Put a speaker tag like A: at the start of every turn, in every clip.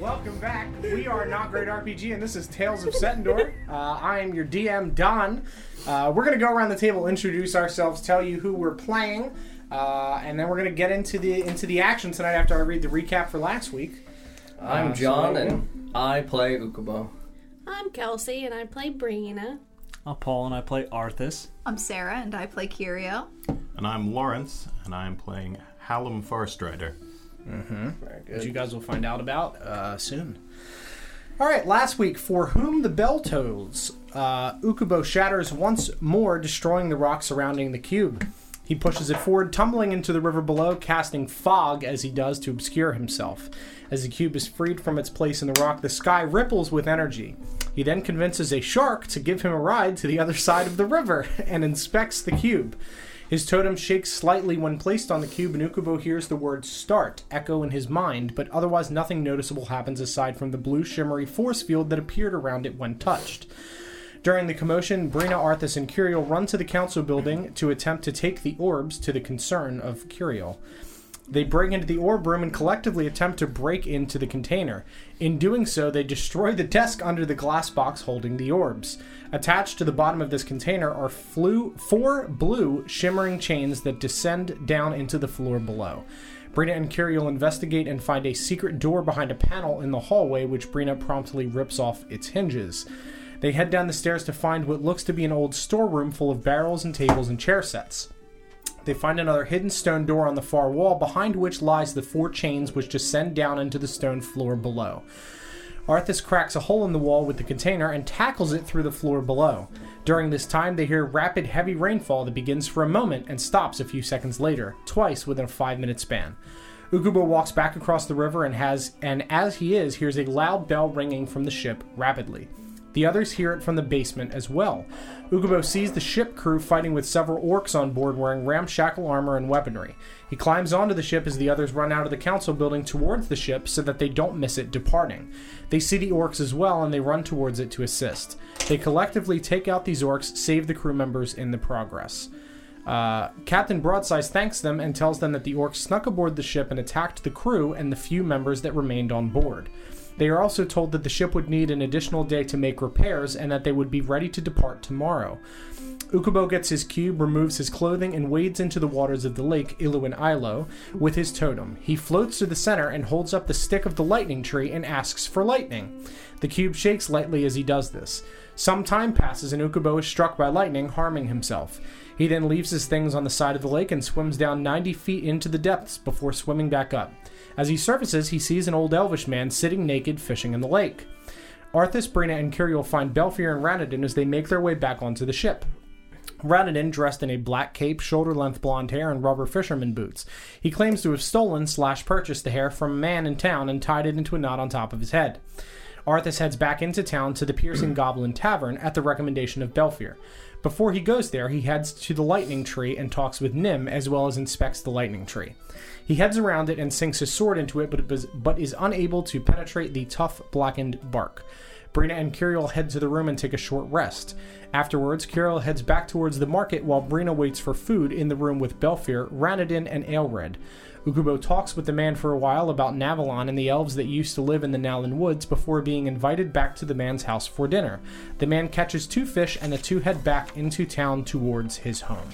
A: Welcome back. We are Not Great RPG, and this is Tales of Setendor. Uh, I am your DM, Don. Uh, we're going to go around the table, introduce ourselves, tell you who we're playing, uh, and then we're going to get into the into the action tonight after I read the recap for last week.
B: I'm
A: Uh, so
B: John,
A: there you
B: and I play Ukubo.
C: I'm Kelsey, and I play Brina.
D: I'm Uh, Paul and I play Arthas.
E: I'm Sarah and I play Curio.
F: And I'm Lawrence, and I'm playing Hallam Farstrider.
A: which you guys will find out about uh, soon. All right, last week, For Whom the Bell Tolls, uh, Ukubo shatters once more, destroying the rock surrounding the cube. He pushes it forward, tumbling into the river below, casting fog as he does to obscure himself. As the cube is freed from its place in the rock, the sky ripples with energy. He then convinces a shark to give him a ride to the other side of the river and inspects the cube. His totem shakes slightly when placed on the cube, and Ukubo hears the word start echo in his mind, but otherwise nothing noticeable happens aside from the blue shimmery force field that appeared around it when touched. During the commotion, Brina, Arthas, and Curiel run to the council building to attempt to take the orbs to the concern of Curiel. They break into the orb room and collectively attempt to break into the container. In doing so, they destroy the desk under the glass box holding the orbs. Attached to the bottom of this container are flu- four blue shimmering chains that descend down into the floor below. Brina and Curiel investigate and find a secret door behind a panel in the hallway, which Brina promptly rips off its hinges. They head down the stairs to find what looks to be an old storeroom full of barrels and tables and chair sets. They find another hidden stone door on the far wall, behind which lies the four chains which descend down into the stone floor below. Arthas cracks a hole in the wall with the container and tackles it through the floor below. During this time, they hear rapid, heavy rainfall that begins for a moment and stops a few seconds later, twice within a five minute span. Ukubo walks back across the river and has, and as he is, hears a loud bell ringing from the ship rapidly. The others hear it from the basement as well. Ukubo sees the ship crew fighting with several orcs on board wearing ramshackle armor and weaponry. He climbs onto the ship as the others run out of the council building towards the ship so that they don't miss it departing. They see the orcs as well and they run towards it to assist. They collectively take out these orcs, save the crew members in the progress. Uh, Captain Broadsize thanks them and tells them that the orcs snuck aboard the ship and attacked the crew and the few members that remained on board. They are also told that the ship would need an additional day to make repairs and that they would be ready to depart tomorrow. Ukubo gets his cube, removes his clothing, and wades into the waters of the lake, Iluin Ilo, with his totem. He floats to the center and holds up the stick of the lightning tree and asks for lightning. The cube shakes lightly as he does this. Some time passes and Ukubo is struck by lightning, harming himself. He then leaves his things on the side of the lake and swims down 90 feet into the depths before swimming back up. As he surfaces, he sees an old elvish man sitting naked fishing in the lake. Arthas, Brina, and Curiel find Belfier and Ranadin as they make their way back onto the ship. Ranadin, dressed in a black cape, shoulder-length blonde hair, and rubber fisherman boots. He claims to have stolen slash purchased the hair from a man in town and tied it into a knot on top of his head. Arthas heads back into town to the Piercing Goblin Tavern at the recommendation of Belfier. Before he goes there, he heads to the lightning tree and talks with Nim, as well as inspects the lightning tree. He heads around it and sinks his sword into it, but, but is unable to penetrate the tough, blackened bark. Brina and Curiel head to the room and take a short rest. Afterwards, Curiel heads back towards the market while Brina waits for food in the room with Belfier, Ranadin, and Aelred. Ukubo talks with the man for a while about Navalon and the elves that used to live in the Nalan woods before being invited back to the man's house for dinner. The man catches two fish and the two head back into town towards his home.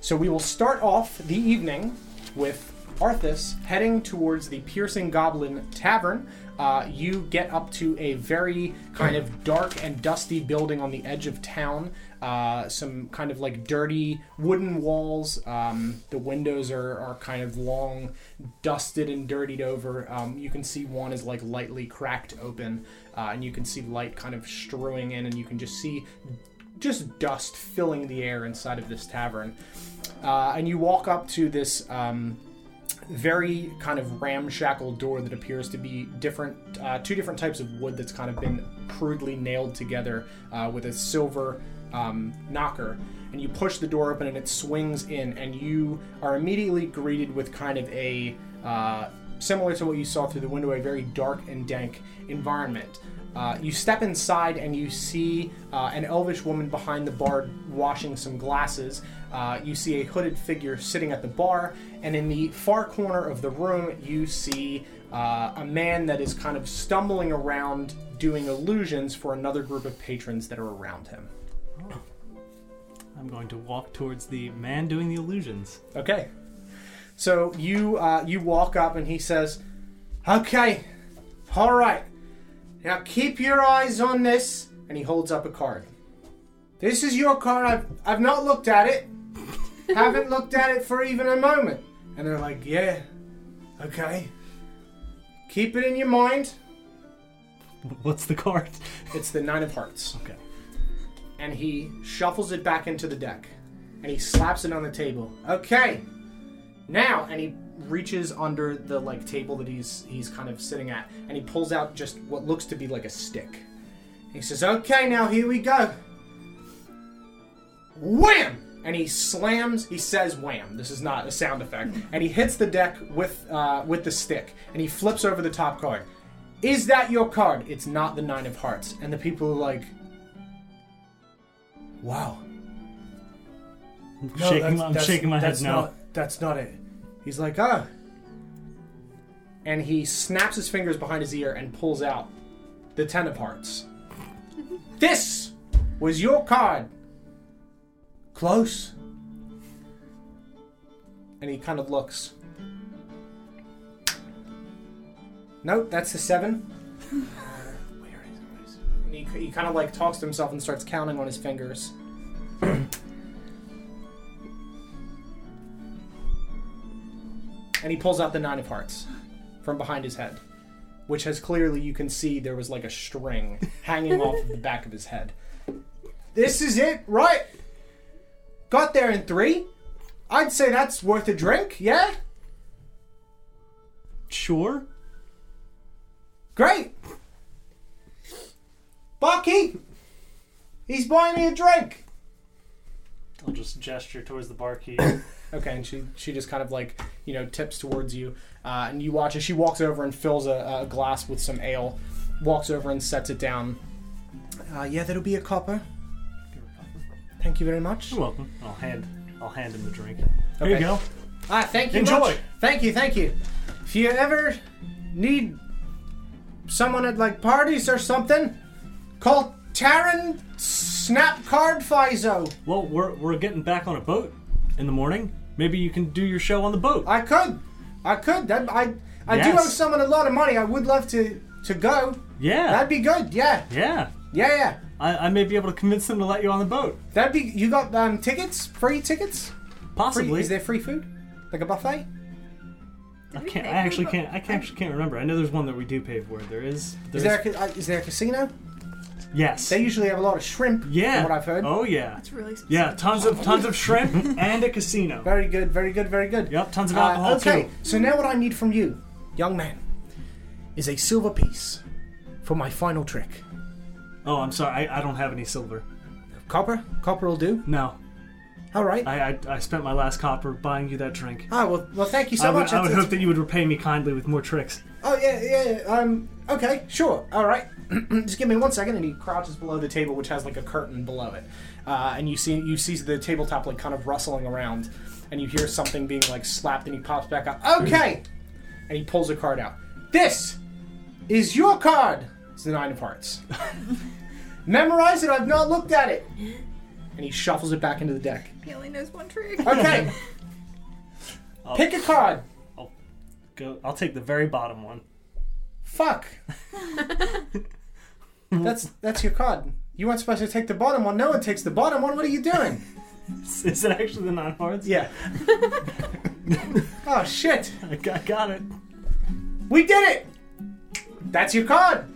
A: So we will start off the evening with Arthas heading towards the Piercing Goblin Tavern. Uh, you get up to a very kind of dark and dusty building on the edge of town. Uh, some kind of like dirty wooden walls. Um, the windows are, are kind of long, dusted, and dirtied over. Um, you can see one is like lightly cracked open, uh, and you can see light kind of strewing in, and you can just see just dust filling the air inside of this tavern. Uh, and you walk up to this um, very kind of ramshackle door that appears to be different, uh, two different types of wood that's kind of been crudely nailed together uh, with a silver um, knocker. And you push the door open and it swings in, and you are immediately greeted with kind of a uh, similar to what you saw through the window, a very dark and dank environment. Uh, Uh, you step inside and you see uh, an elvish woman behind the bar washing some glasses. Uh, you see a hooded figure sitting at the bar, and in the far corner of the room, you see uh, a man that is kind of stumbling around doing illusions for another group of patrons that are around him.
D: I'm going to walk towards the man doing the illusions.
A: Okay. So you uh, you walk up and he says, "Okay, all right. Now keep your eyes on this." And he holds up a card. This is your card. I've I've not looked at it. Haven't looked at it for even a moment. And they're like, "Yeah, okay. Keep it in your mind.
D: What's the card?
A: It's the nine of hearts."
D: Okay.
A: and he shuffles it back into the deck and he slaps it on the table okay now and he reaches under the like table that he's he's kind of sitting at and he pulls out just what looks to be like a stick he says okay now here we go wham and he slams he says wham this is not a sound effect and he hits the deck with uh, with the stick and he flips over the top card is that your card it's not the nine of hearts and the people are like wow
D: shaking,
A: that's-
D: my- I'm
A: that's-
D: shaking my head
A: that's
D: no.
A: Not, that's not it. He's like, ah. And he snaps his fingers behind his ear and pulls out the Ten of Hearts. this was your card. Close. And he kind of looks. Nope, that's the seven. And he, he kind of like talks to himself and starts counting on his fingers. and he pulls out the nine of hearts from behind his head which has clearly you can see there was like a string hanging off of the back of his head this is it right got there in three i'd say that's worth a drink yeah
D: Sure.
A: great bucky he's buying me a drink
D: I'll just gesture towards the barkeep. I
A: Okay, and she she just kind of like you know tips towards you, uh, and you watch as she walks over and fills a, a glass with some ale, walks over and sets it down. Uh, yeah, that'll be a copper. Thank you very much.
D: You're welcome. I'll hand. I'll hand him the drink. There
A: Okay.
D: you go.
A: Ah, thank you.
D: Enjoy.
A: much. Thank you, thank you. If you ever need someone at like parties or something, call Taryn Snapcard Fizo.
D: Well, we're we're getting back on a boat in the morning. Maybe you can do your show on the boat.
A: I could, I could. That I I do
D: Yes.
A: owe someone a lot of money. I would love to to go.
D: yeah.
A: That'd be good. Yeah.
D: yeah.
A: Yeah, yeah.
D: I, I may be able to convince them to let you on the boat.
A: That'd be. You got um, tickets? Free tickets? Free,
D: Possibly.
A: is there free food? Like a
D: I
A: buffet?
E: Did we
D: can't. I
E: pay for
D: actually
E: the-
D: can't. I can't, actually can't remember. I know there's one that we do pay for. There is.
A: Is
D: there's-
A: there, a, ca- uh, is there a casino?
D: Yes.
A: They usually have a lot of shrimp.
D: yeah.
A: From what I've heard.
D: Oh yeah.
E: It's really specific.
D: Yeah. Tons of tons of shrimp and a casino.
A: Very good. Very good. Very good.
D: Yep, tons of
A: Uh,
D: alcohol
A: okay.
D: too.
A: So now what I need from you, young man, is a silver piece for my final trick.
D: Oh, I'm sorry. I, I don't have any silver.
A: Copper. Copper will do.
D: No,
A: All right.
D: I, I I spent my last copper buying you that drink.
A: Ah well, well, thank you so
D: I would,
A: much.
D: I would
A: It's-
D: hope that you would repay me kindly with more tricks.
A: Oh yeah, yeah. yeah, Um. Okay. Sure. All right. Just give me one second, and he crouches below the table, which has like a curtain below it, uh, and you see you see the tabletop like kind of rustling around, and you hear something being like slapped, and he pops back up. Okay. And he pulls a card out. This is your card. It's the nine of hearts. Memorize it. I've not looked at it. And he shuffles it back into the deck.
E: He only knows one trick.
A: Okay. Pick a card.
D: Go. I'll take the very bottom one.
A: Fuck. that's that's your card. You weren't supposed to take the bottom one. No one takes the bottom one. What are you doing?
D: Is, is it actually the nine hearts?
A: Yeah. oh shit.
D: I got, got it.
A: We did it. That's your card.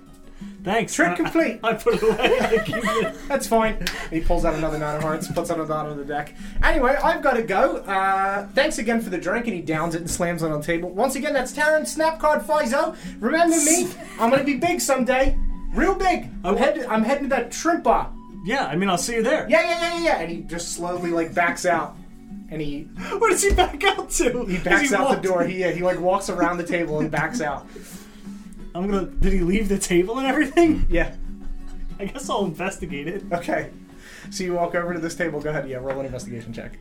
D: Thanks.
A: Trick
D: I-
A: complete.
D: I, put it away. I keep it.
A: That's fine. And he pulls out another nine of hearts, puts it on the bottom of the deck. Anyway, I've got to go. Uh, thanks again for the drink, and he downs it and slams it on the table. Once again, that's Taryn Snapcard Fizo. Remember me. I'm gonna be big someday, real big. I'm, head- I'm heading to that shrimp bar.
D: Yeah. I mean, I'll see you there.
A: yeah, yeah, yeah, yeah, yeah. And he just slowly like backs out, and he
D: Where does he back out to?
A: he backs out the door. He yeah, he like walks around the table and backs out.
F: I'm gonna. Did he leave the table and everything?
A: Yeah.
F: I guess I'll investigate it.
A: Okay. So you walk over to this table. Go ahead. Yeah, roll an investigation check.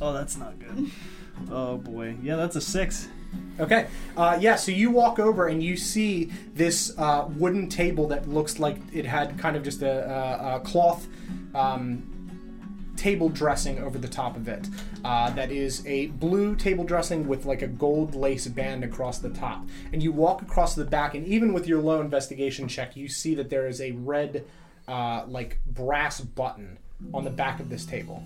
F: Oh, that's not good. Oh boy. Yeah, that's a six.
A: Okay. Uh, yeah, so you walk over and you see this uh, wooden table that looks like it had kind of just a, a, a cloth um, table dressing over the top of it. Uh, that is a blue table dressing with like a gold lace band across the top. And you walk across the back, and even with your low investigation check, you see that there is a red, uh, like, brass button on the back of this table.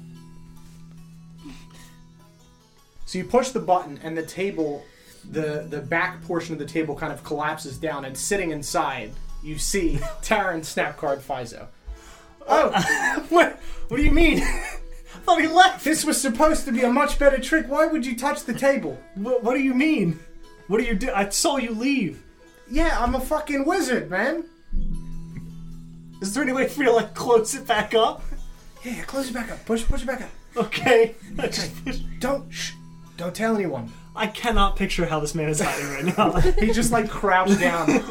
A: So you push the button, and the table, the the back portion of the table, kind of collapses down. And sitting inside, you see Taran Snapcard Fizo. Oh,
F: What? What do you mean? I thought he left.
A: this was supposed to be a much better trick. Why would you touch the table?
F: What, what do you mean? What do you do? I saw you leave.
A: Yeah, I'm a fucking wizard, man.
F: Is there any way for you to like close it back up?
A: Yeah, close it back up. Push, push it back up.
F: Okay. I just-
A: Don't, shh, don't tell anyone.
F: I cannot picture how this man is hiding right now.
A: He just like crouched down.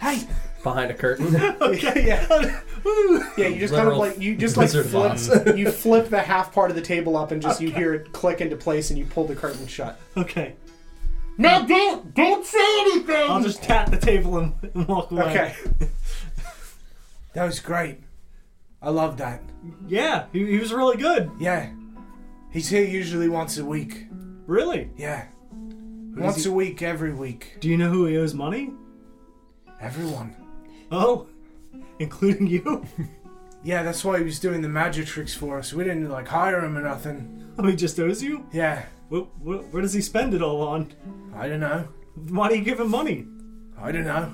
A: hey,
D: Behind a curtain.
F: okay. Yeah. Woo.
A: Yeah, you just
D: Literal
A: kind of like you just like
D: wizard
A: flip,
D: box.
A: you flip the half part of the table up and just you hear it click into place and you pull the curtain shut.
F: Okay.
A: Now don't don't say anything.
F: I'll just tap the table and, and walk away.
A: okay. that was great. I love that.
F: Yeah, he, he was really good.
A: Yeah, he's here usually once a week.
F: Really.
A: Yeah, once a week every week.
F: Do you know who he owes money?
A: Everyone.
F: Oh, including you.
A: Yeah, that's why he was doing the magic tricks for us. We didn't like hire him or nothing.
F: oh, he just owes you.
A: Yeah,
F: Where, where, where does he spend it all on?
A: I don't know.
F: Why do you give him money?
A: I don't know.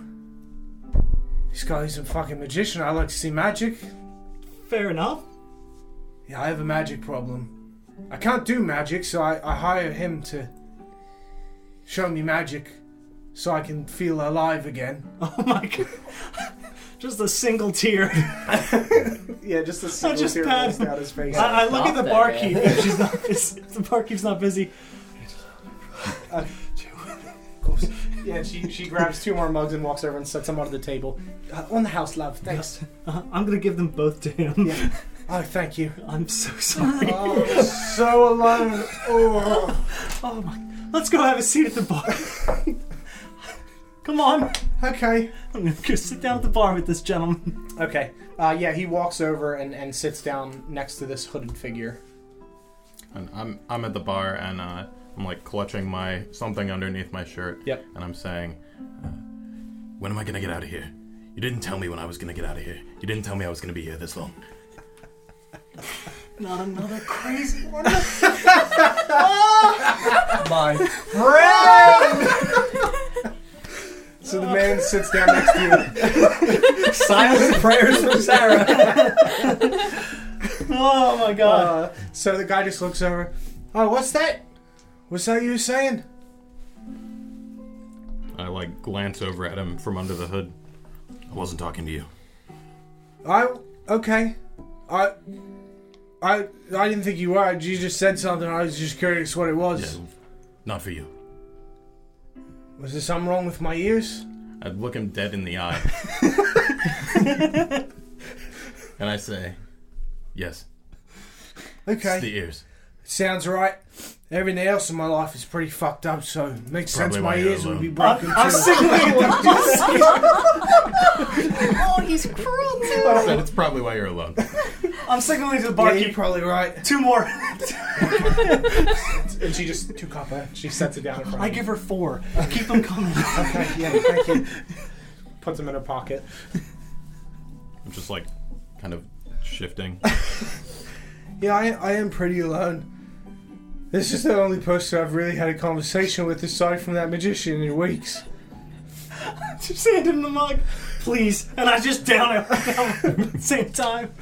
A: This guy's a fucking magician. I like to see magic.
F: Fair enough.
A: Yeah, I have a magic problem. I can't do magic, so I, I hire him to show me magic so I can feel alive again.
F: Oh my god. Just a single tear.
A: Yeah, just a
F: single just tear pat rolls him. down
A: his face.
F: I, I look at
D: Stop
F: the
D: that,
F: barkeep.
D: man.
F: If she's not, if the barkeep's not busy.
A: Uh, yeah, she, she grabs two more mugs and walks over and sets them onto the table. Uh, on the house, love. Thanks.
F: Uh, I'm gonna give them both to him.
A: Yeah. Oh, thank you.
F: I'm so sorry.
A: Oh, so alone. Oh.
F: Oh my. Let's go have a seat at the bar. Come on.
A: Okay.
F: I'm gonna go sit down at the bar with this gentleman.
A: Okay. Uh, yeah, he walks over and, and sits down next to this hooded figure.
G: And I'm I'm at the bar and uh, I'm like clutching my something underneath my shirt.
A: Yep.
G: And I'm saying, uh, when am I gonna get out of here? You didn't tell me when I was gonna get out of here. You didn't tell me I was gonna be here this long.
F: Not another crazy one.
D: Mine.
A: So the man sits down next to you.
D: Silent prayers from Sarah.
F: Oh my god.
A: Uh, so the guy just looks over. Oh, what's that? What's that you were saying?
G: I like glance over at him from under the hood. I wasn't talking to you.
A: I okay. I I I didn't think you were. You just said something. I was just curious what it was.
G: Not for you.
A: Was there something wrong with my ears?
G: I'd look him dead in the eye. and I say, yes,
A: Okay,
G: it's the ears.
A: sounds right. Everything else in my life is pretty fucked up, so it makes
G: Probably
A: sense
G: why
A: my
G: you're
A: ears would be
G: alone.
A: broken
F: I'm
A: too.
F: singling him.
E: Oh, he's cruel too.
G: I said, it's probably why you're alone.
F: I'm signaling to the
A: Yeah,
F: barkeep.
A: you're probably right.
F: Two more.
A: And she just two copper. She sets it down in front.
F: I give her four. Keep them coming.
A: Okay, yeah, thank you. Puts them in her pocket.
G: I'm just like kind of shifting.
A: Yeah, I, I am pretty alone. This is the only person I've really had a conversation with aside from that magician in weeks.
F: Just hand him the mug, please. And I just down it at the same time.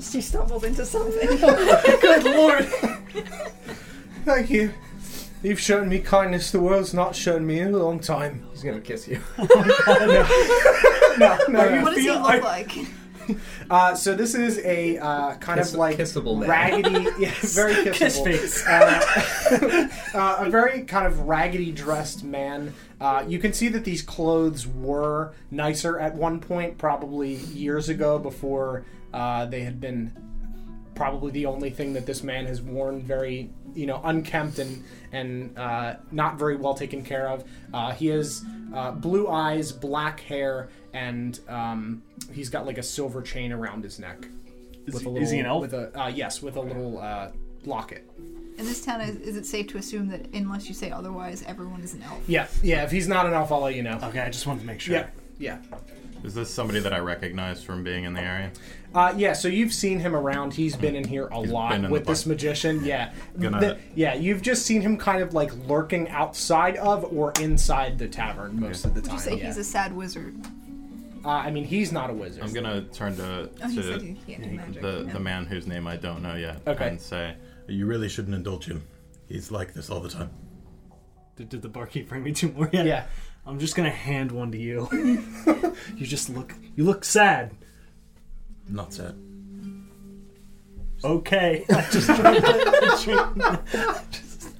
E: She stumbled into something.
F: Good lord.
A: Thank you. You've shown me kindness the world's not shown me in a long time.
D: He's gonna kiss you.
A: No, no,
E: what does he
F: feel
E: look
F: like-
E: like?
F: Uh, so this is a uh, kind
A: Kiss-
F: of like
A: kissable man.
F: raggedy, yeah, very kissable.
D: Kiss face.
F: Uh, uh, a very kind of raggedy dressed man. Uh, you can see that these clothes were nicer at one point, probably years ago, before uh, they had been probably the only thing that this man has worn very you know unkempt and and uh, not very well taken care of uh, he has uh, blue eyes black hair and um, he's got like a silver chain around his neck
D: Is,
F: with a
D: he-
F: little
D: is he an elf?
F: with a uh, yes with a little uh, locket
E: In this town, is, is it safe to assume that unless you say otherwise, everyone is an elf?
F: yeah yeah if he's not an elf i'll let you know
D: okay, I just wanted to make sure.
F: yeah yeah
G: Is this somebody that I recognize from being in the area?
F: Uh, yeah, so you've seen him around. He's been in here
G: been
F: a
G: in
F: lot with
G: the
F: this
G: bar.
F: magician. Yeah.
G: Good night.
F: The- yeah, you've just seen him kind of like lurking outside of or inside the tavern most of the time.
E: Would you say
F: yeah.
E: he's a sad wizard?
F: uh, I mean, he's not a wizard.
G: I'm gonna turn to,
E: Oh, he said
G: to
E: he can't do magic.
G: the,
E: yeah.
G: the man whose name I don't know yet
F: Okay.
G: and say, You really shouldn't indulge him. He's like this all the time.
D: Did, did the barkeep bring me two more? Yeah.
F: Yeah.
D: I'm just gonna hand one to you. you just look. You look sad.
G: Not sad.
D: Okay. I just drank it. Just-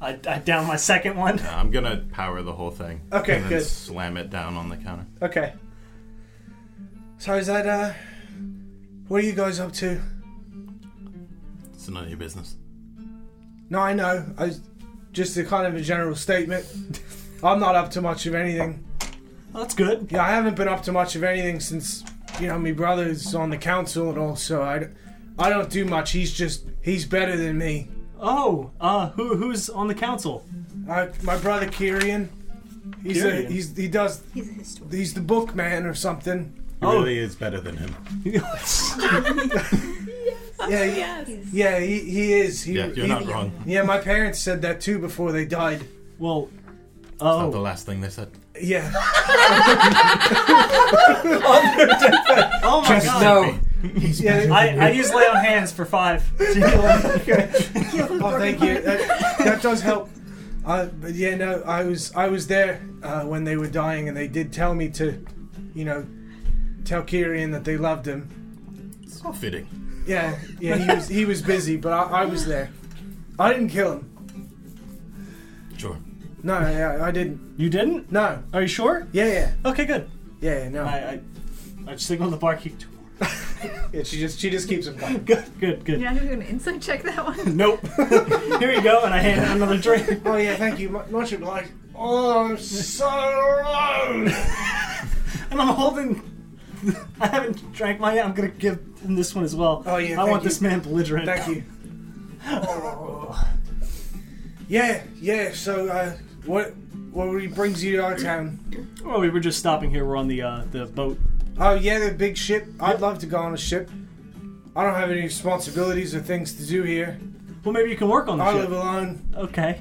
D: I, I down my second one.
G: I'm gonna power the whole thing.
F: Okay,
G: and then
F: good.
G: Slam it down on the counter.
F: Okay. So is that uh what are you guys up to?
G: It's none of your business.
F: No, I know. I was- just a kind of a general statement. I'm not up to much of anything.
D: Well, that's good.
F: Yeah, I haven't been up to much of anything since you know, my brother's on the council and all, so I d- I don't do much. He's just he's better than me.
D: Oh, uh, who who's on the council?
F: I, Uh, my brother Kirian. He's
D: Kyrian?
F: a, he's he does
E: He's a historian.
F: he's the book man or something.
G: He
D: Oh.
G: really is better than him.
F: Yeah, he- yeah, he, he is. He,
G: Yeah, you're
F: he-
G: not wrong.
F: Yeah, my parents said that too before they died.
D: well,
G: Not the
D: oh,
G: last thing they said.
F: Yeah.
D: oh my god!
A: no.
F: yeah.
D: I, I use lay on hands for five.
F: oh, thank you. That, that does help. Uh, but yeah, no, I was I was there uh, when they were dying, and they did tell me to, you know, tell Kirian that they loved him.
G: It's not fitting.
F: Yeah, yeah, he was he was busy, but I, I was there. I didn't kill him.
G: Sure.
F: No, yeah, I didn't.
D: you didn't?
F: No.
D: Are you sure?
F: Yeah, yeah,
D: Okay, good.
F: yeah, yeah, no.
D: I I, I just signaled the barkeep. Two more.
F: Yeah, she just she just keeps him coming.
D: Good, good, good.
E: You're not even gonna insight check that one.
D: Nope. Here you go, and I hand him another drink.
F: Oh yeah, thank you, Mu- much obliged. Oh, I'm so alone.
D: And I'm holding. I haven't drank mine yet. I'm gonna give him this one as well.
F: Oh, yeah,
D: I
F: thank
D: want
F: you.
D: this man belligerent.
F: Thank you.
D: Oh.
F: Yeah, yeah. So, uh, what what really brings you to our town?
D: Well, we were just stopping here. We're on the uh, the boat.
F: Oh yeah, the big ship. I'd love to go on a ship. I don't have any responsibilities or things to do here.
D: Well, maybe you can work on the
F: I
D: ship.
F: live alone.
D: Okay.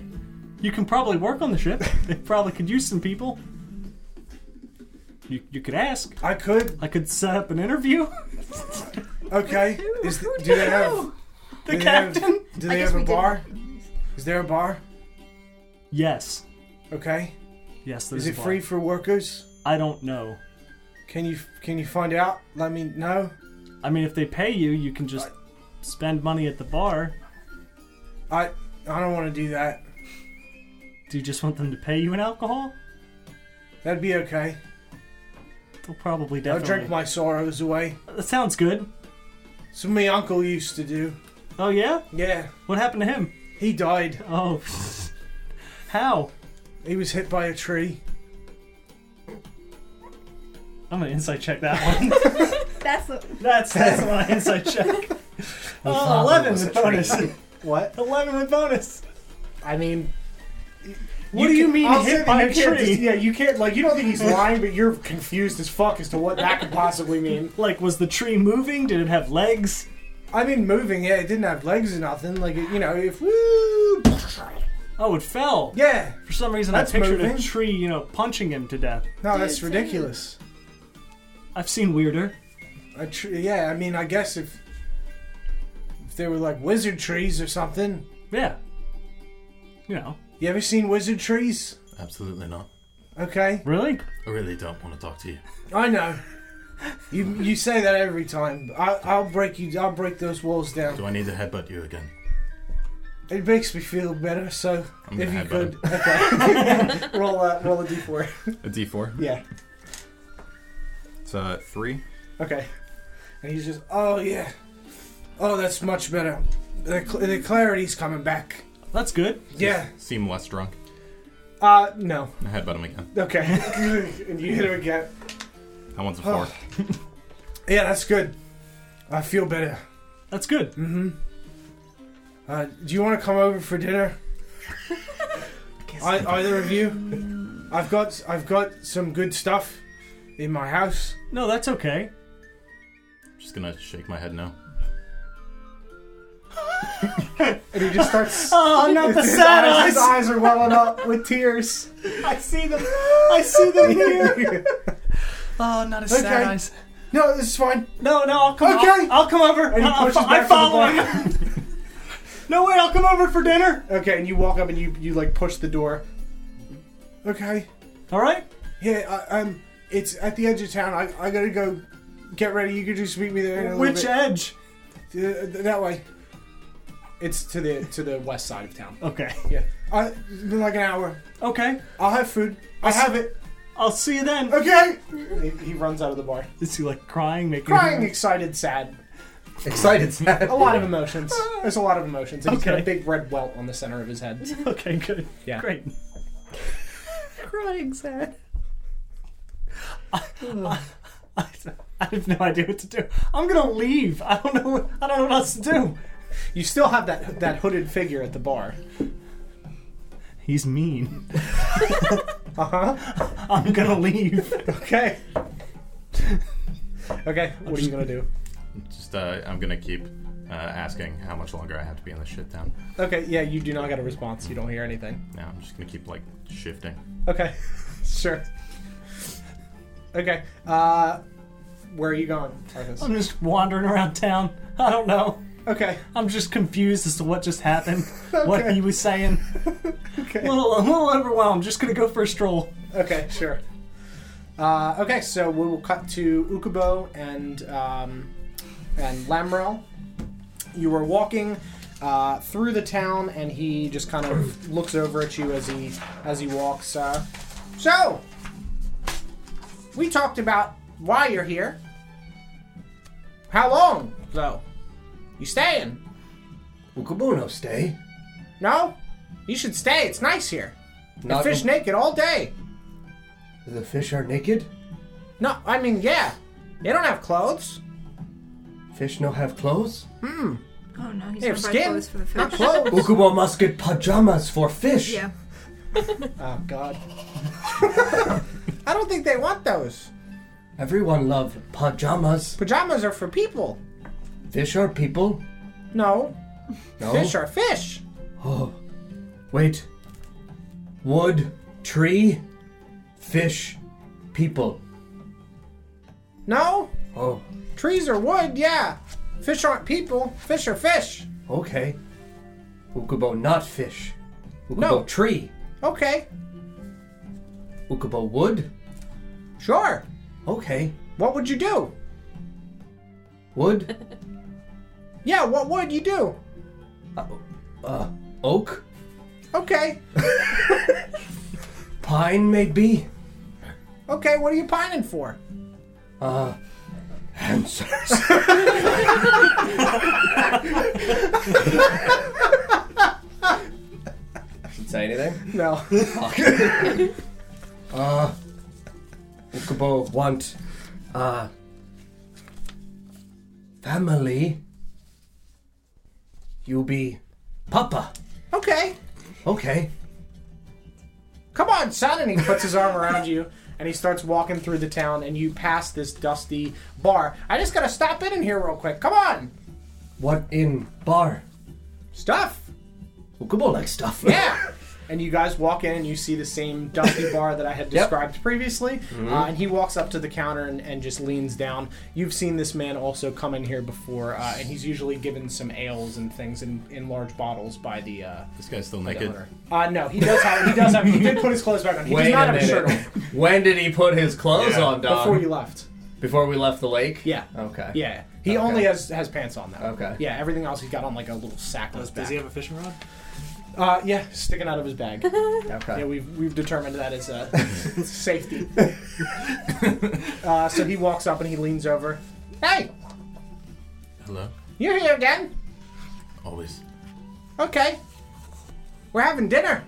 D: You can probably work on the ship. they probably could use some people. You, you could ask.
F: I could.
D: I could set up an interview.
F: Okay. Is th- do they have?
D: The
F: Do they have,
D: captain?
F: do
E: I
F: they
E: guess
F: have a
E: we did-
F: bar? Is there a bar?
D: Yes.
F: Okay.
D: Yes, there's
F: Is it
D: a bar.
F: free for workers?
D: I don't know.
F: Can you can you find out? Let me know.
D: I mean, if they pay you, you can just spend money at the bar.
F: I I don't want to do that.
D: Do you just want them to pay you in alcohol?
F: That'd be okay.
D: They'll probably
F: I'll
D: definitely.
F: drink my sorrows away.
D: That sounds good.
F: So my uncle used to do.
D: Oh yeah?
F: Yeah,
D: What happened to him?
F: he died.
D: Oh. How?
F: He was hit by a tree.
D: I'm gonna insight check that one.
E: That's the.
D: that's that's the one I insight check. Oh, 11 with bonus.
F: What?
D: 11 with bonus.
F: I mean,
D: What do you mean
F: I'll say
D: hit
F: that
D: by
F: you
D: a
F: can't
D: tree?
F: just- yeah, you can't. Like, you don't think he's lying, but you're confused as fuck as to what that could possibly mean.
D: Like, was the tree moving? Did it have legs?
F: I mean, moving. Yeah, it didn't have legs or nothing. Like, it- you know, if woo,
D: Oh, it fell.
F: yeah.
D: For some reason,
F: That's
D: I pictured a
F: moving.
D: tree, you know, punching him to death.
F: No, that's
E: Dude,
F: ridiculous.
D: I've seen weirder.
F: A tree. Yeah, I mean, I guess if if they were like wizard trees or something.
D: Yeah. You know.
F: You ever seen wizard trees?
G: Absolutely not.
F: Okay,
D: Really?
G: I really don't want to talk to you.
F: I know.
A: You you say that every time. I, I'll break you. I'll break those walls down.
G: Do I need to headbutt you again?
A: It makes me feel better. So
G: I'm gonna
A: if you
G: headbutt
A: could,
G: him.
A: okay. roll a roll a d4.
G: A D4.
A: Yeah.
G: It's uh three.
A: Okay. And he's just, oh yeah, oh that's much better. The, cl- the clarity's coming back.
D: That's good.
A: Yeah.
G: Seem less drunk.
A: Uh, no.
G: I headbutt him again.
A: Okay. and you hit him again.
G: That one's a four.
H: Ah.
A: Yeah, that's good. I feel better.
D: That's good.
A: Mm-hmm. Uh, do you want to come over for dinner? I, either of you? I've got I've got some good stuff in my house.
D: No, that's okay.
G: Just gonna shake my head no.
A: And he just starts.
D: Oh, not the
A: his,
D: sad
A: eyes, his
D: eyes.
A: eyes are welling up with tears.
D: I see them. I see them here. Oh, not a
A: sad Okay. eyes. no, this is fine.
D: No, no, I'll come.
A: Okay.
D: I'll, I'll come over.
A: And he
D: I'll,
A: pushes
D: fo-
A: back
D: I follow him.
A: to the bar.
D: No way. I'll come over for dinner.
A: Okay, and you walk up and you you like push the door. Okay.
D: All right.
A: Yeah, I, um, it's at the edge of town. I, I gotta go get ready. You could just meet me there. In a
D: Which
A: little
D: edge?
A: bit. Uh, th- that way. It's to the to the west side of town.
D: Okay.
A: Yeah, I it's been like an hour.
D: Okay.
A: I'll have food. I have it.
D: I'll see you then.
A: Okay. He, he runs out of the bar,
D: Is he like crying, making
A: crying, excited, sad.
B: Excited, sad.
A: A lot of emotions. There's a lot of emotions. And He's got a
D: Okay.
A: big red welt on the center of his head.
D: Okay, good.
A: Yeah.
D: Great.
E: Crying sad.
D: I, I have no idea what to do. I'm gonna leave. I don't know. what- I don't know what else to do.
A: You still have that that hooded figure at the bar.
D: He's mean.
A: Uh huh.
D: I'm gonna leave.
A: Okay. Okay. What are you gonna do?
G: Just uh, I'm gonna keep uh, asking how much longer I have to be in this shit town.
A: Okay. Yeah, you do not get a response. You don't hear anything.
G: Now I'm just gonna keep like shifting.
A: Okay, sure. Okay, uh, where are you going, Arthas?
D: I'm just wandering around town. I don't know.
A: Okay,
D: I'm just confused as to what just happened, what
A: Okay.
D: he was saying. A
A: okay,
D: little, a little overwhelmed. Just gonna go for a stroll.
A: okay, sure. Uh, okay, so we will cut to Ukubo and um, and Lamrel. You were walking uh, through the town, and he just kind of looks over at you as he as he walks. Uh, so we talked about why you're here. How long, though? You staying?
B: Well, Kabuno, stay.
A: No, you should stay. It's nice here. I
B: Not
A: fish naked all day.
B: The fish are naked.
A: No, I mean, yeah. They don't have clothes.
B: Fish no have clothes.
E: Oh no, he's
A: They
E: gonna
A: have
E: buy
A: skin.
E: clothes for the
A: Not
E: fish.
A: clothes.
B: Hmm. Ukubo must get pajamas for fish.
E: Yeah.
A: oh, God. I don't think they want those.
B: Everyone love pajamas.
A: Pajamas are for people.
B: Fish are people.
A: No,
B: No.
A: fish are fish.
B: Oh. Wait. Wood, tree, fish, people.
A: No,
B: Oh,
A: trees are wood, yeah. Fish aren't people. Fish are fish.
B: okay. Ukubo not fish. Ukubo
A: No.
B: tree.
A: Okay,
B: Ukubo wood.
A: sure.
B: Okay.
A: What would you do?
B: Wood.
A: Yeah, what would you do?
B: uh, uh, oak.
A: Okay,
B: Pine maybe.
A: okay, what are you pining for?
B: Uh, answers.
H: Should say anything?
A: No.
B: Uh, Ukubo want, uh, family. You be papa.
A: Okay.
B: Okay.
A: come on, son! And he puts his arm around you and he starts walking through the town and you pass this dusty bar. I just gotta stop in in here real quick. Come on!
B: What in bar?
A: Stuff!
B: Ukubo like stuff.
A: Yeah! And you guys walk in and you see the same dusty bar that I had described previously.
G: Mm-hmm.
A: Uh, and he walks up to the counter and, and just leans down. You've seen this man also come in here before, uh, and he's usually given some ales and things in, in large bottles by the. Uh,
G: This guy's still naked.
A: owner. uh, no, he does have. He does have. He did put his clothes back on. He does
H: Wait
A: not
H: a
A: have a shirt on
H: minute. When did he put his clothes
G: Yeah.
H: on, Don?
A: before you left.
H: Before we left the lake?
A: Yeah.
H: Okay.
A: Yeah. He
H: Okay.
A: only has has pants on though.
H: Okay.
A: Yeah. Everything else he's got on like a little sack on his
I: Does,
A: back.
I: does he have a fishing rod?
A: uh, yeah, sticking out of his bag.
H: Okay.
A: Yeah, we've we've determined that is uh, safety. uh, so he walks up and he leans over. Hey,
G: Hello?
A: you're here again?
G: Always.
A: Okay. We're having dinner.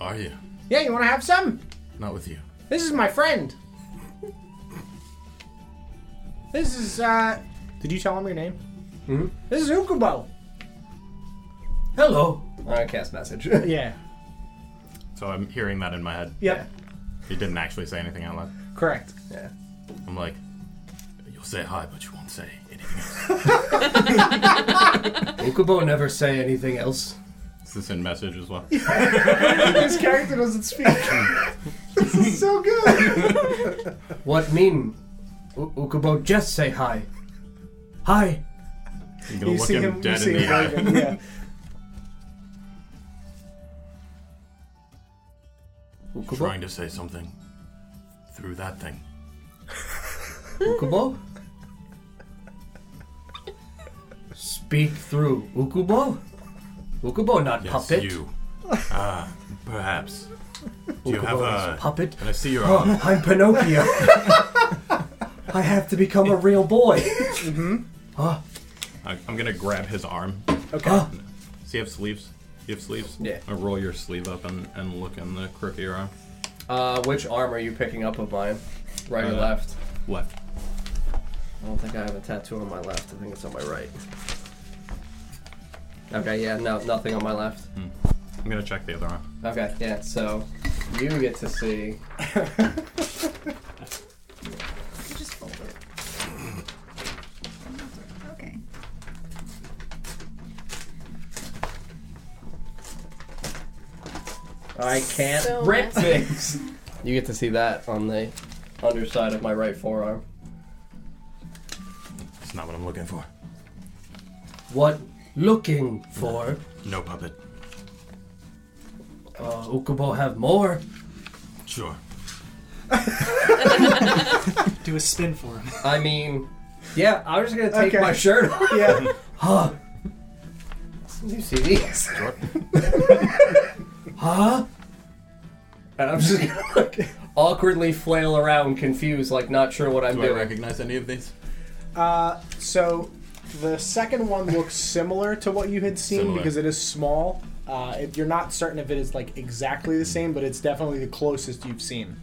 G: Are you?
A: Yeah, you want to have some?
G: Not with you.
A: This is my friend. This is uh. Did you tell him your name? Mm-hmm. This is Ukubo.
B: Hello.
H: I cast message.
A: Yeah.
G: So I'm hearing that in my head.
A: Yep.
G: He didn't actually say anything out loud.
A: Correct.
H: yeah.
G: I'm like, you'll say hi, but you won't say anything else.
B: Ukubo never say anything else.
G: Is this in message as well?
A: His character doesn't speak. this is so good.
B: What mean? U- Ukubo just say hi. Hi.
G: You're gonna look him, dead in the eye.
A: waving, yeah.
G: Trying to say something through that thing.
B: Ukubo? Speak through Ukubo? Ukubo, not
G: Yes,
B: puppet.
G: you. Ah, perhaps. Do you have
B: Ukubo is
G: Oh, a
B: puppet.
G: Can I see your arm?
B: Oh, I'm Pinocchio. I have to become a real boy.
G: Mm-hmm. I- I'm gonna grab his arm.
A: Okay.
B: Oh,
G: Does he have sleeves? You have sleeves?
H: Yeah.
G: I roll your sleeve up and, and look in the crook of your arm.
H: Uh, which arm are you picking up of mine? Right or
G: Uh,
H: left?
G: Left.
H: I don't think I have a tattoo on my left. I think it's on my right. Okay, yeah, no, nothing on my left.
G: I'm gonna check the other arm.
H: Okay, yeah, so you get to see.
J: Just fold it. Okay.
H: I can't
K: So
H: rip
K: messy.
H: things! You get to see that on the underside of my right forearm.
G: That's not what I'm looking for.
B: what looking for?
G: No puppet.
B: Uh, Ukubo have more.
G: Sure.
I: Do a spin for him.
H: I mean, yeah, I was just gonna take
A: Okay.
H: my shirt off.
A: Yeah.
B: Huh?
H: you see these?
G: Sure.
B: Huh?
H: And I'm just gonna like, awkwardly flail around, confused, like not sure what I'm
G: Do I
H: doing.
G: recognize any of these?
A: Uh, So the second one looks similar to what you had seen
G: Similar.
A: because it is small. Uh, it, you're not certain if it is like exactly the same, but it's definitely the closest you've seen.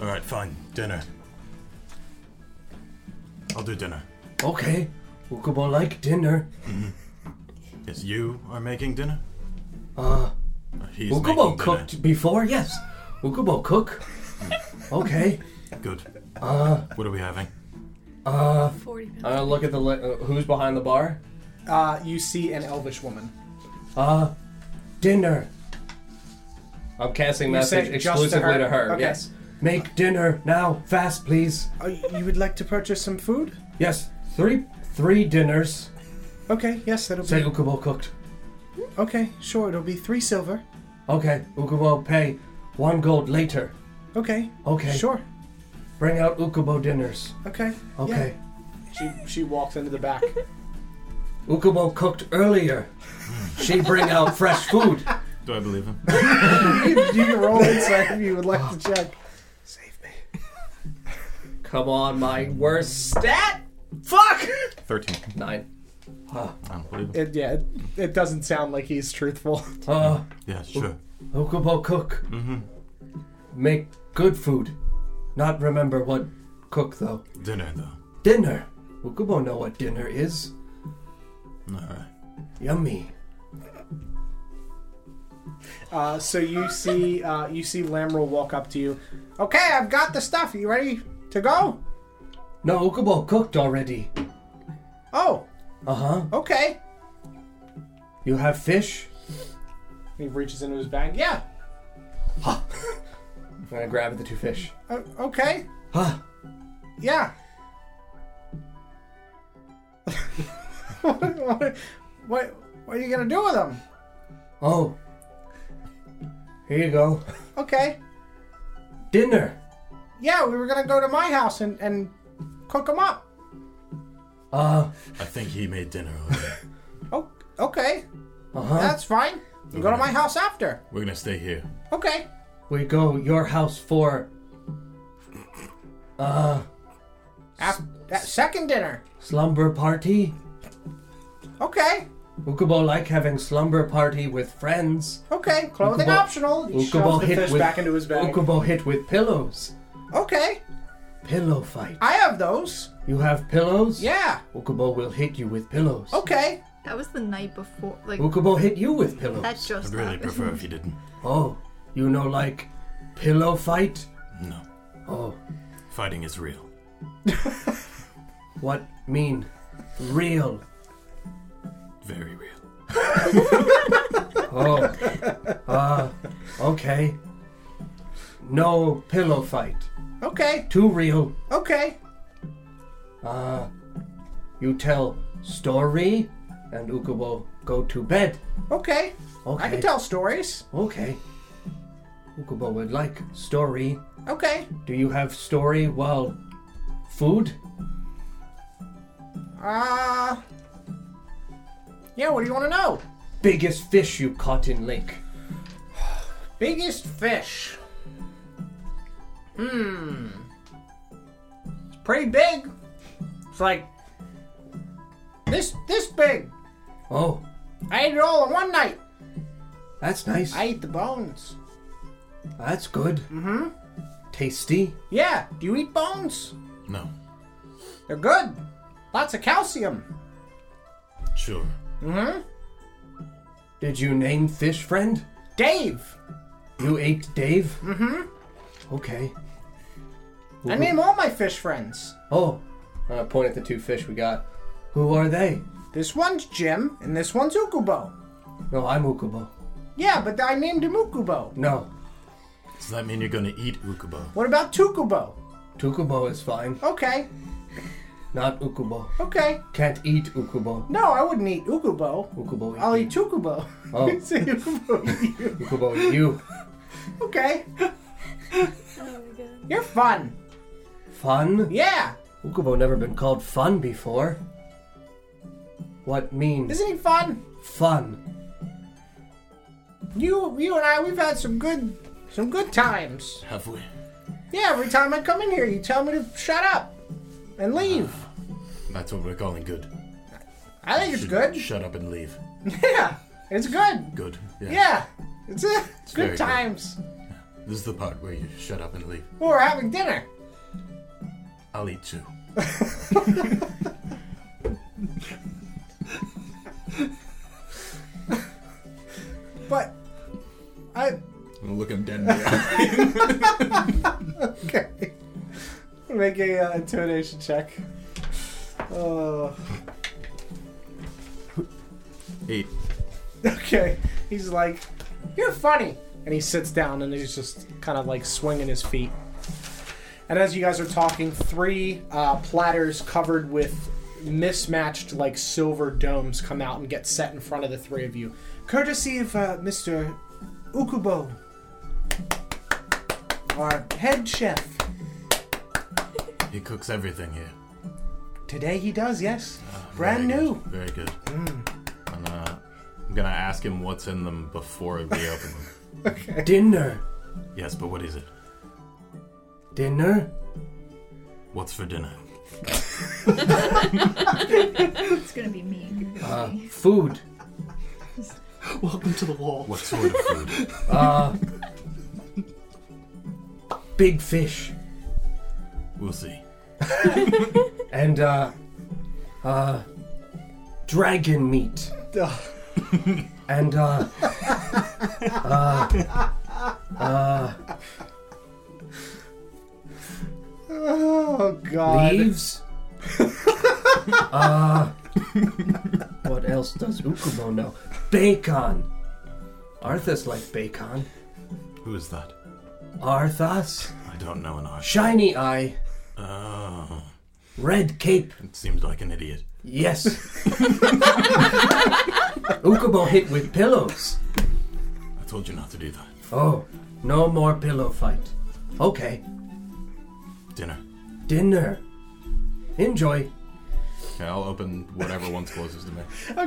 G: All right, fine. Dinner. I'll do dinner.
B: Okay. Ukubo like dinner.
G: Yes, you are making dinner.
B: Uh,
G: Or He's
B: Ukubo
G: making
B: cooked before, yes. Ukubo cook. okay.
G: dinner. Good. what are we having?
K: Forty pounds.
H: Uh, I'm gonna look at the li- uh, who's behind the bar.
A: Uh, you see an elvish woman.
B: Uh, dinner.
H: I'm casting
A: You say
H: message
A: just to
H: exclusively to
A: her?
H: her.
A: Okay.
H: Yes.
B: Make dinner now, fast, please.
A: Uh, you would like to purchase some food?
B: Yes, three, three dinners.
A: Okay, yes, that'll
B: Say
A: be.
B: Ukubo cooked.
A: Okay, sure, it'll be three silver.
B: Okay, Ukubo pay one gold later.
A: Okay,
B: Okay.
A: sure.
B: Bring out Ukubo dinners.
A: Okay.
B: Okay.
A: She she walks into the back.
B: Ukubo cooked earlier. She bring out fresh food.
G: Do I believe him?
A: you, can- you can roll inside if you would like to check.
H: Come on, my worst stat. Fuck.
G: Thirteen.
H: Nine.
G: I don't believe him.
A: It, yeah, it, it doesn't sound like he's truthful.
B: Uh,
G: Yeah, sure.
B: Ukubo cook. Mm-hmm. Make good food. Not remember what cook though.
G: Dinner though.
B: Dinner. Ukubo know what dinner is.
G: All right.
B: Yummy.
A: Uh, so you see, uh, you see Lamrel walk up to you. Okay, I've got the stuff. you ready to go?
B: No, Ukubo cooked already.
A: Oh,
B: Uh huh.
A: okay.
B: You have fish.
A: He reaches into his bag. Yeah.
H: I'm gonna grab the two fish.
A: o- Uh, okay.
B: Huh.
A: Yeah. what, what, what are you gonna do with them?
B: Oh. Here you go.
A: Okay.
B: Dinner.
A: Yeah, we were gonna go to my house and and
L: Cook 'em up.
B: Uh,
G: I think he made dinner. already.
L: Oh, okay.
B: uh-huh.
L: That's fine. You go to my house after.
G: We're gonna stay here.
L: Okay.
B: We go your house for uh
L: Af- that second dinner.
B: slumber party.
L: Okay.
B: Ukubo like having slumber party with friends.
L: Okay. Clothing
B: Ukubo-
L: optional. He
B: Ukubo
L: shoves the
B: hit
L: fish
B: with
L: back into his bag.
B: Ukubo hit with pillows.
L: Okay.
B: Pillow fight.
L: I have those.
B: You have pillows?
L: Yeah.
B: Ukubo will hit you with pillows.
L: Okay.
E: That was the night before. Like
B: Ukubo hit you with pillows.
E: that just
G: I'd really
E: happened.
G: prefer if you didn't.
B: Oh, you know like pillow fight?
G: No,
B: Oh,
G: fighting is real.
B: what mean real?
G: Very real.
B: Oh. Uh, okay. No pillow fight.
L: Okay.
B: Too real.
L: Okay.
B: Uh, you tell story, and Ukubo go to bed.
L: Okay.
B: Okay.
L: I can tell stories.
B: Okay. Ukubo would like story.
L: Okay.
B: Do you have story while food?
L: Uh. Yeah, what do you want to know?
B: Biggest fish you caught in lake.
L: Biggest fish. Hmm. It's pretty big. It's like this this big.
B: Oh,
L: I ate it all in one night.
B: that's nice.
L: I ate the bones.
B: That's good. Mm-hmm. Tasty.
L: Yeah, do you eat bones?
G: No,
L: They're good. Lots of calcium.
G: sure.
L: Mm-hmm.
B: Did you name fish friend?
L: Dave.
B: You ate Dave? Mm-hmm. Okay.
L: I name all my fish friends.
B: Oh, uh, point at the two fish we got. Who are they?
L: This one's Jim, and this one's Ukubo.
B: No, I'm Ukubo.
L: Yeah, but I named him Ukubo.
B: No,
G: Does that mean you're gonna eat Ukubo?
L: What about Tukubo?
B: Tukubo is fine.
L: Okay,
B: Not Ukubo.
L: okay.
B: Can't eat Ukubo.
L: No, I wouldn't eat Ukubo.
B: Ukubo eat
L: I'll
B: you.
L: eat Tukubo.
B: Oh.
L: Say Ukubo eat you.
B: Ukubo eat you.
L: okay,
M: Oh my god.
L: you're fun.
B: Fun?
L: Yeah,
B: Ukubo never been called fun before. What means
L: isn't he fun?
B: fun?
L: You, you and I, we've had some good, some good times.
G: Have we?
L: Yeah, every time I come in here, you tell me to shut up and leave.
G: That's what we're calling good.
L: I think it's
G: Should
L: good.
G: Shut up and leave.
L: Yeah, it's good.
G: Good. Yeah.
L: Yeah, it's, uh it's
G: very
L: good
G: good.
L: times.
G: This is the part where you shut up and leave.
L: Well, we're having dinner.
G: I'll eat too.
L: But I
G: I'm gonna look him dead in the eye.
L: okay. Make a uh, intimidation check. Oh,
G: Eight.
L: okay. He's like, "You're funny," and he sits down and he's just kind of like swinging his feet. And as you guys are talking, three uh, platters covered with mismatched like silver domes come out and get set in front of the three of you, courtesy of uh, Mister Ukubo, our head chef.
G: He cooks everything here.
L: Today he does, yes.
G: Very
L: Brand new.
G: Good. Very good. And, uh, I'm gonna ask him what's in them before we open them.
B: Dinner.
G: Yes, but what is it?
B: Dinner?
G: What's for dinner?
E: It's gonna be me.
B: Uh, food.
N: Welcome to the wall.
G: What sort of food?
B: Uh, big fish.
G: we'll see.
B: And, uh, uh, dragon meat. and, uh,
L: Ah.
B: uh,
L: Oh god.
B: Leaves? uh, what else does Ukubo know? Bacon! Arthas like bacon.
G: Who is that?
B: Arthas?
G: I don't know an Arsh.
B: Shiny eye,
G: Oh,
B: red cape.
G: it seems like an idiot.
B: Yes. Ukubo hit with pillows.
G: I told you not to do that.
B: Oh, no more pillow fight. Okay,
G: Dinner.
B: dinner. Enjoy.
G: Okay, I'll open whatever one's closest to me.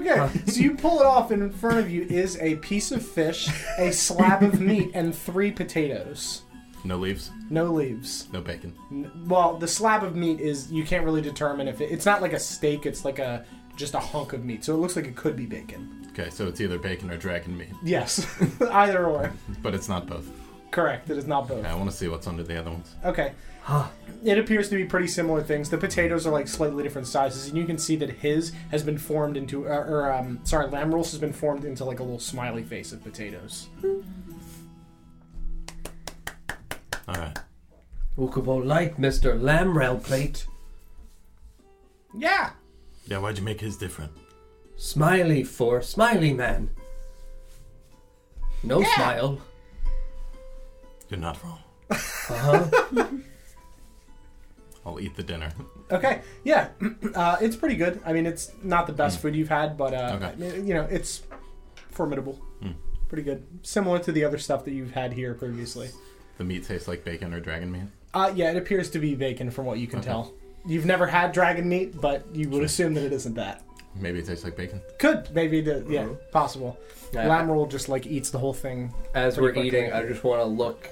A: Okay, so you pull it off, and in front of you is a piece of fish, a slab of meat, and three potatoes.
G: No leaves,
A: No leaves.
G: no bacon.
A: N- Well, the slab of meat is you can't really determine if it, it's not like a steak. It's like a just a hunk of meat, so it looks like it could be bacon.
G: Okay, so it's either bacon or dragon meat,
A: Yes, either or.
G: but it's not both.
A: Correct. It is not both.
G: Okay, I want to see what's under the other ones.
A: Okay. It appears to be pretty similar things. The potatoes are like slightly different sizes, and you can see that his has been formed into, uh, or um, sorry, Lamrol's has been formed into like a little smiley face of potatoes.
G: All right.
B: Ukubo like Mr. Lamrel plate.
A: Yeah.
G: Yeah, why'd you make his different?
B: Smiley for smiley man. No smile.
G: You're not wrong.
B: Uh-huh.
G: I'll eat the dinner.
A: Okay. Yeah. Uh, it's pretty good. I mean, it's not the best food you've had, but uh,
G: Okay.
A: I mean, you know, it's formidable.
G: Mm.
A: Pretty good. Similar to the other stuff that you've had here previously.
G: The meat tastes like bacon or dragon meat.
A: Uh, yeah, it appears to be bacon from what you can
G: Okay.
A: tell. You've never had dragon meat, but you would assume that it isn't that.
G: Maybe it tastes like bacon.
A: Could maybe the yeah possible.
H: Yeah.
A: Lamroll just like eats the whole thing.
H: As
A: Pretty
H: we're
A: quickly.
H: eating, I just want to look.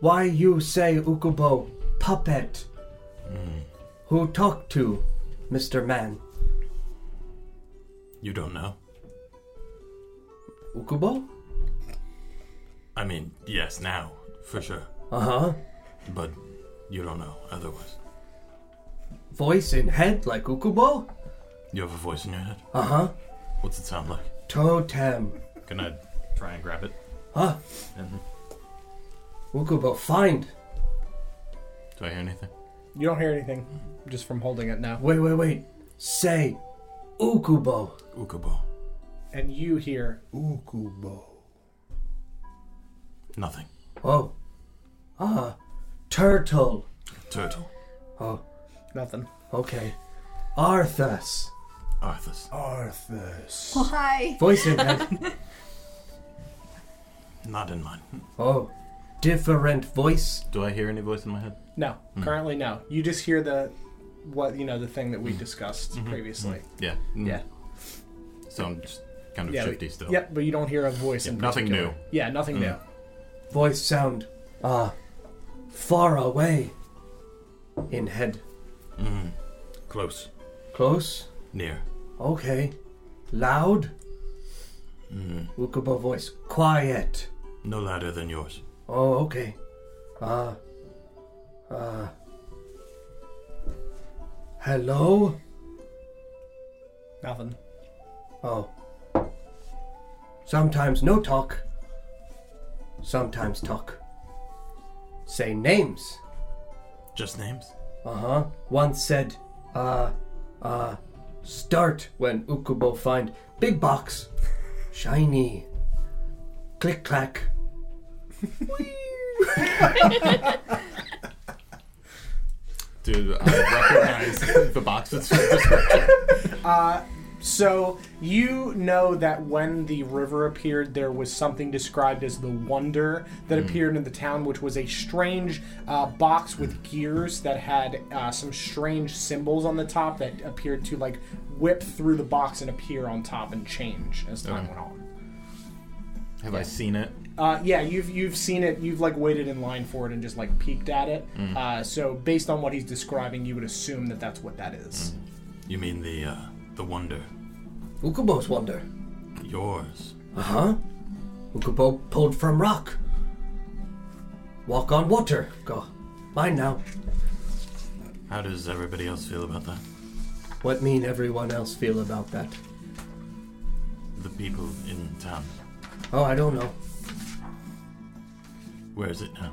B: Why you say Ukubo puppet?
G: Hmm.
B: Who talk to, Mr. Man?
G: You don't know?
B: Ukubo?
G: I mean, yes, now, for sure.
B: Uh huh.
G: But you don't know otherwise.
B: Voice in head like Ukubo?
G: You have a voice in your head?
B: Uh huh.
G: What's it sound like?
B: Totem.
G: Can I try and grab it?
B: Huh. Mm-hmm.
G: And
B: Ukubo find.
G: do I hear anything?
A: You don't hear anything just from holding it now.
B: Wait, wait, wait. Say Ukubo.
G: Ukubo.
A: And you hear
G: Nothing.
B: Oh. Ah. Turtle.
G: Turtle.
B: Oh,
A: nothing.
B: okay. Arthas.
G: Arthas.
A: Arthas.
D: Why?
B: Voice in head.
G: Not in mine. Hmm.
B: Oh. Different voice.
G: Do I hear any voice in my head? Hmm.
A: No, currently no. You just hear the what you know the thing that we discussed previously.
G: Yeah. Mm.
A: Yeah.
G: So I'm just kind of
A: Yeah,
G: shifty
A: but,
G: still.
A: Yep, but you don't hear a voice.
G: Yeah,
A: in
G: nothing
A: particular.
G: new. Mm.
A: Yeah, nothing new.
B: Voice sound. Ah. Far away. In head.
G: Close.
B: Close.
G: Hmm. Near.
B: Okay. Loud. Ukubo voice. Quiet.
G: Hmm. No louder than yours.
B: Oh, okay. Uh. Uh. Hello?
A: Nothing.
B: Oh. Sometimes no talk. Sometimes talk. Say names.
G: Just names?
B: Uh huh. Once said, uh, uh, start when Ukubo find big box, shiny, click clack.
G: Dude, I recognize the boxes.
A: Uh, So you know that when the river appeared, there was something described as the wonder that
B: Mm-hmm.
A: appeared in the town, which was a strange uh, box with gears that had uh, some strange symbols on the top that appeared to like whip through the box and appear on top and change as time
G: Okay.
A: went on.
G: Have I seen it?
A: Uh, yeah, you've you've seen it. You've like waited in line for it and just like peeked at it.
B: Mm.
A: Uh, so based on what he's describing, you would assume that that's what that is.
G: You mean the uh, the wonder?
B: Mm. Ukubo's wonder.
G: Yours.
B: Uh huh. Ukubo pulled from rock. Walk on water. Go. Mine now.
G: How does everybody else feel about that?
B: What mean everyone else feel about that?
G: The people in town.
B: Oh, I don't know.
G: Where is it now?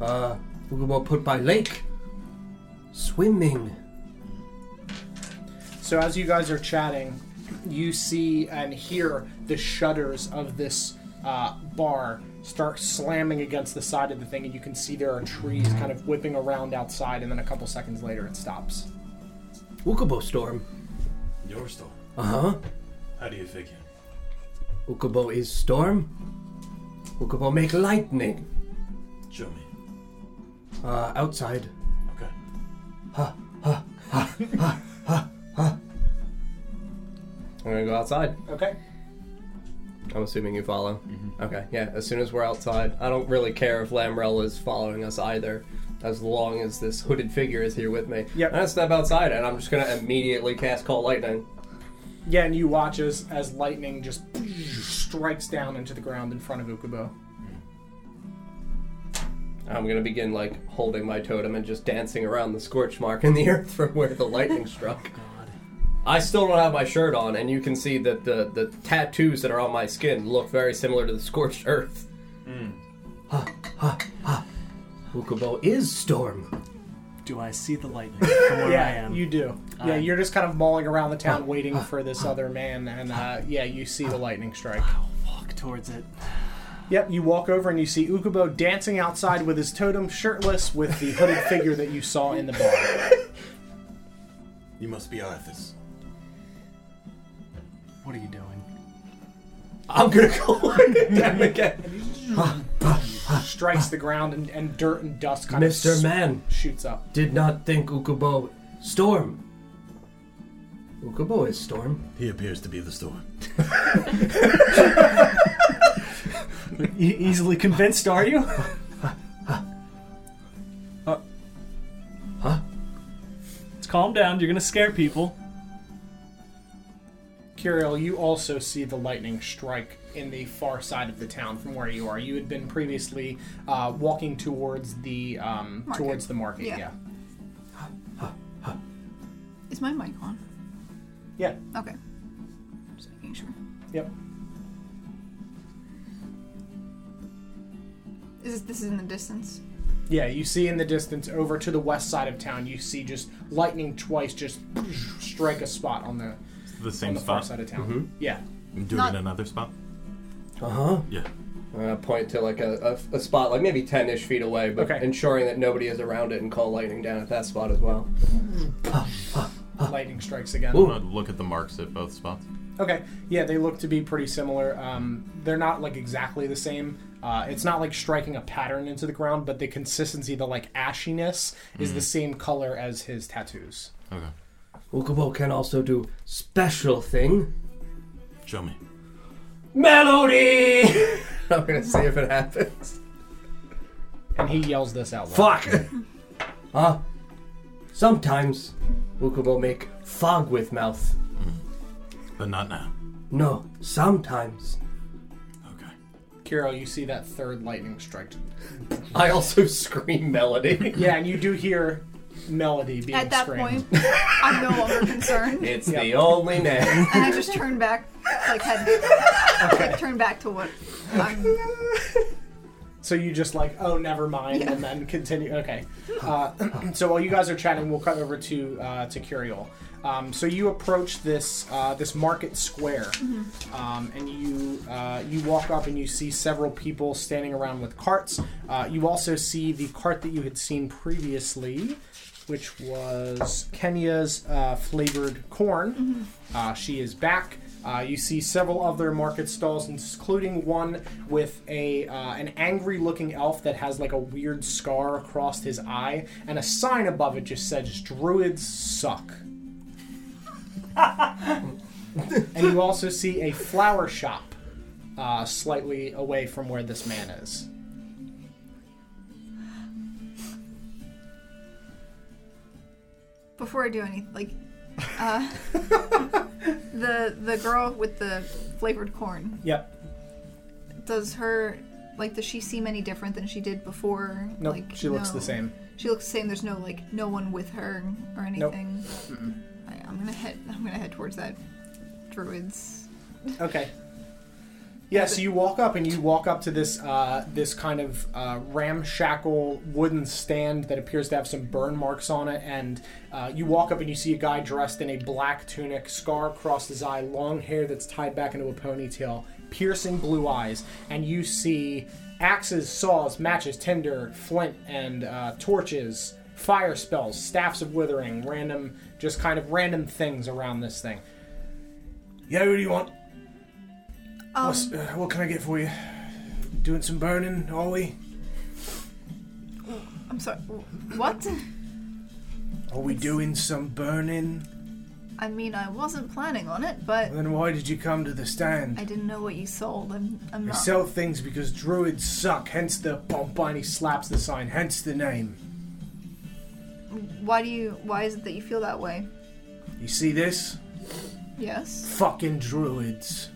B: Uh, Ukubo put by lake. Swimming.
A: So as you guys are chatting, you see and hear the shutters of this uh, bar start slamming against the side of the thing, and you can see there are trees kind of whipping around outside, and then a couple seconds later it stops.
B: Ukubo storm.
G: Your store.
B: Uh huh.
G: How do you figure?
B: Ukubo is storm. Ukubo make lightning.
G: Show me.
B: Uh, outside.
G: Okay.
B: Huh, huh.
H: I'm gonna go outside.
A: Okay.
H: I'm assuming you follow. Okay, yeah. As soon as we're outside, I don't really care if Lamrell is following us either, as long as this hooded figure is here with me. Yeah.
A: Yep.
H: I'm gonna step outside and I'm just gonna immediately cast Call Lightning.
A: Yeah, and you watch as, as lightning just strikes down into the ground in front of Ukubo.
H: I'm gonna begin like holding my totem and just dancing around the scorch mark in the earth from where the lightning struck. I still don't have my shirt on, and you can see that the the tattoos that are on my skin look very similar to the scorched earth.
B: Ukubo is Storm.
D: Do I see the lightning from where I Oh. am?
A: you do. yeah,
D: I'm-
A: you're just kind of mulling around the town waiting for this other man, and uh, yeah, you see the lightning strike.
D: Walk towards it.
A: Yep, you walk over and you see Ukubo dancing outside with his totem, shirtless, with the hooded figure that you saw in the bar.
G: You must be Arthas.
D: What are you doing?
H: I'm gonna go lightning down again.
A: Strikes the ground, and, and dirt and dust kind of
B: Mr.
A: s-
B: Man
A: shoots up.
B: did not think Ukubo Storm. Ukubo is Storm.
G: He appears to be the storm.
D: E- easily convinced, are you? Uh, huh? Let's calm down. You're gonna scare people.
A: Kirill, you also see the lightning strike in the far side of the town from where you are. You had been previously uh, walking towards the um,
E: Market.
A: towards the market.
E: Yeah.
A: Yeah.
E: Is my mic on?
A: Yeah.
E: Okay. Just making sure.
A: Yep.
E: Is this, this is in the distance?
A: Yeah. You see in the distance over to the west side of town. You see just lightning twice, just strike a spot on the
G: The
A: on
G: same
A: the far
G: spot.
A: side of town.
H: Mm-hmm.
A: Yeah.
G: Do it
E: Not-
G: in another spot.
B: Uh huh.
G: Yeah.
H: I'm gonna uh, point to like a, a, a spot like maybe 10 ish feet away, but
A: Okay.
H: ensuring that nobody is around it and call lightning down at that spot as well.
A: Lightning strikes again.
G: I'm gonna look at the marks at both spots.
A: Okay. Yeah, they look to be pretty similar. Um, they're not like exactly the same. Uh, it's not like striking a pattern into the ground, but the consistency, the like ashiness, is the
H: Mm.
A: same color as his tattoos.
G: Okay.
B: Ukubo can also do special thing.
G: Show me.
B: Melody.
H: I'm gonna see if it happens.
A: And he yells this out loud.
B: Fuck. Huh? Sometimes Ukubo make fog with mouth.
G: But not now.
B: No, sometimes.
G: Okay.
A: Kiro, you see that third lightning strike.
H: I also scream melody.
A: Yeah, and you do hear melody being
E: At that
A: screamed.
E: point, I'm no longer concerned,
H: It's the only name.
E: and I just turn back, like head, like turn back to what I'm.
A: So you just like, oh, never mind,
E: Yeah.
A: and then continue. Okay. Uh, so while you guys are chatting, we'll cut over to uh, to Curiel. Um, so you approach this uh, this market square, um, and you uh, you walk up and you see several people standing around with carts. Uh, you also see the cart that you had seen previously, which was Kenya's uh, flavored corn. Uh, she is back. Uh, you see several other market stalls, including one with a uh, an angry-looking elf that has like a weird scar across his eye, and a sign above it just says "Druids suck." and you also see a flower shop uh, slightly away from where this man is.
E: Before I do anything, like, uh, the the girl with the flavored corn
A: Yep.
E: does her like does she seem any different than she did before?
A: Nope.
E: Like,
A: she looks
E: no.
A: the same.
E: She looks the same. There's no like no one with her or anything. I, I'm gonna head. I'm gonna head towards that druids.
A: Okay. Yeah, so you walk up and you walk up to this uh, this kind of uh, ramshackle wooden stand that appears to have some burn marks on it, and uh, you walk up and you see a guy dressed in a black tunic, scar across his eye, long hair that's tied back into a ponytail, piercing blue eyes, and you see axes, saws, matches, tinder, flint, and uh, torches, fire spells, staffs of withering, random, just kind of random things around this thing. Yeah, who do you want?
E: Um,
A: What's, uh, what can I get for you? Doing some burning, are we?
E: I'm sorry. wh- What?
A: Are we doing some burning?
E: I mean, I wasn't planning on it, but
A: Then why did you come to the stand?
E: I didn't know what you sold. I'm, I'm
A: I
E: not.
A: sell things because druids suck, hence the bump and he slaps the sign, hence the name.
E: Why do you? Why is it that you feel that way?
A: You see this?
E: Yes.
A: Fucking druids.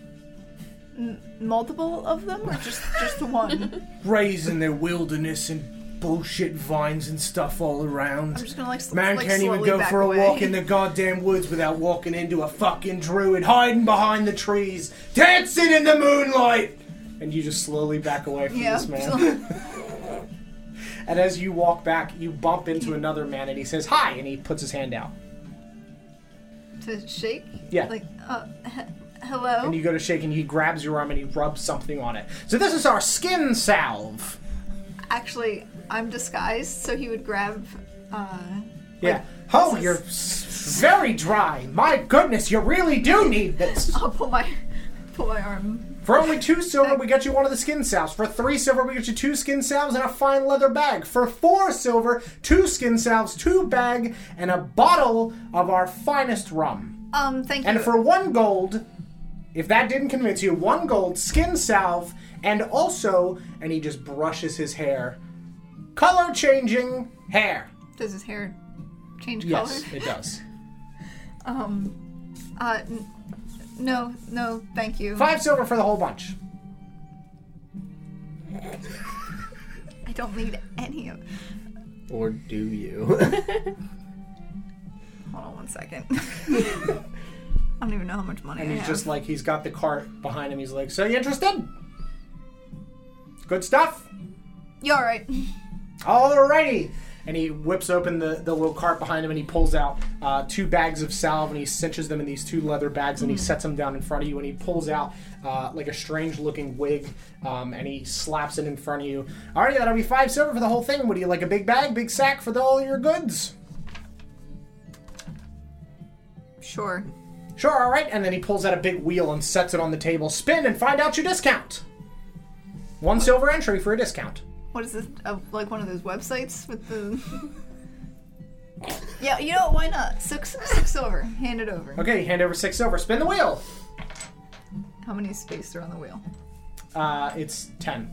E: Multiple of them, or just just the one?
A: Raising their wilderness and bullshit vines and stuff all
E: I'm
A: around.
E: just gonna like. Sl-
A: Man
E: like,
A: can't even
E: slowly
A: go
E: back
A: for a
E: away.
A: walk in the goddamn woods without walking into a fucking druid hiding behind the trees, dancing in the moonlight! And you just slowly back away from
E: Yeah.
A: this man. And as you walk back, you bump into another man and he says, Hi! And he puts his hand out.
E: to shake.
A: Yeah.
E: Like, oh. uh, he- hello.
A: And you go to shake and he grabs your arm and he rubs something on it. So this is our skin salve.
E: Actually, I'm disguised, so he would grab. Uh,
A: Yeah. oh,
E: this is-
A: you're s- very dry. My goodness, you really do need this.
E: I'll pull my pull my arm.
A: For only two silver, we get you one of the skin salves. For three silver, we get you two skin salves and a fine leather bag. For four silver, two skin salves, two bag, and a bottle of our finest rum.
E: Um, thank you.
A: And for one gold, if that didn't convince you, one gold skin salve, and also, and he just brushes his hair, color changing hair.
E: Does his hair change
A: Yes,
E: color?
A: it does.
E: Um, uh, n- no, no, thank you.
A: Five silver for the whole bunch.
E: I don't need any of.
B: Or do you?
E: Hold on one second. I don't even know how much money
A: And
E: I
A: he's
E: have.
A: just like, he's got the cart behind him. He's like, So you interested? Good stuff.
E: You all right?
A: Alrighty. And he whips open the, the little cart behind him and he pulls out uh, two bags of salve and he cinches them in these two leather bags and he sets them down in front of you and he pulls out uh, like a strange looking wig um, and he slaps it in front of you. Alrighty, that'll be five silver for the whole thing. What do you like? A big bag, big sack for the, all your goods?
E: Sure.
A: Sure, alright. And then he pulls out a big wheel and sets it on the table. Spin and find out your discount. One silver entry for a discount.
E: What is this? Uh, like one of those websites with the. yeah, you know what, why not? Six, six silver. Hand it over.
A: Okay, hand over six silver. Spin the wheel.
E: How many space are on the wheel?
A: Uh, it's ten.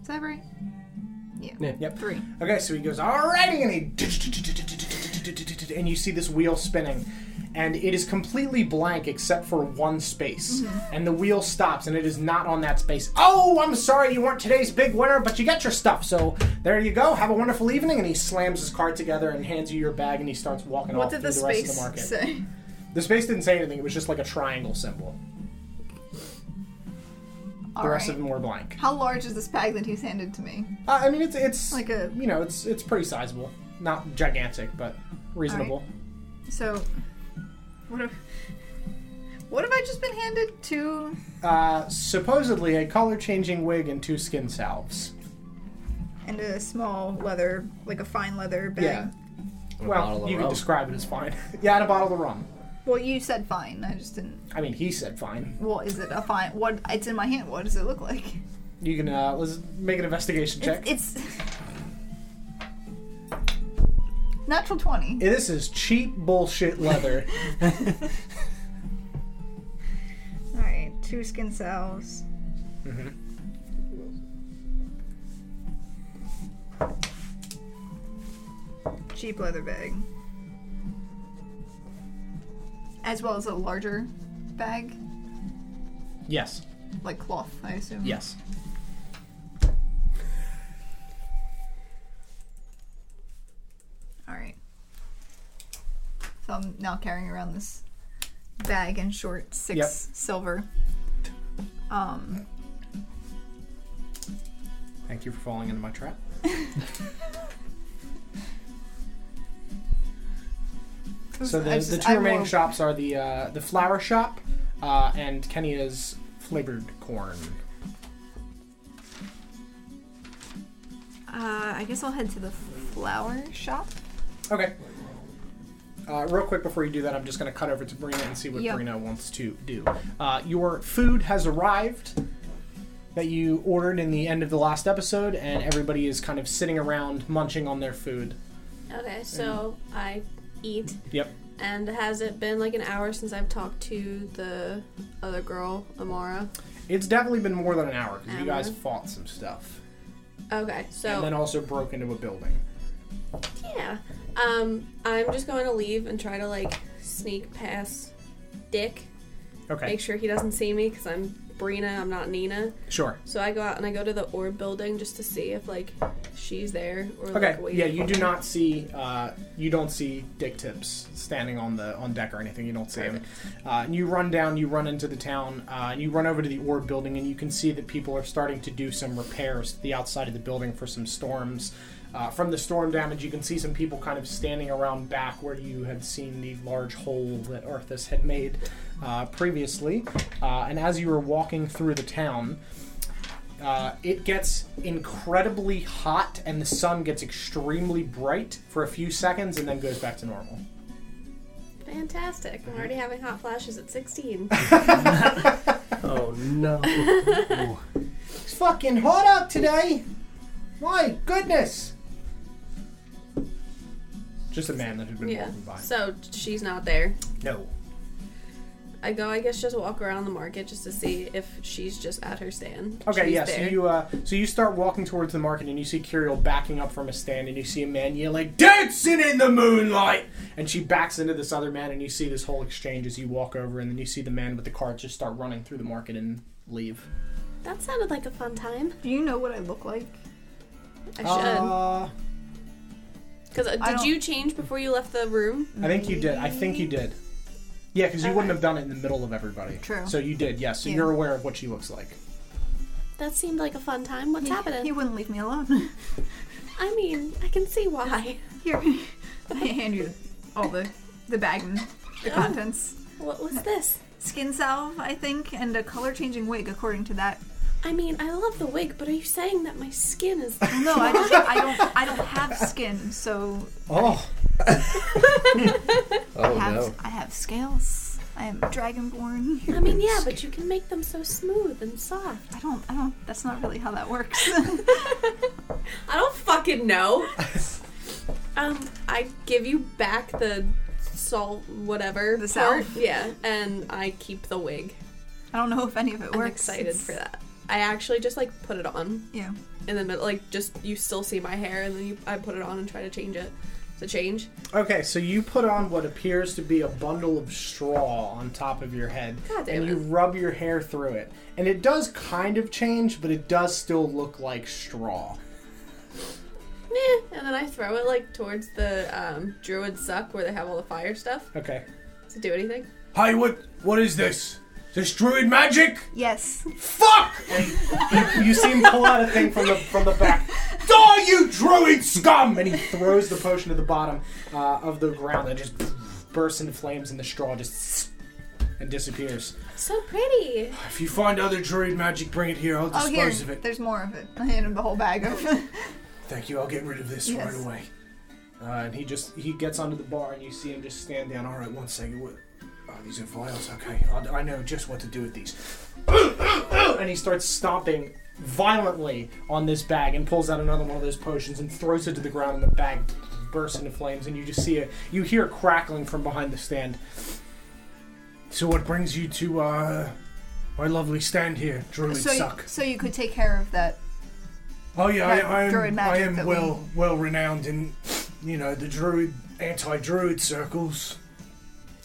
E: Is that right? Yeah.
A: Yep.
E: Three.
A: Okay, so he goes, alrighty, and he and you see this wheel spinning, and it is completely blank except for one space,
E: Mm-hmm.
A: and the wheel stops, and it is not on that space. Oh, I'm sorry, you weren't today's big winner, but you got your stuff. So there you go. Have a wonderful evening. And he slams his card together and hands you your bag, and he starts walking
E: What
A: off
E: did
A: through
E: the
A: the rest of
E: space
A: the market.
E: say?
A: The space didn't say anything; it was just like a triangle symbol.
E: All
A: The rest
E: right.
A: of them were blank.
E: How large is this bag that he's handed to me?
A: Uh, I mean, it's it's
E: Like a-
A: you know it's it's pretty sizable, not gigantic, but reasonable.
E: So, what have what have I just been handed to?
A: Uh, supposedly a color changing wig and two skin salves.
E: And a small leather, like a fine leather bag.
A: Yeah.
B: bottle
A: Well,
B: of
A: you can
B: rum.
A: describe it as fine. yeah, and a bottle of rum.
E: Well, you said fine. I just didn't.
A: I mean, he said fine.
E: Well, is it a fine? What? It's in my hand. What does it look like?
A: You can uh, let's make an investigation check.
E: It's, it's natural twenty.
A: this is cheap bullshit leather.
E: All right, two skin cells.
A: Mm-hmm.
E: Cheap leather bag. As well as a larger bag,
A: yes.
E: like cloth, I assume.
A: Yes.
E: All right. So I'm now carrying around this bag and short six
A: Yep.
E: silver. Um,
A: Thank you for falling into my trap. So the,
E: I just-
A: the
E: I
A: two remaining
E: will-
A: shops are the uh, the flower shop uh, and Kenya's flavored corn.
E: Uh, I guess I'll head to the flower shop.
A: Okay. Uh, real quick before you do that, I'm just going to cut over to Brina and see what
E: Yeah.
A: Brina wants to do. Uh, your food has arrived. that you ordered in the end of the last episode, and everybody is kind of sitting around munching on their food.
C: Okay, so I eat.
A: Yep.
C: And has it been like an hour since I've talked to the other girl, Amara?
A: It's definitely been more than an hour because you guys
C: Hour.
A: fought some stuff,
C: Okay, Uh-huh. so
A: and then also broke into a building.
C: Yeah. Um, I'm just going to leave and try to like sneak past Dick.
A: Okay.
C: Make sure he doesn't see me because I'm Brina. I'm not Nina.
A: Sure.
C: So I go out and I go to the orb building just to see if like she's there or
A: Okay.
C: like waiting.
A: Yeah, you do not see. Uh, you don't see Dick Tips standing on the on deck or anything. You don't see him. Uh, and you run down. You run into the town. Uh, and you run over to the orb building, and you can see that people are starting to do some repairs to the outside of the building for some storms. Uh, from the storm damage, you can see some people kind of standing around back where you had seen the large hole that Arthas had made uh, previously. Uh, and as you were walking through the town, uh, it gets incredibly hot and the sun gets extremely bright for a few seconds and then goes back to normal.
C: Fantastic. I'm already having hot flashes at 16.
O: Oh no.
A: It's fucking hot out today! My goodness! Just a man that had been
C: yeah.
A: walking by.
C: So she's not there.
A: No.
C: I go. I guess just walk around the market just to see if she's just at her stand.
A: Okay,
C: She's
A: yeah, so
C: there.
A: you, uh, so you start walking towards the market and you see Kiriel backing up from a stand and you see a man yelling, Dancing in the moonlight! And she backs into this other man and you see this whole exchange as you walk over and then you see the man with the cart just start running through the market and leave.
C: That sounded like a fun time.
E: Do you know what I look like?
C: I should.
A: Uh,
C: Because
E: I
C: did
E: don't-
C: you change before you left the room?
A: I think you did. I think you did. Yeah, because you
C: Okay.
A: wouldn't have done it in the middle of everybody.
E: True.
A: So you did, yes. So
E: Yeah.
A: you're aware of what she looks like.
C: That seemed like a fun time. What's
E: He-
C: happening?
E: He wouldn't leave me alone.
C: I mean, I can see why.
E: Here, I hand you all the the bag and the contents.
C: Oh, What was this?
E: Skin salve, I think, and a color changing wig, according to that.
C: I mean, I love the wig, but are you saying that my skin is?
E: No, I just I don't I don't have skin, so
A: Oh,
B: Oh
E: I have
B: no.
E: I have scales. I am dragonborn.
C: I mean, yeah, but you can make them so smooth and soft.
E: I don't I don't. That's not really how that works.
C: I don't fucking know. um, I give you back the salt, whatever
E: The
C: part.
E: salve?
C: Yeah, and I keep the wig.
E: I don't know if any of it works.
C: I'm excited
E: It's-
C: for that. I actually just like put it on.
E: Yeah.
C: in the middle, like just you still see my hair, and then you, I put it on and try to change it. To change.
A: okay. So you put on what appears to be a bundle of straw on top of your head,
C: God damn
A: and
C: it.
A: you rub your hair through it, and it does kind of change, but it does still look like straw.
C: Meh. And then I throw it like towards the um, druid suck where they have all the fire stuff.
A: Okay.
C: Does it do anything?
F: Hey, what? What is this? This druid magic?
E: Yes.
F: Fuck!
A: You see him pull out a thing from the from the back.
F: Die, you druid scum!
A: and he throws the potion to the bottom uh, of the ground and just bursts into flames, and the straw just and disappears.
C: So pretty.
F: If you find other druid magic, bring it here. I'll
E: Oh, here.
F: dispose of it.
E: There's more of it. I hand him the whole bag of.
F: Thank you. I'll get rid of this
E: Yes.
F: right away.
A: Uh, and he just he gets onto the bar, and you see him just stand down.
F: All right, one second. What? Oh, these are vials. Okay, I, I know just what to do with these.
A: and he starts stomping violently on this bag and pulls out another one of those potions and throws it to the ground and the bag bursts into flames and you just see a you hear crackling from behind the stand
F: So, what brings you to uh, my lovely stand here, druid
E: so, you,
F: suck?
E: so you could take care of that.
F: Oh yeah,
E: That
F: I, I
E: druid
F: am. I
E: magic
F: am
E: that
F: well, well renowned in, you know, the druid anti-druid circles.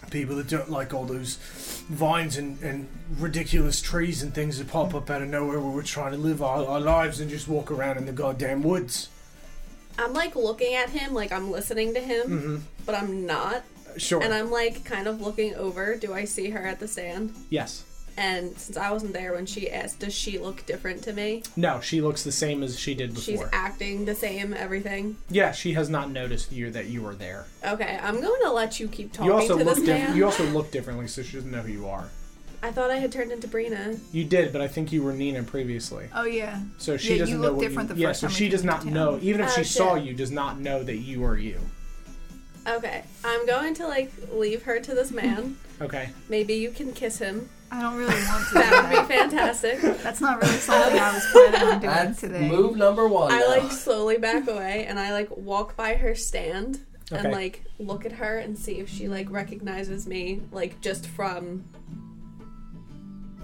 F: People that don't like all those vines and, and ridiculous trees and things that pop up out of nowhere where we're trying to live our, our lives and just walk around in the goddamn woods.
C: I'm like looking at him, like I'm listening to him,
A: Mm-hmm.
C: but I'm not.
A: sure
C: And I'm like kind of looking over. Do I see her at the stand?
A: yes
C: And since I wasn't there when she asked, does she look different to me?
A: no she looks the same as she did before
C: She's acting the same, everything.
A: yeah she has not noticed you that you were there
C: Okay, I'm going to let you keep talking
A: you also
C: to
A: look
C: this
A: different
C: man.
A: you also look differently so she doesn't know who you are
C: I thought I had turned into Brina.
A: you did but i think you were nina previously
E: Oh yeah.
A: so she
E: Yeah,
A: doesn't
E: you
A: know
E: look
A: what
E: different
A: you,
E: the
A: yeah
E: first
A: so
E: time we
A: she
E: came
A: does
E: to
A: not
E: town.
A: know even if
C: Oh,
A: she
C: shit.
A: saw you does not know that you are you
C: Okay, I'm going to like leave her to this man.
A: okay
C: Maybe you can kiss him.
E: I don't really want to. do
C: That would
E: that.
C: be fantastic.
E: That's not really something I was planning on doing
B: That's
E: today.
B: move number one.
C: I
B: now.
C: like slowly back away and I like walk by her stand
A: Okay.
C: and like look at her and see if she like recognizes me like just from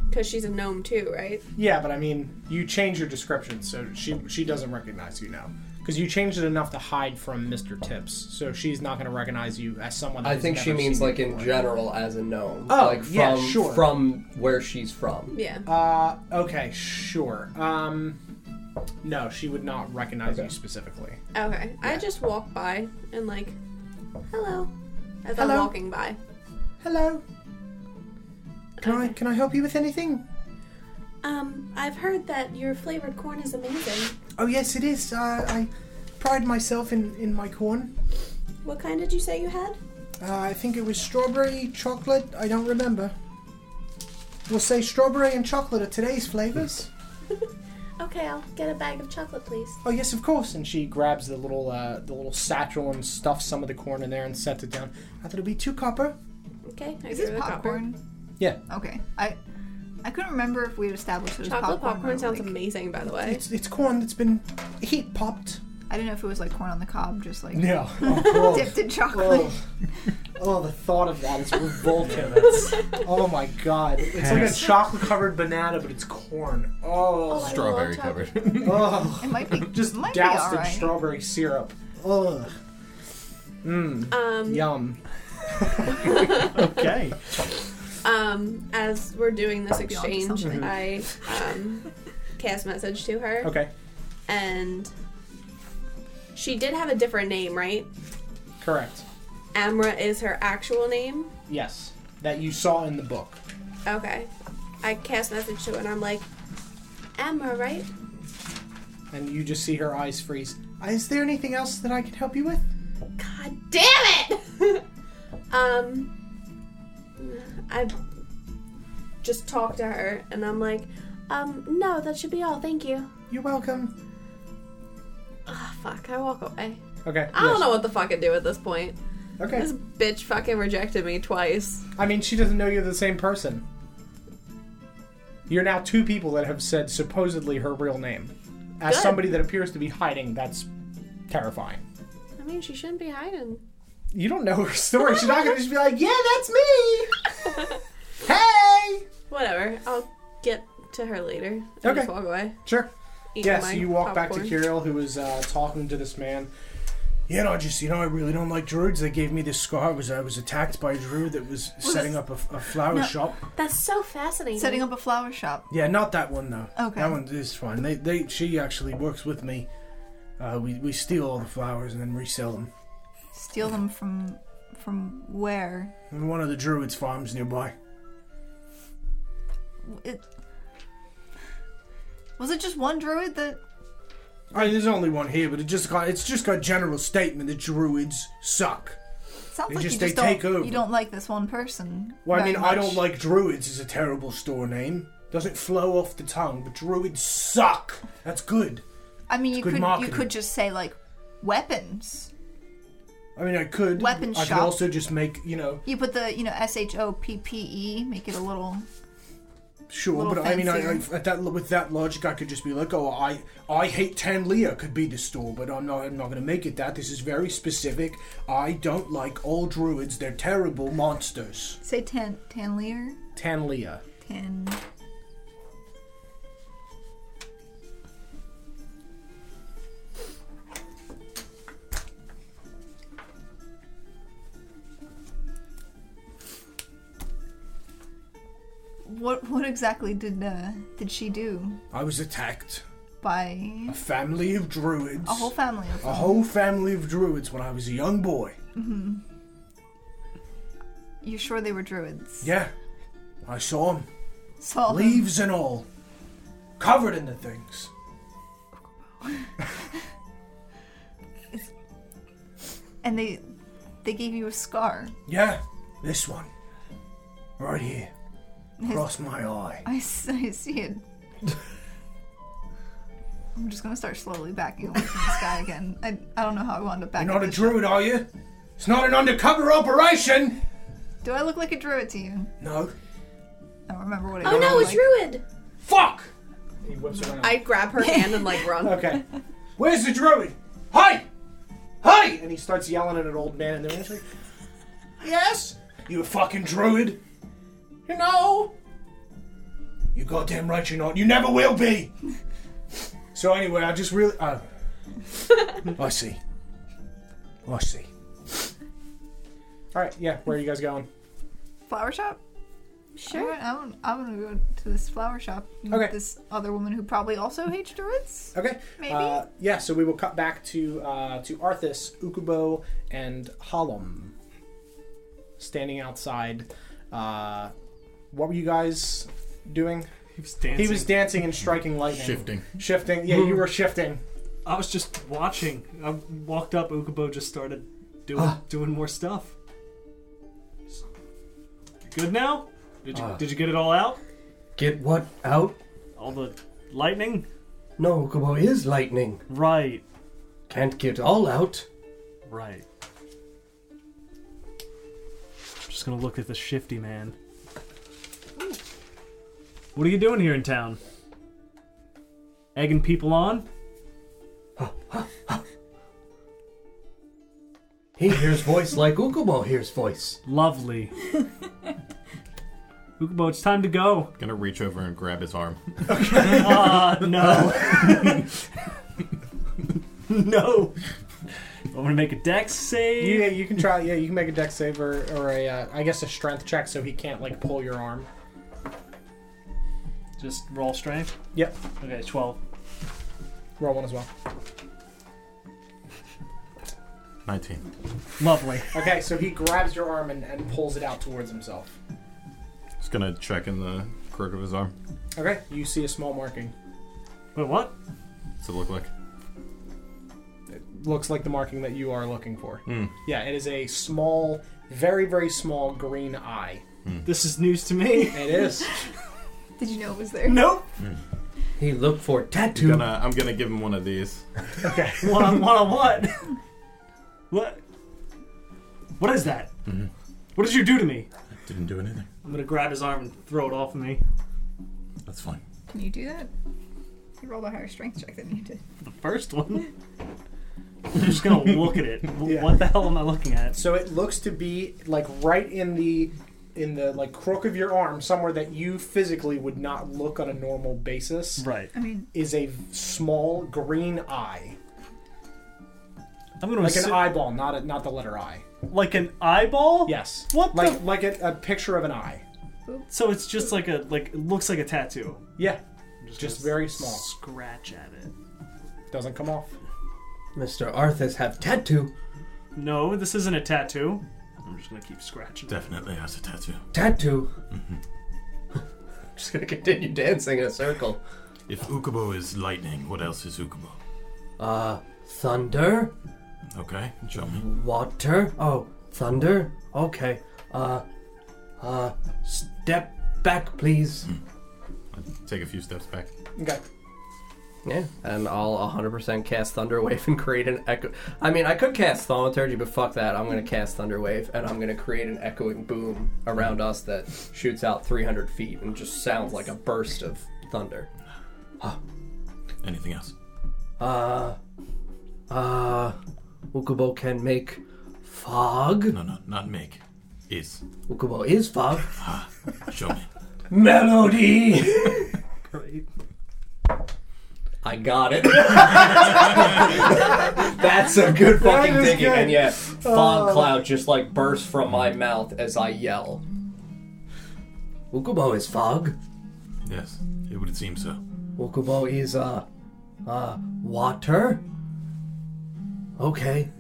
C: because she's a gnome too, right?
A: Yeah, but I mean, you change your description, so she she doesn't recognize you now. Because you changed it enough to hide from Mr. Tips, so she's not going to recognize you as someone.
H: I
A: who's
H: think she
A: never
H: means
A: seen you
H: like in
A: before.
H: general as a gnome.
A: Oh,
H: like from
A: yeah, sure.
H: from where she's from.
C: Yeah.
A: Uh, okay, sure. Um, no, she would not recognize you specifically.
C: Okay. I just walk by and like hello as I'm
A: Hello.
C: walking by.
A: Hello. Can I can I help you with anything?
C: Um, I've heard that your flavored corn is amazing.
A: Oh yes, it is. Uh, I pride myself in in my corn.
C: What kind did you say you had?
A: Uh, I think it was strawberry chocolate. I don't remember. We'll say strawberry and chocolate are today's flavors.
C: Okay, I'll get a bag of chocolate, please.
A: Oh yes, of course. And she grabs the little uh, the little satchel and stuffs some of the corn in there and sets it down. I thought it'd be two copper.
C: Okay. I give
E: Is this
C: her the copper.
E: popcorn?
A: Yeah.
E: Okay. I I couldn't remember if we had established it was
C: Chocolate popcorn,
E: or,
C: sounds
E: like-
C: amazing, by the way.
A: It's it's corn that's been heat popped.
E: I didn't know if it was like corn on the cob, just like
A: Yeah. Oh, gross.
E: dipped in chocolate.
A: Oh. oh, the thought of that is revolting. It's- oh my god. It's like a chocolate covered banana, but it's corn.
C: Oh, I
A: Oh,
C: love
G: Strawberry
C: chocolate.
G: covered.
A: Ugh.
E: It might be just might be
A: doused in
E: alright.
A: strawberry syrup. Ugh. Mmm,
C: Um,
A: yum.
D: Okay.
C: um, as we're doing this
E: Might be onto
C: exchange,
E: something.
C: I um, cast message to her,
A: Okay,
C: and she did have a different name, right?
A: correct.
C: Amra is her actual name.
A: Yes, that you saw in the book.
C: Okay, I cast message to her, and I'm like, Amra, right?
A: And you just see her eyes freeze. Is there anything else that I can help you with?
C: God damn it! um, I just talked to her, and I'm like, um, no, that should be all. Thank you.
A: You're welcome.
C: Ah, fuck. I walk away.
A: Okay.
C: I don't know what the fuck I do at this point.
A: know. Okay.
C: This bitch fucking rejected me twice.
A: I mean, she doesn't know you're the same person. You're now two people that have said supposedly her real name. As
C: Good.
A: somebody that appears to be hiding, that's terrifying.
C: I mean, she shouldn't be hiding.
A: You don't know her story. She's not gonna just be like, "Yeah, that's me." hey.
C: Whatever. I'll get to her later. And
A: Okay.
C: Just walk away.
A: Sure.
C: Eat
A: Yeah.
C: my
A: So you walk back to
C: popcorn.
A: Kirill, who is uh, talking to this man.
F: Yeah, no, I just you know I really don't like druids. They gave me this scar. I was I was attacked by a druid that was setting up a, a flower
E: No.
F: shop.
C: That's so fascinating.
E: Setting up a flower shop.
F: Yeah, not that one though.
E: Okay.
F: that one is fine. They they she actually works with me. Uh, we we steal all the flowers and then resell them.
E: Steal them from from where?
F: And one of the druids farms nearby.
E: It was it just one druid that
F: I mean, there's only one here, but it just got it's just got general statement that druids suck.
E: sounds
F: They
E: like
F: just-
E: you
F: they
E: just
F: take
E: don't
F: over.
E: you don't like this one person.
F: Well, I
E: very
F: mean, I don't
E: much.
F: like druids is a terrible store name. Doesn't flow off the tongue, but druids suck. That's good.
E: I mean, you
F: good
E: could
F: marketing.
E: you could just say like weapons.
F: I mean, I could.
E: Weapon
F: I
E: shop.
F: could also just make, you know,
E: You put the you know S H O P P E, make it a little.
F: sure,
E: Little
F: but I mean, I, I,
E: fancier.
F: at that with that logic, I could just be like, oh, I I hate Tanlia could be the store, but I'm not. I'm not going to make it that. This is very specific. I don't like all druids. They're terrible monsters.
E: Say tan tanlier
A: Tanlia.
E: tan. What what exactly did uh, did she do
F: I was attacked.
E: by
F: A family of druids.
E: a whole family of
F: a
E: them?
F: whole family of druids when I was a young boy.
E: mm-hmm. You sure they were druids?
F: Yeah, I saw them,
E: Saw them.
F: leaves and all, covered in the things.
E: and they they gave you a scar.
F: Yeah, this one, right here, across my eye.
E: I, s- I see it. I'm just gonna start slowly backing away from this guy again. I, I don't know how I wound up backing.
F: You're not a
E: this-
F: druid, are you? It's not an undercover operation.
E: Do I look like a druid to you?
F: No,
E: I don't remember what it
C: Oh no, a
E: was.
C: druid!
F: Fuck! He whips around.
C: I grab her hand and like run.
A: Okay.
F: Where's the druid? Hi!
A: Hi! And he starts yelling at an old man, and then he's like,
F: Yes? You a fucking druid?
A: "You know."
F: You goddamn right you're not. You never will be! so anyway, I just really. Oh. I see. I see.
A: All right, yeah. Where are you guys going?
E: Flower shop?
C: Sure.
E: I don't, I'm gonna go to this flower shop. and
A: Okay.
E: This other woman who probably also hates druids?
A: Okay.
E: Maybe.
A: Uh, yeah. So we will cut back to uh, to Arthas, Ukubo, and Hallam standing outside. Uh, what were you guys doing?
D: He was dancing.
A: He was dancing and striking lightning.
G: Shifting.
A: Shifting. Yeah, you were shifting.
D: I was just watching. I walked up. Ukubo just started doing doing more stuff. You good now? Did you did you get it all out?
B: Get Uh. what out?
D: All the lightning?
B: No, Ukubo is lightning.
D: Right,
B: Can't get all out.
D: right. I'm just gonna look at this shifty man. What are you doing here in town? Egging people on?
B: He hears voice like Ukubo hears voice.
D: Lovely. Ukubo, it's time to go.
G: Gonna reach over and grab his arm.
D: Ah, no. no. I'm gonna make a dex
A: You,
D: save.
A: you can try. Yeah, you can make a dex save or, or a uh, I guess a strength check so he can't like pull your arm.
D: Just roll strength.
A: Yep.
D: Okay, 12.
A: Roll one as well.
G: 19.
D: Lovely.
A: Okay, so he grabs your arm and, and pulls it out towards himself.
G: Just gonna check in the crook of his arm.
A: Okay, you see a small marking.
D: Wait, what?
G: What's it look like?
A: Looks like the marking that you are looking for.
G: Hmm.
A: Yeah, it is a small, very, very small green eye.
D: This is news to me.
A: It is.
E: Did you know it was there?
D: Nope.
B: He looked for tattoo.
G: Gonna, I'm gonna give him one of these.
D: One on one on what? What? What is that? What did you do to me?
G: Mm-hmm. Didn't do anything.
D: I'm gonna grab his arm and throw it off of me.
G: That's fine.
E: Can you do that? You rolled a higher strength check than you did.
D: The first one. I'm just gonna look at it. W- What the hell am I looking at?
A: So it looks to be like right in the in the like crook of your arm, somewhere that you physically would not look on a normal basis,
D: Right.
E: I mean,
A: is a small green eye,
D: I'm gonna
A: like an
D: assu-
A: eyeball, not a, not the letter I.
D: like an eyeball.
A: Yes.
D: What the-
A: Like like a, a picture of an eye.
D: So it's just like a like it looks like a tattoo.
A: Yeah.
D: I'm
A: Just
D: gonna
A: very
D: s-
A: small.
D: Scratch at it.
A: Doesn't come off.
B: Mr. Arthas have tattoo.
D: No, this isn't a tattoo. I'm just gonna keep scratching.
G: Definitely has a tattoo.
B: Tattoo.
H: just gonna continue dancing in a circle.
G: If Ukubo is lightning, what else is Ukubo?
B: Uh, thunder.
G: Okay, show me.
B: Water. Oh, thunder. Okay. Uh, uh, step back, please.
G: Hmm. Take a few steps back.
A: Okay.
H: Yeah, and I'll 100% cast Thunder Wave and create an echo. I mean, I could cast Thaumaturgy, but fuck that. I'm gonna cast Thunder Wave, and I'm gonna create an echoing boom around us that shoots out 300 feet and just sounds like a burst of thunder.
G: Anything else?
B: Uh, uh, Ukubo can make fog.
G: No, no, not make. Is.
B: Ukubo is fog.
G: Show me.
B: Melody.
D: Great.
H: I got it. That's a good fucking
A: is
H: digging,
A: good.
H: and yet fog cloud just like bursts from my mouth as I yell.
B: Ukubo is fog.
G: Yes, it would seem so.
B: Ukubo is uh, uh, water. Okay.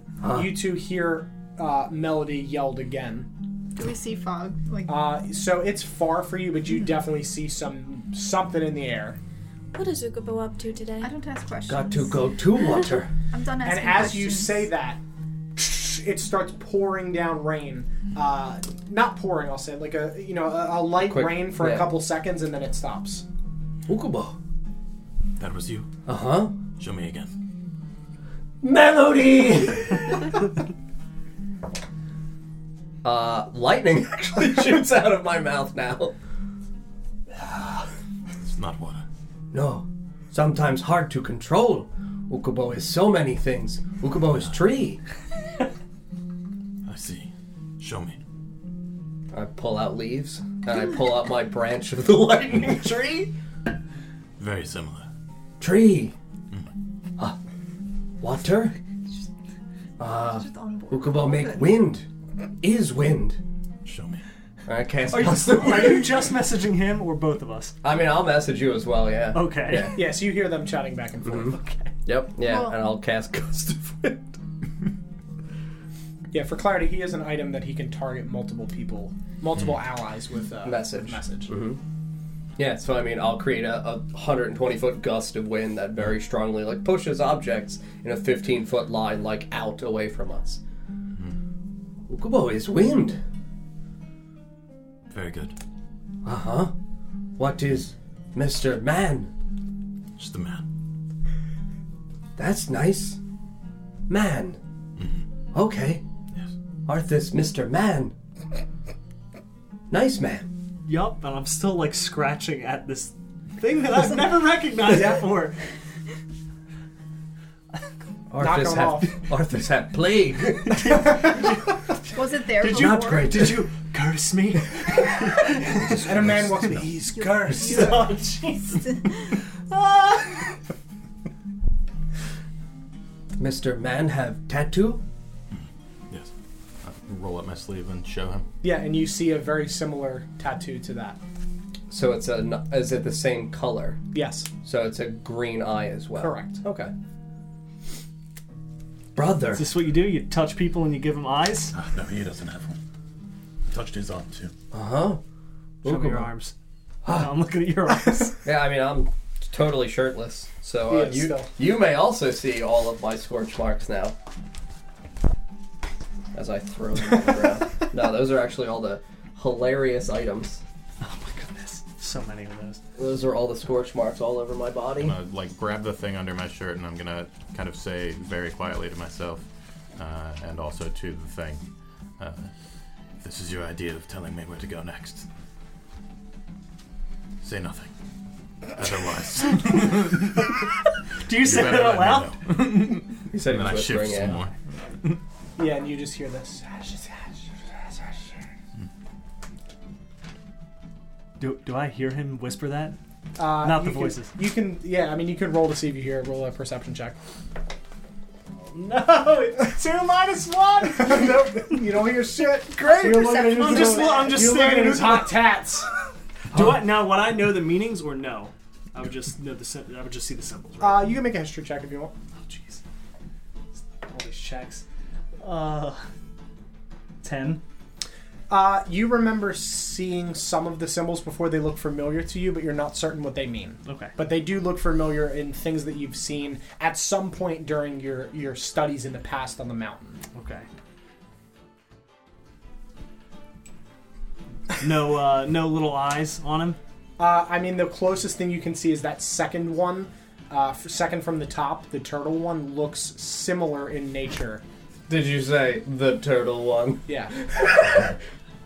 A: You two hear uh, Melody yelled again.
E: do we see fog? Like,
A: Uh, so it's far for you,
B: Hmm.
A: but you definitely see some something in the air.
C: What is Ukubo up to today?
E: I don't ask questions.
B: Got to go to water.
E: I'm done
A: And
E: asking
A: as you
E: questions.
A: say that, it starts pouring down rain. Uh, not pouring, I'll say, like a you know a, a light
H: Quick,
A: rain for a
H: yeah.
A: couple seconds, and then it stops.
B: Ukubo.
G: That was you.
B: Uh huh.
G: Show me again.
B: Melody.
H: Uh, lightning actually shoots out of my mouth now.
G: not water.
B: No, sometimes hard to control. Ukubo is so many things. Ukubo is tree.
G: I see. Show me.
H: I pull out leaves and I pull out my branch of the lightning tree.
G: Very similar.
B: Tree. Uh, water. Uh,
E: Just on board.
B: Ukubo make wind. Is wind.
G: Show me.
H: I cast
D: Are you,
H: Gust of
D: are you
H: Wind.
D: just messaging him or both of us?
H: I mean, I'll message you as well. Yeah.
D: Okay.
H: Yeah.
A: Yes, you hear them chatting back and forth.
H: Yep. Yeah.
E: Well-
H: and I'll cast Gust of Wind.
A: Yeah, for clarity, he is an item that he can target multiple people, multiple
H: Hmm.
A: allies with uh,
H: Message.
A: Message.
H: Yeah. So I mean, I'll create a, a 120 foot gust of wind that very strongly like pushes objects in a 15 foot line like out away from us.
G: Mm-hmm.
B: Ukubo is wind.
G: Very good.
B: Uh huh. What is Mr. Man?
G: Just a man.
B: That's nice. Man. Okay.
G: Mm-hmm. Yes.
B: Arthas, Mr. Man. Nice man.
D: Yup. And I'm still like scratching at this thing that I've never recognized before.
A: Knock
H: Arthas
A: him
H: have
A: off.
H: Arthas have plague.
E: Was it there
D: Did you-
E: before?
B: Not great.
D: Did you curse me?
F: And a man walks in. He's cursed.
D: oh Jesus.
E: Ah.
B: Mr. Man have tattoo?
G: Yes. I roll up my sleeve and show him.
A: Yeah, and you see a very similar tattoo to that.
H: So it's a is it the same color?
A: Yes,
H: So it's a green eye as well.
A: correct.
H: Okay.
B: Brother.
D: Is this what you do? You touch people and you give them eyes?
G: Ah, no, he doesn't have one. Touched his arm too.
B: Uh
A: Uh-huh.
B: huh.
D: Show me your arms.
A: Ah.
D: No, I'm looking at your arms.
H: Yeah, I mean I'm totally shirtless, so
A: He
H: uh,
A: is
H: you
A: still.
H: you may also see all of my scorch marks now. As I throw them on the ground. No, those are actually all the hilarious items.
D: oh my goodness. So many of those.
H: Those are all the scorch marks all over my body.
G: I'm gonna like grab the thing under my shirt and I'm gonna kind of say very quietly to myself uh, and also to the thing. Uh, this is your idea of telling me where to go next. Say nothing. Otherwise, you
D: Do you say that
G: better
D: out
G: let
D: loud?
G: me know.
H: He said
G: And then
H: he
G: I
H: was
G: shift
H: whispering
G: some
H: it.
G: more.
A: Yeah, and you just hear this.
G: Hmm.
D: Do, do I hear him whisper that?
A: Uh,
D: Not the
A: you can-
D: voices.
A: you can, yeah. I mean, you can roll to see if you hear. it. Roll a perception check.
D: No, it's two minus one.
A: nope, you don't hear shit. Great. You're looking at his,
D: I'm just, I'm just
A: you're looking
D: thinking.
A: at his hot tats.
D: Do I now? Would I know the meanings or no? I would just know the. sym- I would just see the symbols. Right?
A: Uh, you can make a history check if you want.
D: oh jeez. All these checks. Uh. Ten.
A: Uh, you remember seeing some of the symbols before they look familiar to you, but you're not certain what they mean.
D: Okay.
A: But they do look familiar in things that you've seen at some point during your, your studies in the past on the mountain.
D: Okay. No, uh, no little eyes on him.
A: Uh, I mean, the closest thing you can see is that second one, uh, f- second from the top, the turtle one looks similar in nature.
H: Did you say the turtle one?
A: Yeah.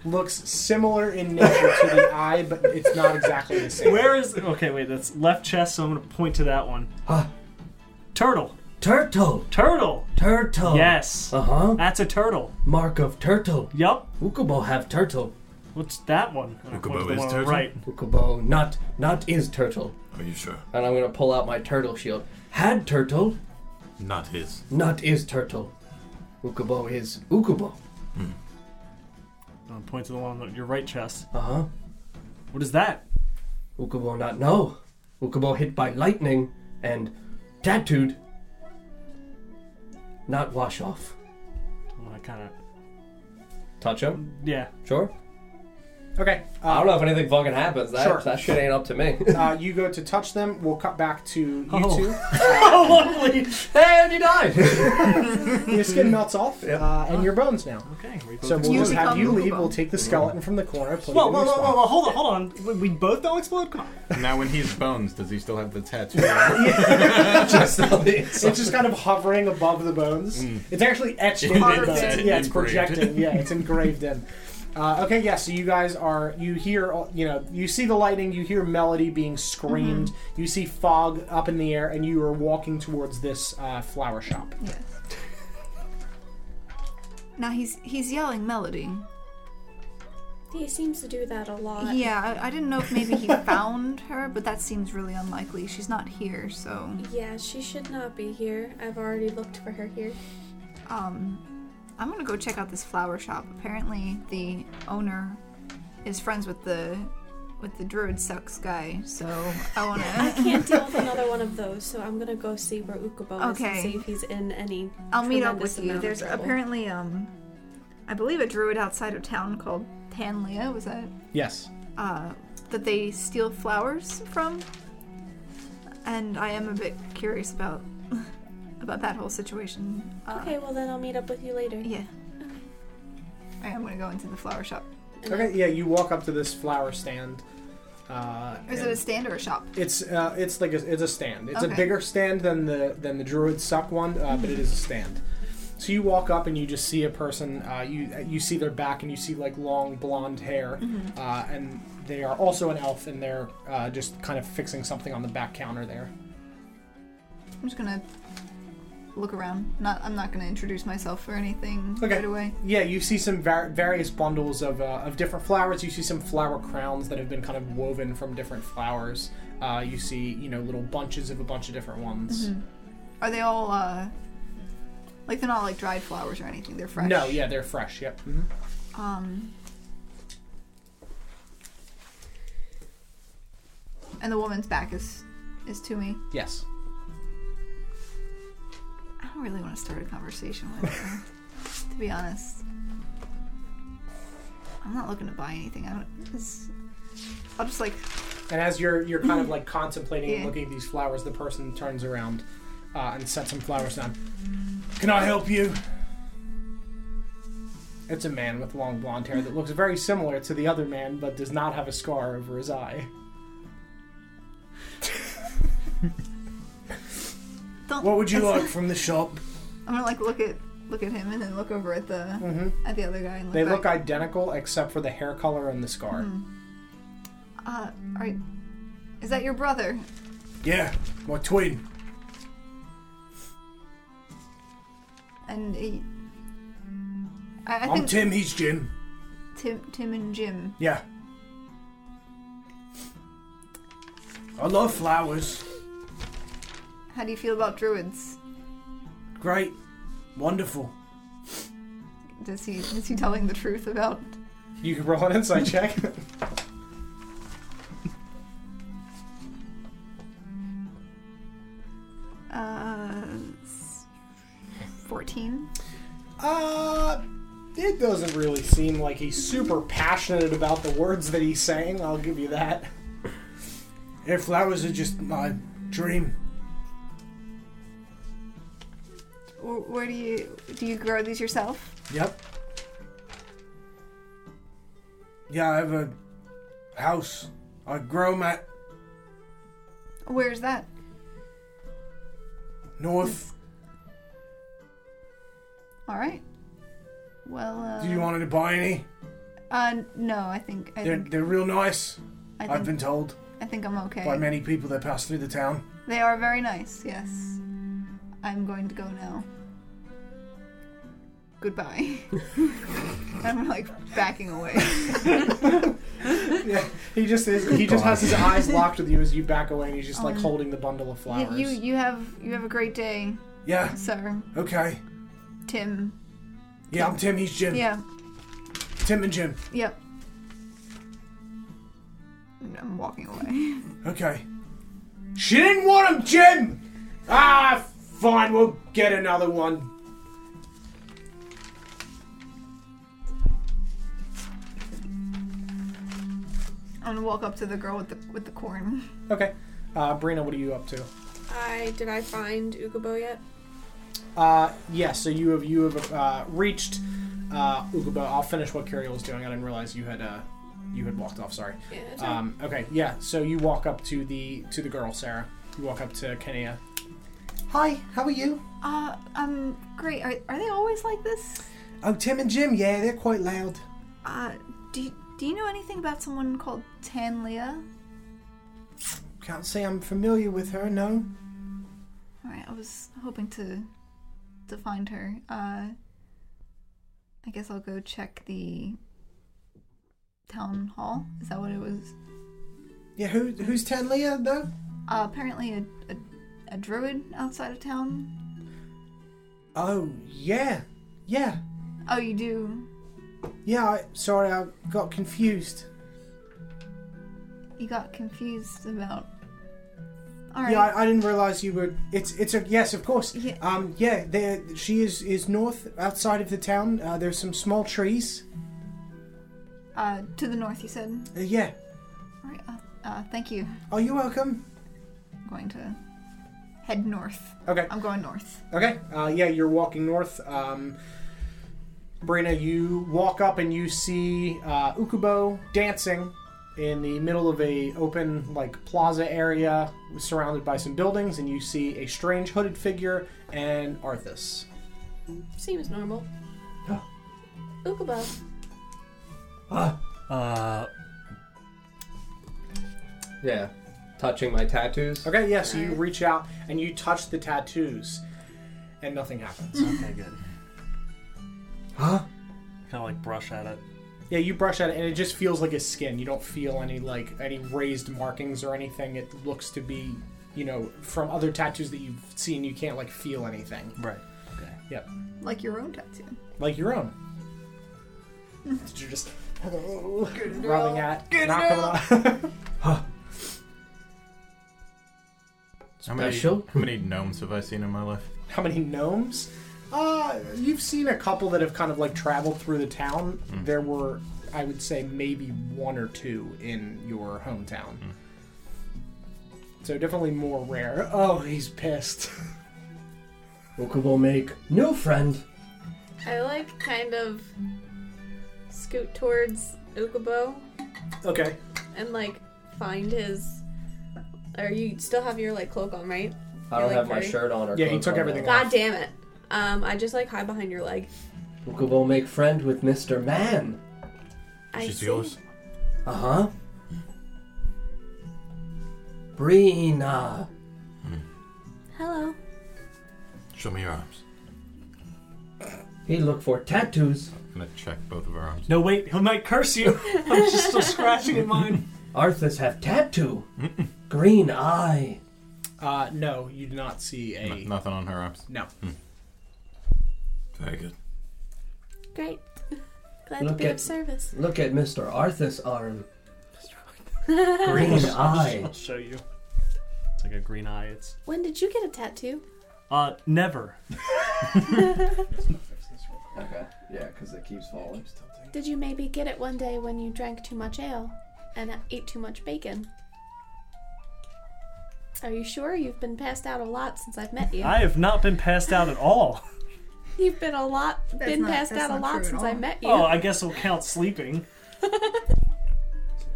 A: looks similar in nature to the eye, but it's not exactly the same.
D: Where is? Okay, wait. That's left chest. So I'm gonna point to that one.
B: Huh.
D: Turtle.
B: Turtle.
D: Turtle.
B: Turtle.
D: Yes.
B: Uh huh.
D: That's a turtle.
B: Mark of turtle.
D: Yup.
B: Ukubo have turtle.
D: What's that one? And I
G: Ukubo
D: point to the
G: is
D: one on the
G: turtle?
D: Right.
B: Ukubo not not is turtle.
G: Are you sure?
H: And I'm gonna pull out my turtle shield.
B: Had turtle.
G: Not his.
B: Not is turtle. Ukubo is Ukubo.
D: I'm gonna point to the one Hmm. on your right chest.
B: Uh huh.
D: What is that?
B: Ukubo not know. Ukubo hit by lightning and tattooed. Not wash off.
D: I'm gonna kind of.
H: Touch him?
D: Yeah.
H: Sure.
A: Okay.
H: I
A: Uh,
H: don't know if anything fucking happens. That,
A: Sure.
H: that shit ain't up to me.
A: uh, you go to touch them. We'll cut back to you
D: Oh.
A: two. Uh,
D: Lovely.
H: and he died!
A: Your skin melts off, uh, and your bones now.
D: Okay. we both
A: So we'll
E: You
A: just have
E: become
A: you leave.
E: Ukubo.
A: We'll take the skeleton from the corner. Put
D: Whoa,
A: it in
D: whoa,
A: your
D: whoa, whoa,
A: spot.
D: whoa, hold on, hold on. We- We both don't explode? Come on.
G: Now, when he's bones, does he still have the tattoo?
H: Just on the inside. Mm.
A: It's just kind of hovering above the bones. It's actually etched in the
E: Carved
A: bones.
E: in.
A: Yeah, it's
G: Engraved.
A: projecting. Yeah, it's engraved in. Uh, okay, yeah. So you guys are you hear you know you see the lightning, you hear melody being screamed,
H: Mm-hmm.
A: you see fog up in the air, and you are walking towards this uh, flower shop.
E: Yes. now he's he's yelling melody.
C: He seems to do that a lot.
E: Yeah, I, I didn't know if maybe he found her, but that seems really unlikely. She's not here, so
C: Yeah, she should not be here. I've already looked for her here.
E: um, I'm gonna go check out this flower shop. Apparently, the owner is friends with the with the druid sucks guy, so I
C: I
E: wanna.
C: can't deal with another one of those, so I'm gonna go see where Ukubo is
E: Okay.
C: and see if he's in any.
E: I'll meet up
C: tremendous
E: with you.
C: amount of
E: There's
C: trouble.
E: apparently um, I believe a druid outside of town called Tanlia. Was that
A: Yes.
E: uh, that they steal flowers from, and I am a bit curious about about that whole situation. Uh,
C: Okay, well then I'll meet up with you later.
E: Yeah. I am gonna go into the flower shop.
A: Okay, yeah. You walk up to this flower stand. Uh,
E: Is
A: and-
E: it a stand or a shop?
A: It's uh, it's like a, it's a stand. It's a
E: Okay.
A: bigger stand than the than the druid suck one, uh, but it is a
E: Mm-hmm.
A: stand. So you walk up and you just see a person. Uh, you you see their back and you see like long blonde hair,
E: Mm-hmm.
A: uh, and they are also an elf and they're uh, just kind of fixing something on the back counter there.
E: I'm just gonna look around. Not. I'm not gonna introduce myself or anything
A: Okay.
E: right away.
A: Yeah, you see some var- various bundles of, uh, of different flowers. You see some flower crowns that have been kind of woven from different flowers. Uh, you see, you know, little bunches of a bunch of different ones.
E: Mm-hmm. Are they all uh, like they're not like dried flowers or anything? They're fresh.
A: No, yeah, they're fresh. Yep. Mhm.
E: Um. And the woman's back is is to me.
A: Yes.
E: I don't really want to start a conversation with her, to be honest. I'm not looking to buy anything. I don't. This, I'll just like mm.
A: And as you're you're kind of like contemplating and
E: Yeah.
A: looking at these flowers, the person turns around uh, and sets some flowers down.
F: Can I help you?
A: It's a man with long blonde hair that looks very similar to the other man, but does not have a scar over his eye.
E: don't.
F: What would you
E: it's-
F: like from the shop?
E: I'm gonna like look at look at him and then look over at the at the other guy and look.
A: They look
E: back. Hmm.
A: identical except for the hair color and the scar.
E: Uh, are you- is that your brother?
F: Yeah, my twin.
E: And he, I, I
F: I'm
E: think
F: Tim, he's Jim.
E: Tim, Tim and Jim.
F: Yeah. I love flowers.
E: How do you feel about druids?
F: Great. Wonderful.
E: Does he is he telling the truth about?
A: You can roll an insight check.
E: Mm. Uh, fourteen.
A: Uh, it doesn't really seem like he's super passionate about the words that he's saying. I'll give you that.
F: Air flowers are just my dream.
E: Where, where do you do you grow these yourself?
F: Yep. Yeah, I have a house. I grow 'em at
E: Where's that?
F: North.
E: All right. Well, uh,
F: Do you want to buy any?
E: uh no, I think I
F: They're,
E: think,
F: they're real nice.
E: I think,
F: I've been told
E: I think I'm okay.
F: by many people that pass through the town.
E: They are very nice. Yes, I'm going to go now. Goodbye. I'm like backing away.
A: Yeah, he just is. He just has his eyes locked with you as you back away, and he's just like
C: Um.
A: holding the bundle of
E: You-
A: flowers.
E: you you have you have a great day,
F: Yeah,
E: sir.
F: okay.
E: Tim.
F: Yeah, I'm Tim, he's Jim.
E: Yeah.
F: Tim and Jim.
E: Yep. And I'm walking away.
F: Okay. She didn't want him, Jim!
A: Ah, fine. We'll get another one.
E: I'm gonna walk up to the girl with the with the corn.
A: Okay. Uh, Brina, what are you up to?
C: I did I find Ukubo yet?
A: Uh, yeah, so you have you have uh, reached uh, Ukubo. I'll finish what Kiriel was doing. I didn't realize you had uh, you had walked off. Sorry.
C: Yeah. it's alright.
A: Um, okay, yeah. So you walk up to the to the girl, Sarah. You walk up to Kenia. Hi, how are you?
E: Uh, um, great. Are, are they always like this?
F: Oh, Tim and Jim, yeah, they're quite loud.
E: Uh, do you, do you know anything about someone called Tanlia?
F: Can't say I'm familiar with her, no.
E: All right, I was hoping to to find her. Uh, I guess I'll go check the town hall. Is that what it was?
F: Yeah, who who's Tanlia though?
E: Uh, apparently, a, a a druid outside of town.
F: Oh yeah, yeah,
E: Oh, you do.
F: yeah. I, sorry, I got confused.
E: You got confused about. All right.
F: Yeah, I, I didn't realize you were. It's it's a yes, of course.
E: Yeah.
F: Um, yeah. There, she is is north outside of the town. Uh, there's some small trees.
E: Uh, to the north, you said.
F: Uh, yeah.
E: All right. Uh, uh, thank you.
F: Are you Oh, welcome?
E: I'm going to head north.
A: Okay.
E: I'm going north.
A: Okay. Uh, yeah, you're walking north. Um, Brina, you walk up and you see uh, Ukubo dancing in the middle of a open like plaza area surrounded by some buildings, and you see a strange hooded figure and Arthas.
C: Seems normal. Ukubo.
H: Ah,
D: Uh,
H: Yeah. Touching my tattoos.
A: Okay, yeah. So you reach out and you touch the tattoos, and nothing happens.
D: okay, good.
B: Huh?
D: Kind of like brush at it.
A: yeah, you brush at it, and it just feels like his skin. You don't feel any like any raised markings or anything. It looks to be, you know, from other tattoos that you've seen, you can't like feel anything.
D: Right. Okay.
A: Yep.
E: Like your own tattoo.
A: Like your own. Did you just rubbing at? not coming off.
G: How many,
H: Special?
G: how many gnomes have I seen in my life?
A: How many gnomes? Uh, you've seen a couple that have kind of like traveled through the town.
G: Mm.
A: There were, I would say, maybe one or two in your hometown.
G: Mm.
A: So definitely more rare. Oh, he's pissed.
B: Okubo make no friend.
C: I like kind of scoot towards Ukubo
A: okay.
C: and like find his. Or you still have your like cloak on, right?
H: I
C: You're,
H: don't
C: like,
H: have my
C: very-
H: shirt on or
A: Yeah, he
H: clothes
A: took
H: on
A: everything
H: now.
C: God damn it. Um, I just like hide behind your leg.
B: Ukubo make friend with Mr. Man.
C: I
G: She's
C: see.
G: yours.
B: Uh huh. Brina.
C: Hello.
G: Show me your arms.
B: He look for tattoos.
G: I'm gonna check both of her arms.
D: No, wait. He might curse you. I'm just still scratching at mine.
B: Arthas have tattoo. Green eye.
A: Uh, no, you do not see a.
G: N- nothing on her arms. Hmm.
A: No.
G: Very good.
C: Great. Glad to
B: Look
C: be
B: at-
C: of service.
B: Look at Mr. Arthas arm. Green eye.
D: I'll show you. It's like a green eye. It's
C: When did you get a tattoo?
D: uh never.
H: Okay. Yeah, because it keeps falling.
C: Did you maybe get it one day when you drank too much ale and ate too much bacon? Are you sure you've been passed out a lot since I've met you?
D: I have not been passed out at all.
C: You've been a lot, been
E: not-
C: passed
E: that's
C: out a
E: not true
C: lot
E: at
C: since
E: all.
C: I met you.
D: Oh, I guess it'll count sleeping.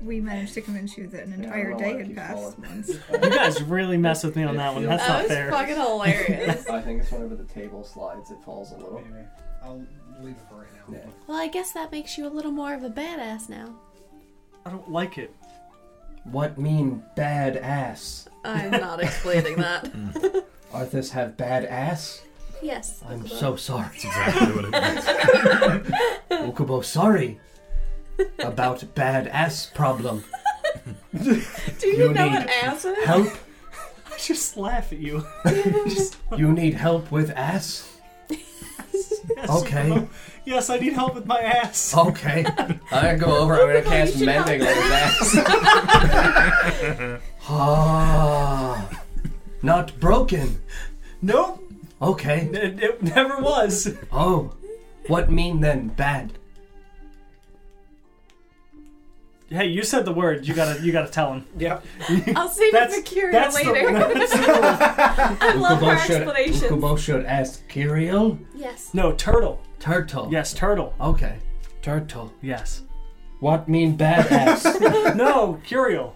E: We managed to convince you that an entire
H: know why
E: day
H: it
E: had
H: keeps
E: passed
H: falling.
E: once.
D: You guys really mess with me on that one. That's
C: that
D: not
C: was
D: fair.
C: Oh, fucking hilarious.
H: I think it's whenever the table slides, it falls a little.
A: I'll leave it for right now.
H: Yeah.
C: well, I guess that makes you a little more of a badass now.
D: I don't like it.
B: What mean bad ass?
C: I'm not explaining that.
B: Arthas have bad ass?
C: yes.
B: I'm
C: Ukubo.
B: so sorry.
G: Exactly what it means.
B: Okubo, sorry. About bad ass problem.
C: Do you,
B: you
C: know
B: need
C: what ass is?
B: Help.
D: I just laugh at you.
B: You need help with ass?
D: Yes,
B: Okay.
D: Yes, I need help with my ass.
H: Oh,
B: Okay.
H: I'm gonna go over. I'm gonna cast
C: should
H: mending on his ass.
B: Ah. Not broken.
D: Nope.
B: Okay.
D: It, it never was.
B: Oh. What mean then bad?
D: Hey, you said the word. You gotta, you gotta tell him.
A: Yeah.
C: I'll save
D: That's-
C: it for Kira
D: that's the-
C: later. I love her
B: Ukubo should,
C: explanations.
B: Ukubo should ask Kirill?
C: Yes.
D: No, turtle.
B: Turtle.
D: Yes, turtle.
B: Okay. Turtle.
D: Yes.
B: What mean bad ass?
D: No, Curiel.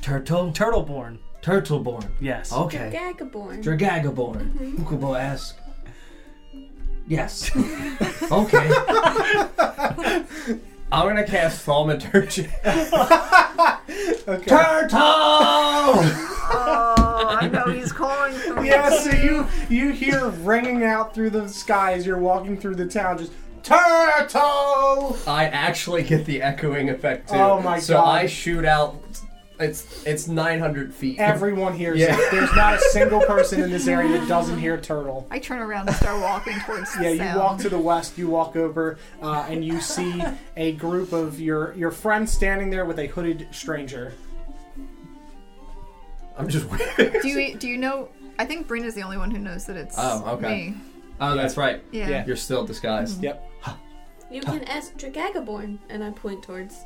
B: Turtle?
D: Turtleborn.
B: Turtleborn.
D: Yes.
B: Okay.
C: Gagaborn.
B: Dragaborn.
A: Mm-hmm.
B: Ukubo ask. Yes. okay.
H: I'm gonna cast Thaumaturgy.
A: Okay.
H: Turtle!
E: Oh, I know he's calling for me.
A: Yeah, so you you hear ringing out through the sky as you're walking through the town, just turtle.
H: I actually get the echoing effect too.
A: Oh my
H: so
A: God.
H: I shoot out. It's it's 900 feet.
A: Everyone hears
H: Yeah.
A: it. There's not a single person in this area that doesn't hear turtle.
E: I turn around and start walking towards the
A: Yeah,
E: sound.
A: you walk to the west. You walk over, uh, and you see a group of your your friends standing there with a hooded stranger.
H: I'm just waving.
E: Do you do you know? I think Brina's the only one who knows that it's
H: Oh, okay.
E: me.
H: Oh, that's right.
E: Yeah.
A: Yeah.
H: You're still disguised.
A: Yep.
C: You can ask Dragaborn, and I point towards.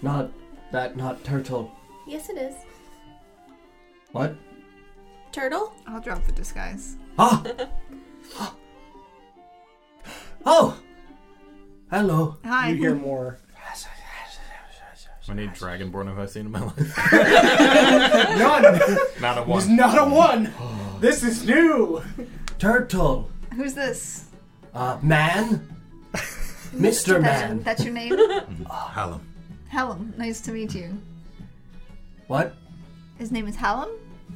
H: Not that. Not turtle.
C: Yes, it is.
H: What?
C: Turtle?
E: I'll drop the disguise.
B: Ah! oh! Hello.
E: Hi.
A: You hear more.
G: How many Dragonborn have I seen in my life?
A: None.
G: Not a
A: There's
G: one.
A: not a one. This is new.
B: Turtle.
E: Who's this?
B: Uh, man? Mr. Man.
E: That's your name?
G: Mm-hmm. Hallam.
E: Hallam. Nice to meet you.
B: What?
E: His name is Hallam?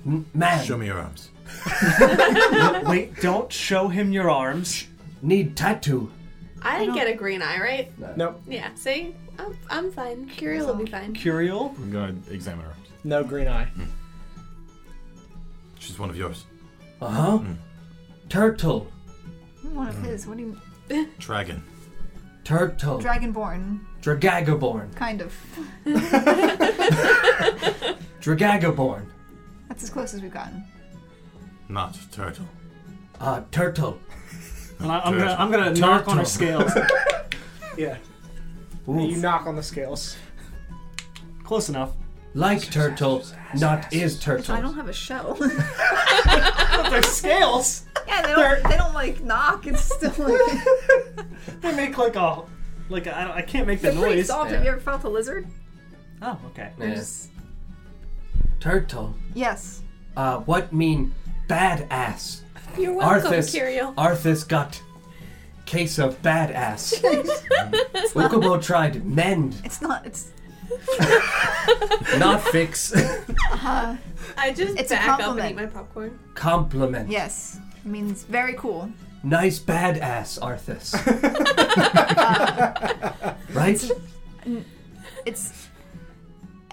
B: M- man.
G: Show me your arms.
D: Wait, don't show him your arms.
B: Need tattoo.
C: I didn't get a green eye, right?
A: Nope.
C: Yeah, see? I'm, I'm fine. Kirill will be fine.
D: Curiel?
G: I'm gonna examine her arms.
A: No green eye.
G: She's one of yours. Mm.
B: Uh
A: Uh-huh.
B: huh. Turtle.
E: I'm One of his. What do you
G: Dragon.
B: Turtle.
E: Dragonborn.
B: Dragagaborn.
E: Kind of.
B: Dragagaborn.
E: That's as close as we've gotten.
G: Not turtle.
B: Uh, turtle.
D: And I, am gonna, I'm gonna knock on her scales.
A: Yeah.
B: Oof.
A: You knock on the scales.
D: Close enough.
B: Like turtle, not is turtle.
E: I don't have a shell.
D: Their scales?
E: yeah, they don't, they don't like knock. It's still like.
D: They make like a. Like, I I, don't, I can't make the
E: They're pretty
D: noise.
E: soft. Have you ever felt a lizard?
D: Oh, okay.
H: Yeah.
B: Turtle.
E: Yes.
B: Uh, what mean badass?
C: You're welcome,
B: Arthas.
C: Kirill.
B: Arthas got case of badass. Ukubo tried mend,
E: It's not. It's
B: not fix.
C: I just
E: Uh-huh. It's a
C: back up and
E: compliment.
C: eat my popcorn.
B: Compliment.
E: yes. It means very cool.
B: Nice badass, Arthas. right?
E: It's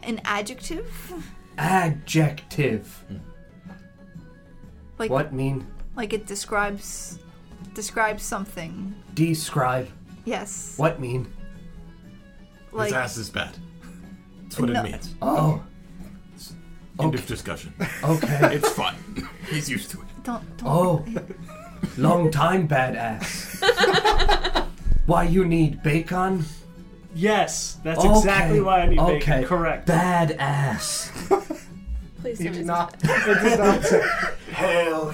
E: an adjective.
B: Adjective.
G: Hmm.
E: Like
B: What mean?
E: like it describes describes something.
B: Describe.
E: Yes.
B: What mean?
E: Like
G: His ass is bad. That's what
E: No.
G: it means.
B: Oh,
G: End of discussion.
B: okay.
G: It's fun. He's used to it.
E: don't don't
B: Oh, long time badass. Why you need bacon?
D: Yes, that's
B: Okay,
D: exactly why I need
B: okay.
D: bacon. Correct.
B: Badass.
C: Please don't.
A: You do
C: use
A: not. It does not. Say,
B: Hell.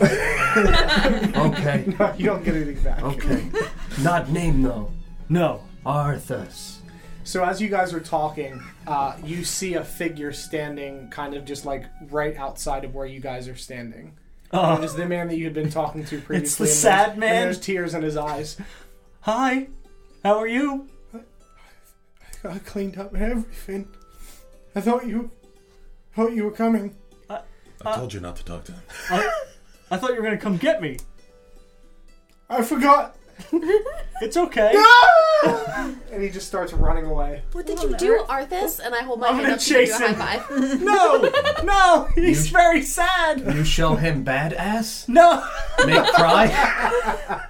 B: okay.
A: you don't get anything back.
B: Okay. Not name though.
D: No.
B: Arthas.
A: So as you guys are talking, uh, you see a figure standing, kind of just like right outside of where you guys are standing.
D: Uh,
A: It is the man that you had been talking to previously.
D: It's the
A: and there's-
D: sad
A: and
D: man.
A: There's tears in his eyes.
D: hi. How are you?
F: I cleaned up everything. I thought you, thought you were coming.
G: I told you not to talk to him.
D: I, I thought you were gonna come get me.
F: I forgot.
D: It's okay.
A: And he just starts running away.
C: What did you do, Arthas? And I hold my
D: I'm
C: hand
D: gonna
C: up to give you
D: chase
C: a
D: him.
C: high five.
D: No, no, he's very sad.
B: You show him badass?
D: No,
B: Make cry?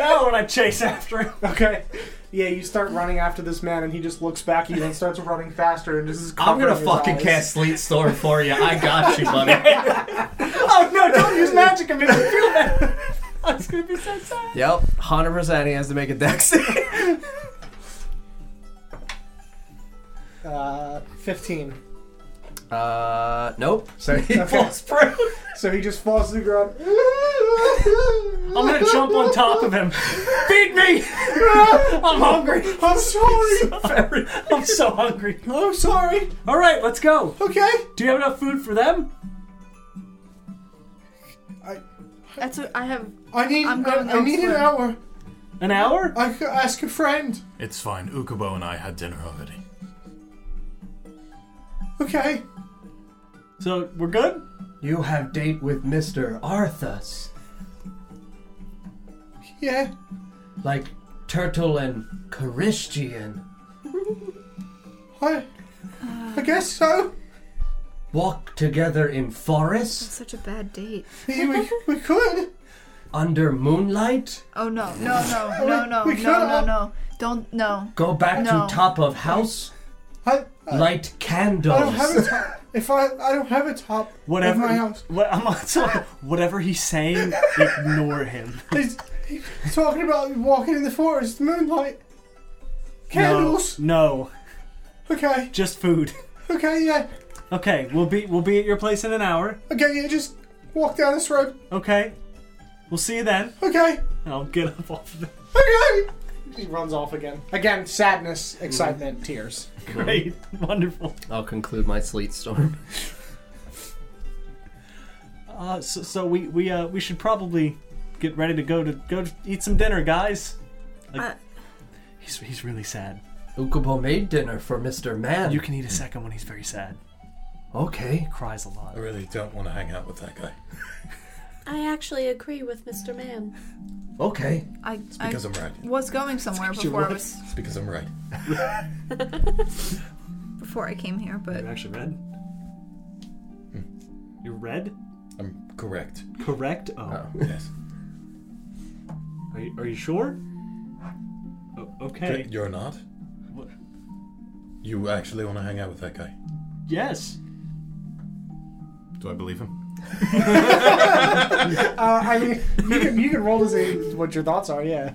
D: no, and I chase after him.
A: Okay. Yeah, you start running after this man, and he just looks back at you and starts running faster, and just is.
H: I'm
A: covering
H: gonna
A: his
H: fucking
A: eyes.
H: cast Sleet Storm for you. I got you, buddy.
A: Oh no! Don't use magic. I mean, I feel bad.
D: I was gonna be so sad.
H: yep, 100% he has to make a dex.
A: Uh, Fifteen.
H: uh, nope. So he falls
A: through. So he just falls to the ground.
D: I'm gonna jump on top of him. Feed me! I'm hungry.
A: I'm sorry.
D: Very- I'm so hungry.
A: I'm sorry.
D: All right, let's go.
A: Okay.
D: Do you have enough food for them?
E: That's what I have.
F: I need.
E: I'm
F: I,
E: going
F: I need an
E: elsewhere.
F: hour.
D: An hour?
F: I could ask a friend.
G: It's fine. Ukubo and I had dinner already.
F: Okay.
D: So we're good?
B: You have date with Mr. Arthas.
F: Yeah.
B: Like Turtle and Christian.
F: I. I
E: uh,
F: guess so.
B: Walk together in forest
E: Such a bad date.
F: We, we, we could.
B: under moonlight.
E: Oh no, no, no, no, no,
F: We
E: no,
F: cut
E: no,
F: off-
E: no. Don't no.
B: Go back
E: No.
B: to top of house.
F: I. I,
B: Light candles.
F: I don't have a top. If I, I don't have a top.
D: Whatever.
F: Of my house.
D: What, I'm also, whatever he's saying, ignore him.
F: He's, he's talking about walking in the forest, moonlight, candles.
D: No, no,
F: Okay.
D: just food.
F: Okay. Yeah.
D: Okay, we'll be we'll be at your place in an hour.
F: Okay. Yeah. Just walk down this road.
D: Okay, we'll see you then.
F: Okay.
D: And I'll get up off of it.
F: Okay.
A: He runs off again. Again, sadness, excitement, tears.
D: Great, wonderful.
H: I'll conclude my sleet storm.
D: Uh, so, so we we uh, we should probably get ready to go to go to eat some dinner, guys. Like,
E: Uh.
D: he's he's really sad.
B: Ukubo made dinner for Mr. Man.
D: You can eat a second when he's very sad.
B: Okay.
D: Cries a lot.
G: I really don't want to hang out with that guy.
C: I actually agree with Mr. Man.
B: Okay.
E: I, I
G: Because I'm right.
E: was going somewhere before I was
G: It's because I'm right.
E: before I came here, but
D: You're actually red. You're red.
G: I'm correct.
D: Correct. Oh,
G: Yes.
D: are you, are you sure? O- okay.
G: You're not?
D: What?
G: You actually want to hang out with that guy?
D: Yes.
G: Do I believe him?
A: Uh, I mean, you can, you can roll to see what your thoughts are, yeah.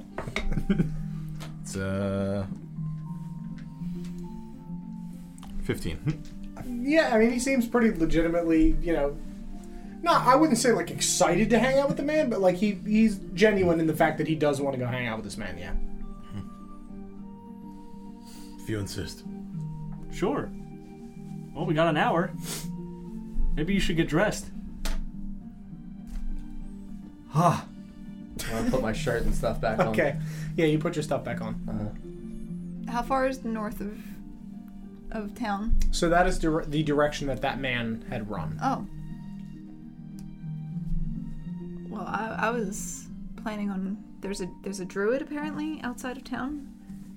G: It's, uh. 15.
A: Yeah, I mean, he seems pretty legitimately, you know, not, I wouldn't say like excited to hang out with the man, but like he, he's genuine in the fact that he does want to go hang out with this man, yeah.
G: if you insist.
D: Sure. Well, we got an hour. Maybe you should get dressed.
B: Huh.
H: I'll put my shirt and stuff back on. Uh-huh.
A: Okay. Yeah, you put your stuff back on.
E: how far is north of of town?
A: So that is dir- the direction that that man had run.
E: Oh. Well, I, I was planning on there's a there's a druid apparently outside of town,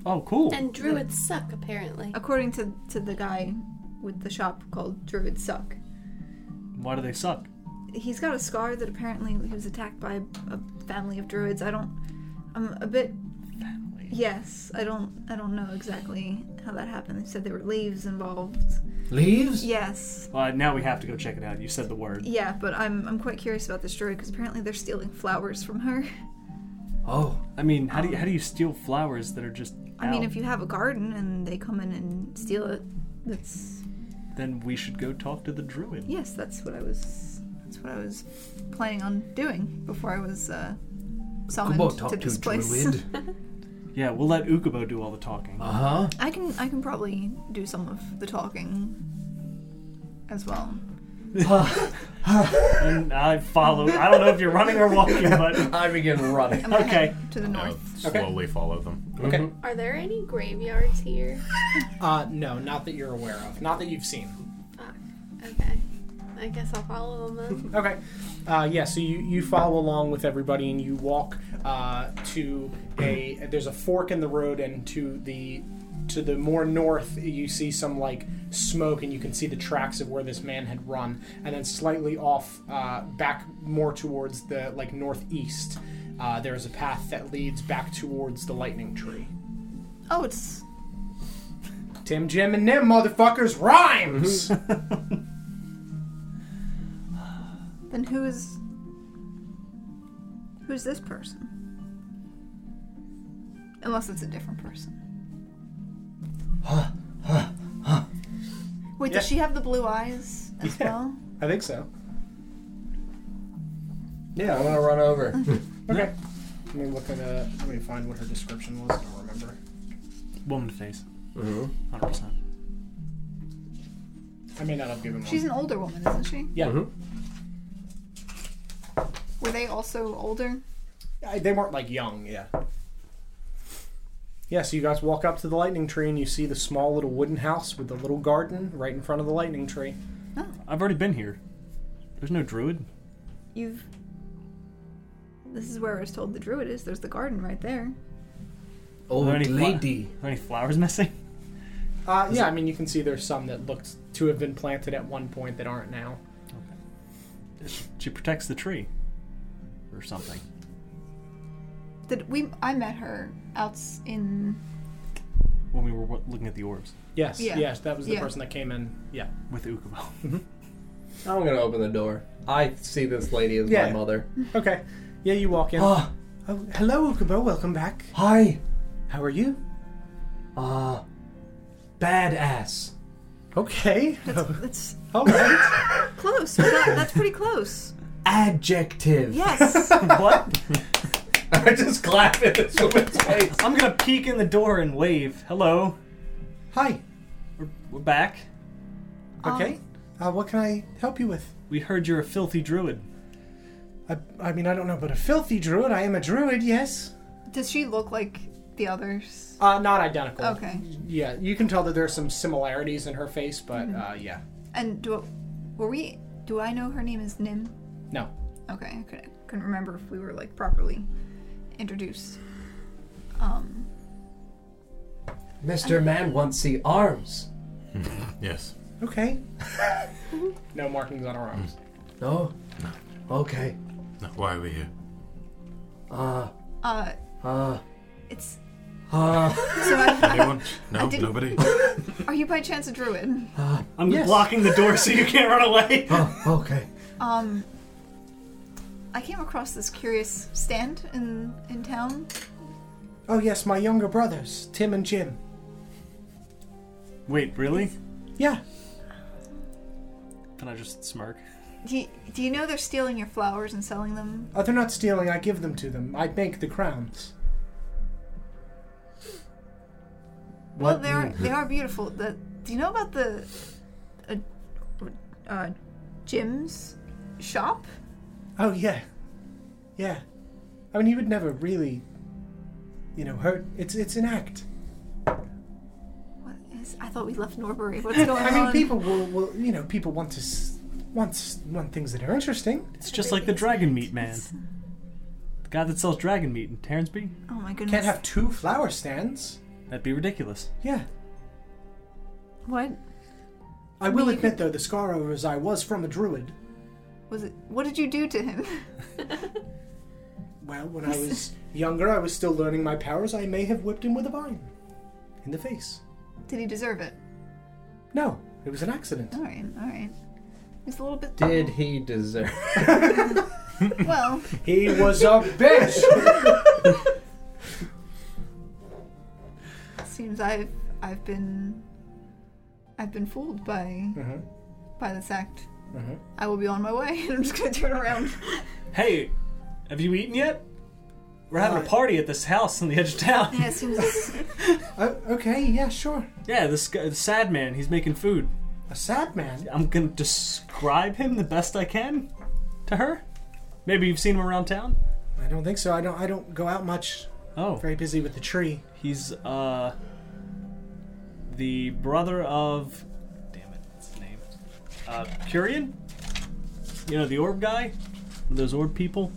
D: Oh, cool.
C: And druids suck, apparently.
E: according to to the guy with the shop called Druid Suck.
D: Why do they suck?
E: He's got a scar that apparently he was attacked by a, a family of druids. I don't. I'm a bit. Yes, I don't. I don't know exactly how that happened. They said there were leaves involved.
B: Leaves?
E: Yes.
D: Uh, now we have to go check it out. You said the word.
E: Yeah, but I'm I'm quite curious about this druid because apparently they're stealing flowers from her.
B: Oh.
D: I mean, how do you, how do you steal flowers that are just?
E: I mean,
D: out?
E: if you have a garden and they come in and steal it, that's
D: then we should go talk to the druid.
E: yes, that's what I was. That's what I was planning on doing before I was uh, summoned
B: Ukubo talk
E: to
B: to,
E: this place.
B: druid.
D: Yeah, we'll let Ukubo do all the talking.
B: Uh huh.
E: I can I can probably do some of the talking as well.
D: and I follow. I don't know if you're running or walking, but
H: I begin running.
E: I'm gonna
D: Okay.
E: head to the
G: I'll
E: north.
G: slowly follow them. Mm-hmm.
A: Okay.
C: Are there any graveyards here?
A: Uh, no, not that you're aware of. Not that you've seen.
C: Fuck. Okay. I guess I'll follow him then.
A: Okay. Uh, yeah, so you, you follow along with everybody and you walk uh, to a there's a fork in the road and to the to the more north you see some like smoke and you can see the tracks of where this man had run and then slightly off uh, back more towards the like northeast uh, there is a path that leads back towards the lightning tree.
E: Oh, it's
A: Tim, Jim, and them motherfuckers rhymes.
E: then who is who's this person? Unless it's a different person. Wait, does
A: Yeah.
E: she have the blue eyes as
A: Yeah.
E: well?
A: I think so.
H: Yeah, I'm gonna run over.
A: Okay. Let me look at uh, let me find what her description was. I don't remember.
D: woman face,
B: Uh-huh.
H: mm-hmm.
D: hundred percent.
A: I may not have given one.
E: She's an older woman, isn't she?
A: Yeah.
B: Uh-huh.
E: Were they also older?
A: I, they weren't like young, yeah. Yeah, so you guys walk up to the lightning tree and you see the small little wooden house with the little garden right in front of the lightning tree.
D: I've already been here. There's no druid.
E: You've. This is where I was told the druid is. There's the garden right there.
B: Old
D: Are there any fla-
B: lady.
D: Are there any flowers missing?
A: Uh, yeah, I mean, you can see there's some that looked to have been planted at one point that aren't now.
D: She protects the tree. Or something.
E: Did we? I met her out in.
D: When we were wa- looking at the orbs
A: Yes,
E: Yeah.
A: yes, that was the
E: Yeah.
A: person that came in. Yeah.
D: with Ukubo.
H: I'm gonna open the door. I see this lady as
A: Yeah.
H: my mother.
A: Okay. Yeah, you walk in.
B: Ah,
A: Oh, hello, Ukubo. Welcome back.
B: hi.
A: How are you?
B: Uh, badass.
A: Okay.
E: That's, that's
A: All right.
E: close. but that- that's pretty close.
B: Adjective.
E: Yes.
D: what?
H: I just clap in this woman's face.
D: I'm gonna peek in the door and wave. Hello.
A: Hi.
D: We're back.
F: Um,
A: Okay. Uh, what can I help you with?
D: We heard you're a filthy druid.
A: I, I mean, I don't know, but a filthy druid. I am a druid, yes.
E: Does she look like the others?
A: Uh, not identical.
E: Okay.
A: Yeah, you can tell that there's some similarities in her face, but
E: Mm-hmm.
A: uh, yeah.
E: And do were we? Do I know her name is Nim?
A: No.
E: Okay, I couldn't, couldn't remember if we were like properly introduced. Um,
B: Mr. Man wants the arms.
G: Yes.
A: Okay. no markings on her arms.
B: No? Okay.
G: Hmm. No, why are we here?
B: Uh,
E: uh,
B: uh,
E: it's
B: uh,
E: so. I,
G: Anyone? No,
E: didn't-
G: nobody.
E: are you by chance a druid?
D: I'm
A: Uh, Yes.
D: blocking the door so you can't run away.
B: oh, okay.
E: Um, I came across this curious stand in in town.
A: Oh, yes, my younger brothers, Tim and Jim.
D: Wait, really?
A: Yeah.
D: Can I just smirk?
E: Do you, do you know they're stealing your flowers and selling them?
A: Oh, they're not stealing. I give them to them. I make the crowns.
E: Well, they are they are beautiful. The, do you know about the uh, uh, Jim's shop?
A: Oh, yeah. Yeah. I mean, he would never really, you know, hurt. It's it's an act.
E: What is? I thought we left Norbury. What's going
A: I mean,
E: on?
A: people will, will you know, people want to s- want s- want things that are interesting.
D: It's just like the dragon meat man. The guy that sells dragon meat in Terransby?
E: Oh my goodness!
A: Can't have two flower stands.
D: That'd be ridiculous.
A: Yeah.
E: what
A: I will
E: Maybe.
A: admit, though, the scar over his eye was from a druid.
E: was it? What did you do to him?
A: Well, when I was younger, I was still learning my powers. I may have whipped him with a vine in the face.
E: did he deserve it?
A: No, it was an accident.
E: All right, all right. He's a little bit.
H: Did he deserve?
E: Well,
A: He was a bitch.
E: seems I've I've been I've been fooled by
A: Mm-hmm.
E: by this act. I will be on my way. I'm just gonna turn around.
D: Hey, have you eaten yet? We're having a party at this house on the edge of town.
E: yeah, it seems.
A: oh, okay, yeah, sure.
D: Yeah, this guy, the sad man, he's making food.
A: A sad man.
D: I'm gonna describe him the best I can to her. Maybe you've seen him around town.
A: I don't think so. I don't. I don't go out much.
D: Oh,
A: Very busy with the tree.
D: he's uh the brother of damn it, what's his name? Uh, Curian. You know the orb guy, those orb people.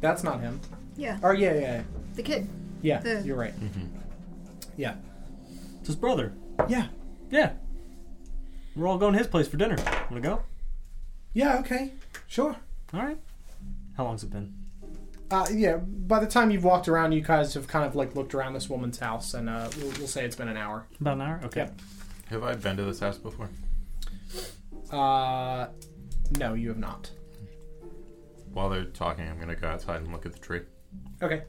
A: That's not him.
E: Yeah,
A: Oh yeah, yeah,
E: the kid.
A: yeah. yeah
E: The-
A: you're right. Yeah,
D: It's Mm-hmm. his brother.
A: yeah,
D: Yeah. We're all going to his place for dinner. Wanna go?
A: yeah. Okay, sure.
D: All right. How long's it been?
A: Uh, yeah. By the time you've walked around, you guys have kind of like looked around this woman's house, and uh, we'll, we'll say it's been an hour.
D: About an hour. Okay.
A: Yep.
G: Have I been to this house before?
A: Uh, no, you have not.
G: While they're talking, I'm gonna go outside and look at the tree.
A: Okay.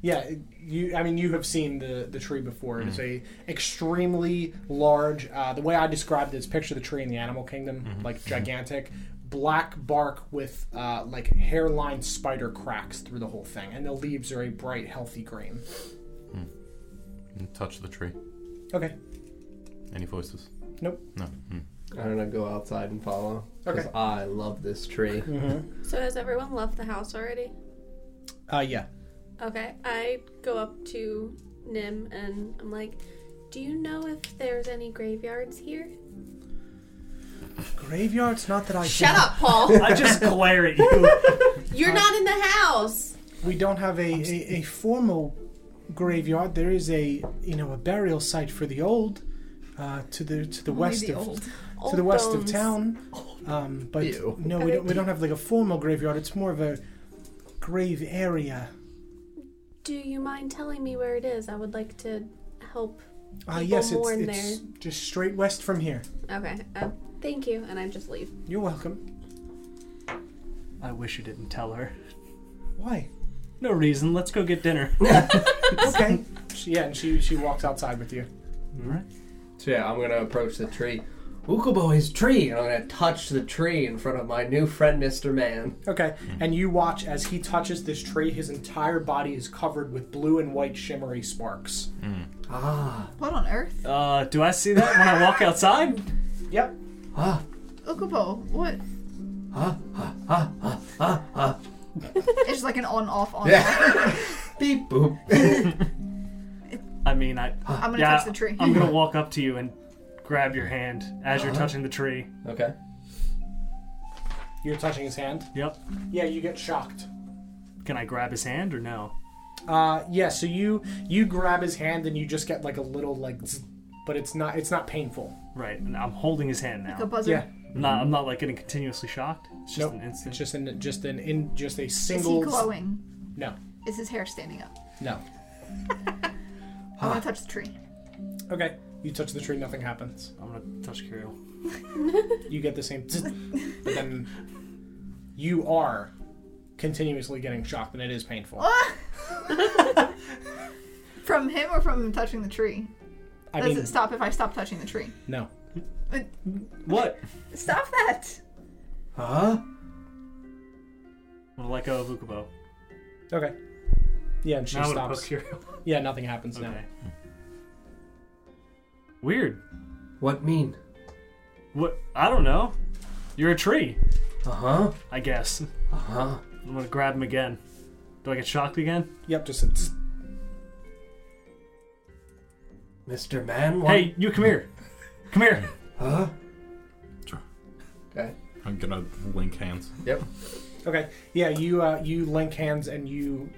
A: Yeah, it- you. I mean, you have seen the the tree before. It's a extremely large. Uh, the way I described it is picture the tree in the animal kingdom, like gigantic, black bark with uh, like hairline spider cracks through the whole thing, and the leaves are a bright, healthy green.
G: Hmm. And touch the tree.
A: Okay.
G: Any voices?
A: Nope.
G: No. Hmm.
H: I'm gonna go outside and follow. Because
A: Okay. Mm-hmm.
H: I love this tree.
C: So has everyone left the house already?
A: Uh, yeah.
C: Okay, I go up to Nim and I'm like, "Do you know if there's any graveyards here?"
F: Graveyards, not that I.
C: Shut up, Paul.
D: I just glare at you.
C: You're
E: Uh,
C: not in the house.
F: We don't have a, a, a formal graveyard. There is a you know a burial site for the old, uh, to the to the west
E: the
F: of
E: old.
F: to
C: Old
F: the west of
C: bones.
F: town. Um, but
H: Ew.
F: no, we don't we don't have like a formal graveyard. It's more of a grave area.
C: Do you mind telling me where it is? I would like to help.
F: Ah,
C: People
F: yes, it's,
C: mourn
F: it's just straight west from here.
C: Okay. Uh, thank you, and I just leave.
F: You're welcome.
D: I wish you didn't tell her.
F: Why?
D: No reason. Let's go get dinner.
F: Okay.
A: She- yeah, and she she walks outside with you.
D: Mm.
H: So yeah, I'm gonna approach the tree. Ukubo is tree, and I'm gonna touch the tree in front of my new friend, Mr. Man.
A: Okay, and you watch as he touches this tree. His entire body is covered with blue and white shimmery sparks.
H: Ah,
E: What on earth?
D: Uh, do I see that when I walk outside?
A: Yep.
H: ah,
E: Ukubo, what?
H: ah, ah, ah, ah, ah, ah.
E: It's just like an on off on off.
H: Beep boop.
D: I mean, I.
E: I'm gonna
D: yeah,
E: touch the tree.
D: I'm gonna walk up to you and grab your hand as
A: Uh-huh.
D: you're touching the tree.
H: Okay.
A: You're touching his hand.
D: Yep.
A: Yeah, you get shocked.
D: Can I grab his hand or no?
A: Uh, yeah. So you you grab his hand and you just get like a little like, zzz, but it's not it's not painful.
D: Right. And I'm holding his hand now.
E: Like a buzzer.
A: Yeah.
D: I'm not. I'm not like getting continuously shocked. It's just
A: Nope.
D: an instant.
A: It's just an just an in just a
E: Is he
A: single.
E: glowing?
A: No.
E: Is his hair standing up?
A: No.
E: I wanna touch the tree.
A: Okay. You touch the tree, nothing happens.
D: I'm gonna touch Kirill.
A: You get the same, zzz, but then you are continuously getting shocked, and it is painful.
E: Ah! From him or from touching the tree?
A: I
E: Does
A: mean,
E: it stop if I stop touching the tree?
A: no.
D: What?
E: Stop that!
H: Huh?
D: I'm gonna let go of Ukubo.
A: Okay. Yeah, and she
D: Now I'm gonna poke
A: stops.
D: Kirill.
A: Yeah, nothing happens now.
D: Okay. Weird.
H: What mean?
D: What? I don't know. You're a tree,
H: Uh
A: Uh-huh.
H: huh.
D: I guess.
H: Uh huh.
D: I'm gonna grab him again. Do I get shocked again?
A: Yep, just zzz.
H: Mr. Man. What?
D: Hey, you come here. Come here.
H: Huh?
G: Sure.
H: Okay.
G: I'm gonna link hands.
H: Yep.
A: Okay. Yeah, you uh, you link hands and you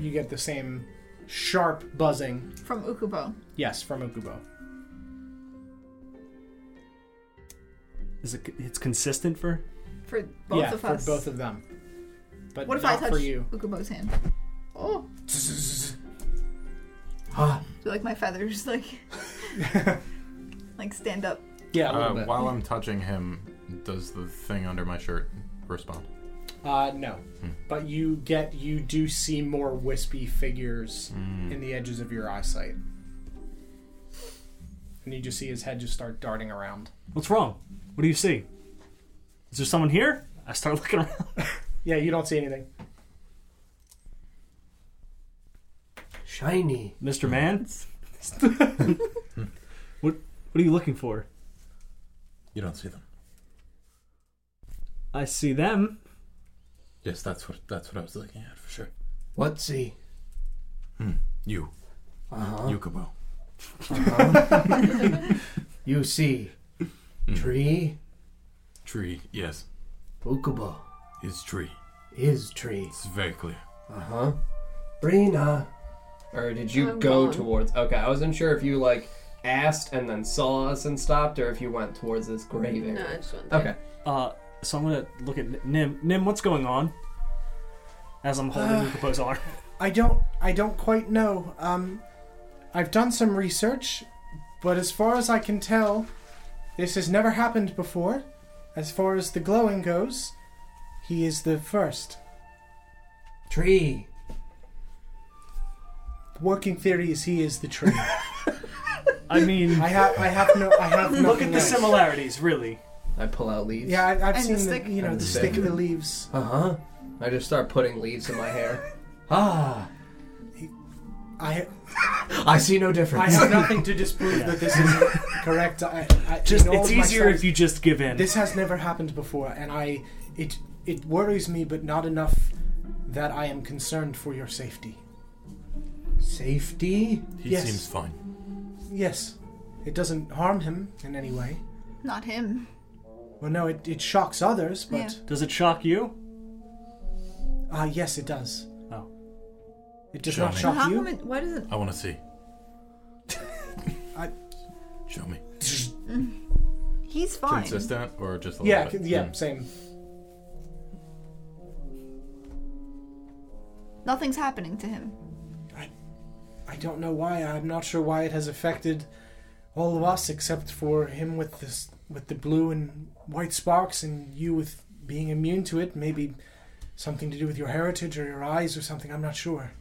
A: you get the same sharp buzzing.
E: From Ukubo.
A: Yes, from Okubo.
D: Is it? It's consistent for.
E: For both
A: yeah,
E: of us.
A: for both of them. But
E: what if I
A: not
E: touch
A: for you.
E: Ukubo's hand? Oh.
H: Ah.
E: Do like my feathers, like. like stand up.
A: Yeah, a
G: Uh,
A: little bit.
G: while I'm touching him, does the thing under my shirt respond?
A: Uh, no, but you get you do see more wispy figures in the edges of your eyesight, and you just see his head just start darting around.
D: What's wrong? What do you see? Is there someone here? I start looking around.
A: Yeah, you don't see anything.
H: Shiny.
D: Mr. Man? what what are you looking for?
G: You don't see them.
D: I see them.
G: Yes, that's what that's what I was looking at for sure.
H: What's he?
G: Hmm, You,
H: Uh
B: Uh-huh.
A: Uh-huh.
H: huh.
G: Yukubo.
H: You see. Tree.
G: Tree. Hmm. Yes,
H: Ukubo
G: is tree.
H: is tree.
G: It's very clear.
H: Uh
B: Uh-huh.
H: huh. Brina. Or did you
C: I'm
H: go
C: gone.
H: towards? Okay, I wasn't sure if you like asked and then saw us and stopped, or if you went towards this grave
C: No,
H: area.
C: I just went.
H: Okay.
D: Uh so I'm gonna look at N- Nim. Nim, what's going on? As I'm holding Lucopo's arm.
F: I don't. I don't quite know. Um, I've done some research, but as far as I can tell, this has never happened before. As far as the glowing goes, he is the first.
H: Tree.
F: Working theory is he is the tree.
D: I mean
F: I have. I have no. I have
D: look at
F: nothing
D: the
F: else.
D: similarities, really.
H: I pull out leaves.
F: Yeah, I, I've
E: And
F: seen
E: the
F: the,
E: stick.
F: you know
H: And
F: the
H: the
F: stick of
H: stick.
F: the leaves.
H: Uh huh. I just start putting leaves in my hair. Ah.
F: I
H: I see no
F: I
H: difference.
F: have nothing to disprove that this is correct. I, I,
D: Just
F: in all
D: it's
F: of my
D: easier
F: studies-
D: if you just give in.
F: This has never happened before, and I it it worries me, but not enough
A: that I am concerned for your safety.
B: Safety?
G: He
A: Yes.
G: seems fine.
A: Yes, it doesn't harm him in any way.
E: Not him.
A: Well, no, it, it shocks others, but.
D: Does it shock you?
A: Ah, yes, it does.
D: Oh.
A: It does
G: Show
A: not
G: me.
E: Well,
A: shock
E: how come
A: you.
E: it? Why does it?
G: I want to see.
A: I-
G: Show me.
E: mm. He's fine.
G: Consistent or just a
A: Yeah,
G: little bit?
D: Hmm.
A: yeah,
G: Mm.
A: same.
E: Nothing's happening to him.
A: I don't know why. I'm not sure why it has affected all of us except for him with this with the blue and white sparks and you with being immune to it. Maybe something to do with your heritage or your eyes or something. I'm not sure.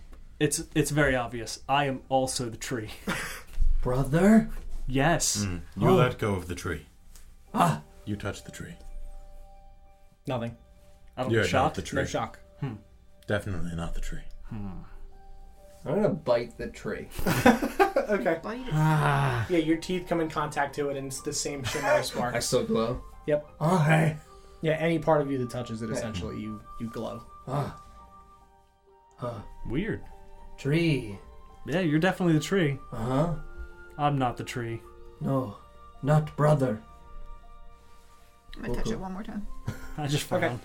D: It's it's very obvious. I am also the tree.
B: Brother?
D: Yes.
G: Hmm, You
B: Oh.
G: let go of the tree.
B: Ah!
G: You touch the tree.
A: Nothing.
D: I don't
G: You're not
D: shock.
G: the tree.
A: shock. Hmm.
G: Definitely not the tree.
H: I'm gonna bite the tree.
A: Okay.
B: Ah!
A: Yeah, your teeth come in contact to it and it's the same shimmery
H: I
A: sparks.
H: still glow.
B: Oh,
H: Ah,
B: hey!
A: yeah, any part of you that touches it essentially you you glow.
B: Ah! Ah!
D: Weird.
B: Tree!
D: Yeah, you're definitely the tree.
B: Uh huh.
D: I'm not the tree.
B: No, not brother.
E: I'm gonna touch
B: Okay.
E: it one more time.
D: I just frown.
A: Okay.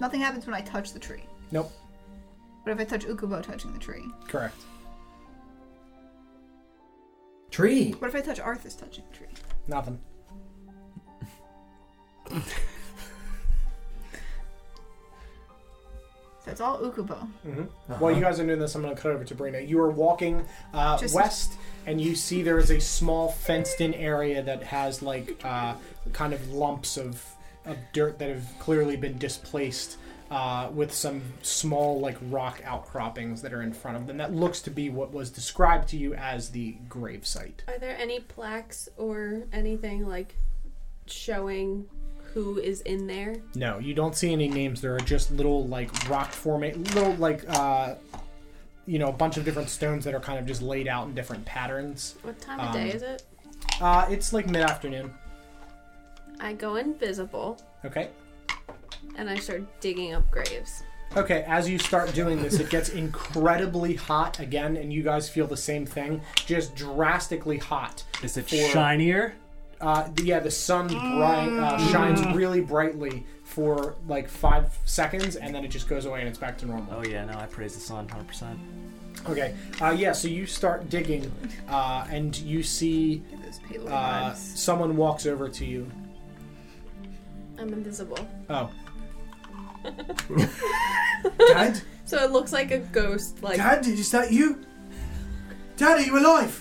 E: Nothing happens when I touch the tree.
A: Nope.
E: But if I touch Ukubo touching the tree?
A: Correct.
B: Tree!
E: What if I touch Arthur's touching the tree?
A: Nothing.
E: So it's all Ukubo.
A: While you guys are doing this, I'm going to cut over to Brina. You are walking uh,
E: Just-
A: west, and you see there is a small fenced-in area that has like uh, kind of lumps of, of dirt that have clearly been displaced, uh, with some small like rock outcroppings that are in front of them. That looks to be what was described to you as the grave site.
C: Are there any plaques or anything like showing who is in there?
A: No, you don't see any names. There are just little like rock formate, little like. Uh, you know, a bunch of different stones that are kind of just laid out in different patterns.
C: What time of day
A: Um,
C: is it?
A: Uh, it's like mid afternoon.
C: I go invisible
A: Okay.
C: and I start digging up graves.
A: Okay, as you start doing this, it gets incredibly hot again, and you guys feel the same thing. Just drastically hot.
D: Is it
A: For-
D: shinier?
A: Uh, the- yeah, the sun bright, uh, shines really brightly for like five seconds, and then it just goes away and it's back to normal.
D: Oh yeah, no, I praise the sun 100. percent
A: Okay, uh, yeah, so you start digging, uh, and you see
E: Give those payload
A: uh,
E: vibes.
A: someone walks over to you.
C: I'm invisible.
A: Oh,
F: Dad?
C: So it looks like a ghost, like
F: Dad, is that you? Dad, are you alive?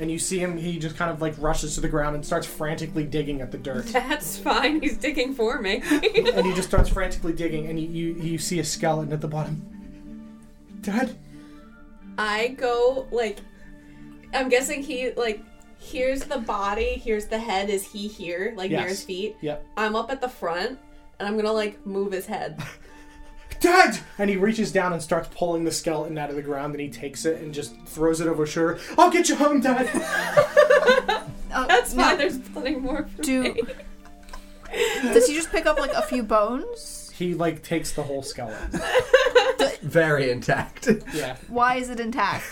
A: and you see him, he just kind of like rushes to the ground and starts frantically digging at the dirt.
C: that's fine, he's digging for me.
A: and he just starts frantically digging, and you, you, you see a skeleton at the bottom. Dad?
C: I go like I'm guessing he like here's the body, here's the head, is he here? Like near
A: Yes.
C: his feet.
A: Yep.
C: I'm up at the front and I'm gonna like move his head.
A: Dad! And he reaches down and starts pulling the skeleton out of the ground, and he takes it and just throws it over his shoulder. I'll get you home, Dad!
E: Oh,
C: That's
E: no.
C: why there's plenty more for
E: Do-
C: me.
E: Does he just pick up like a few bones?
A: he, like, takes the whole skeleton.
H: Very intact.
A: Yeah.
E: Why is it intact?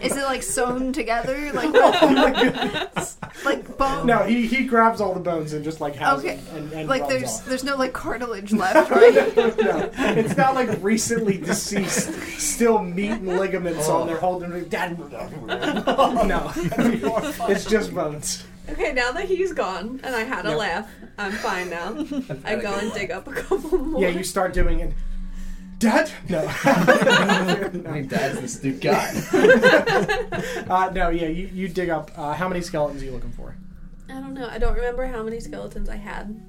E: is it like sewn together? Like what? like bone?
A: No, he, he grabs all the bones and just, like, has
E: Okay.
A: them and, and
E: Like
A: runs
E: there's
A: off.
E: there's no like cartilage left, right?
A: no, it's not like recently deceased, still meat and ligaments on there holding him. Dad! No. it's just bones.
C: Okay, now that he's gone and I had a laugh, I'm fine now. I go and dig up a couple more.
A: Yeah, you start doing it. Dad? No.
H: I mean, Dad's this new guy.
A: Uh, no, yeah, you, you dig up. Uh, how many skeletons are you looking for?
C: I don't know. I don't remember how many skeletons I had.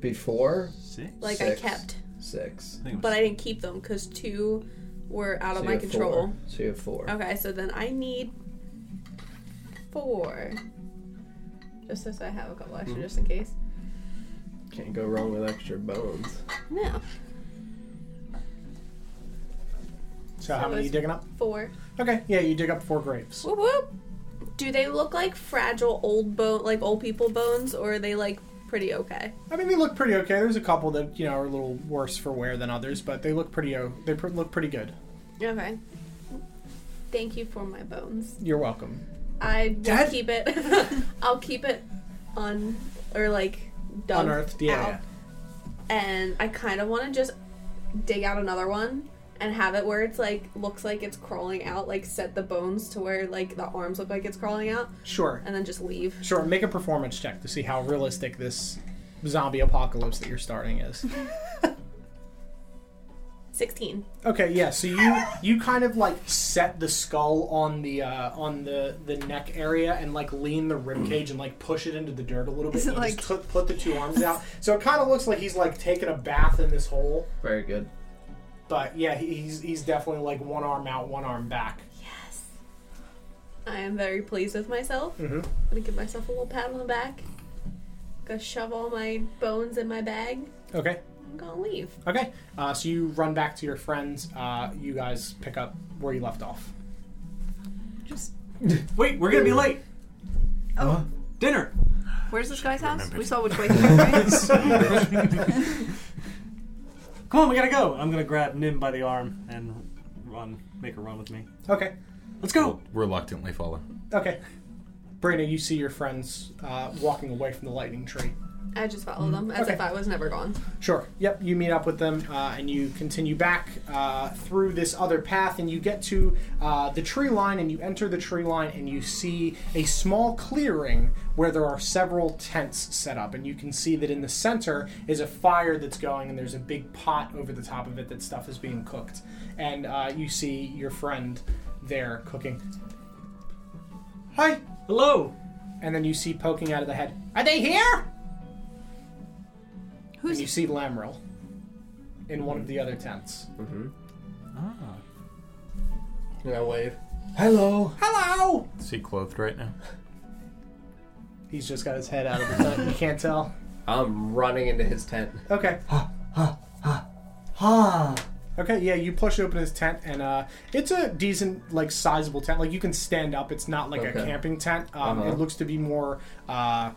H: Before
D: Six.
C: Like
H: Six.
C: I kept,
H: six,
C: but I didn't keep them because two were out
H: so
C: of
H: you
C: my
H: have
C: control. Oh.
H: Four. So you have four.
C: Okay, so then I need four. Just so I have a couple extra, just in case.
H: Can't go wrong with extra bones.
C: No,
A: So, how many are you digging up?
C: four.
A: Okay, yeah, you dig up four graves.
C: Whoop whoop. Do they look like fragile old bone, like old people bones, or are they like pretty okay.
A: I mean, they look pretty okay. There's a couple that you know are a little worse for wear than others, but they look pretty. o- They pr- look pretty good.
C: Okay. Thank you for my bones.
A: You're welcome.
C: I will
F: Dad?
C: keep it. I'll keep it on or like dug
A: Unearthed, yeah,
C: out.
A: yeah.
C: And I kind of want to just dig out another one and have it where it's like looks like it's crawling out. Like set the bones to where like the arms look like it's crawling out,
A: Sure,
C: and then just leave.
A: sure. Make a performance check to see how realistic this zombie apocalypse that you're starting is.
C: Sixteen.
A: Okay, yeah. So you you kind of like set the skull on the uh, on the the neck area and like lean the rib cage and like push it into the dirt a little bit.
E: Is it
A: and you just
E: like-
A: put, put the two arms out. So it kind of looks like he's like taking a bath in this hole.
H: Very good.
A: But yeah, he- he's he's definitely like one arm out, one arm back.
C: I am very pleased with myself.
D: Mm-hmm.
A: Mhm.
C: I'm gonna give myself a little pat on the back. Gonna shove all my bones in my bag.
A: Okay.
C: I'm gonna leave.
A: Okay. Uh, so you run back to your friends. Uh, you guys pick up where you left off.
D: Wait, we're gonna be late.
E: Oh. Huh?
D: Dinner.
E: Where's this guy's house?
G: remembered.
E: We saw which way he went, right?
D: Come on, we gotta go. I'm gonna grab Nim by the arm and run, make her run with me.
A: Okay.
D: Let's go.
G: Reluctantly follow.
A: Okay. Brina, you see your friends uh, walking away from the lightning tree.
C: I just follow them as
A: Mm. Okay.
C: if I was never gone.
A: Sure. Yep. You meet up with them, uh, and you continue back uh, through this other path, and you get to uh, the tree line, and you enter the tree line, and you see a small clearing where there are several tents set up, and you can see that in the center is a fire that's going, and there's a big pot over the top of it that stuff is being cooked, and uh, you see your friend there cooking. Hi.
D: Hello.
A: And then you see poking out of the head. Are they here? and you
E: Who's
A: see Lamrel in one of the other tents.
H: Mm-hmm. And I wave.
B: Hello.
A: Hello!
G: Is he clothed right now?
A: He's just got his head out of the tent. You can't tell.
H: I'm running into his tent.
A: Okay.
B: Ah.
A: Okay, yeah, you push open his tent, and uh, it's a decent, like, sizable tent. Like, you can stand up. It's not like a
H: Okay.
A: camping tent. Um,
H: Uh-huh.
A: It looks to be more uh,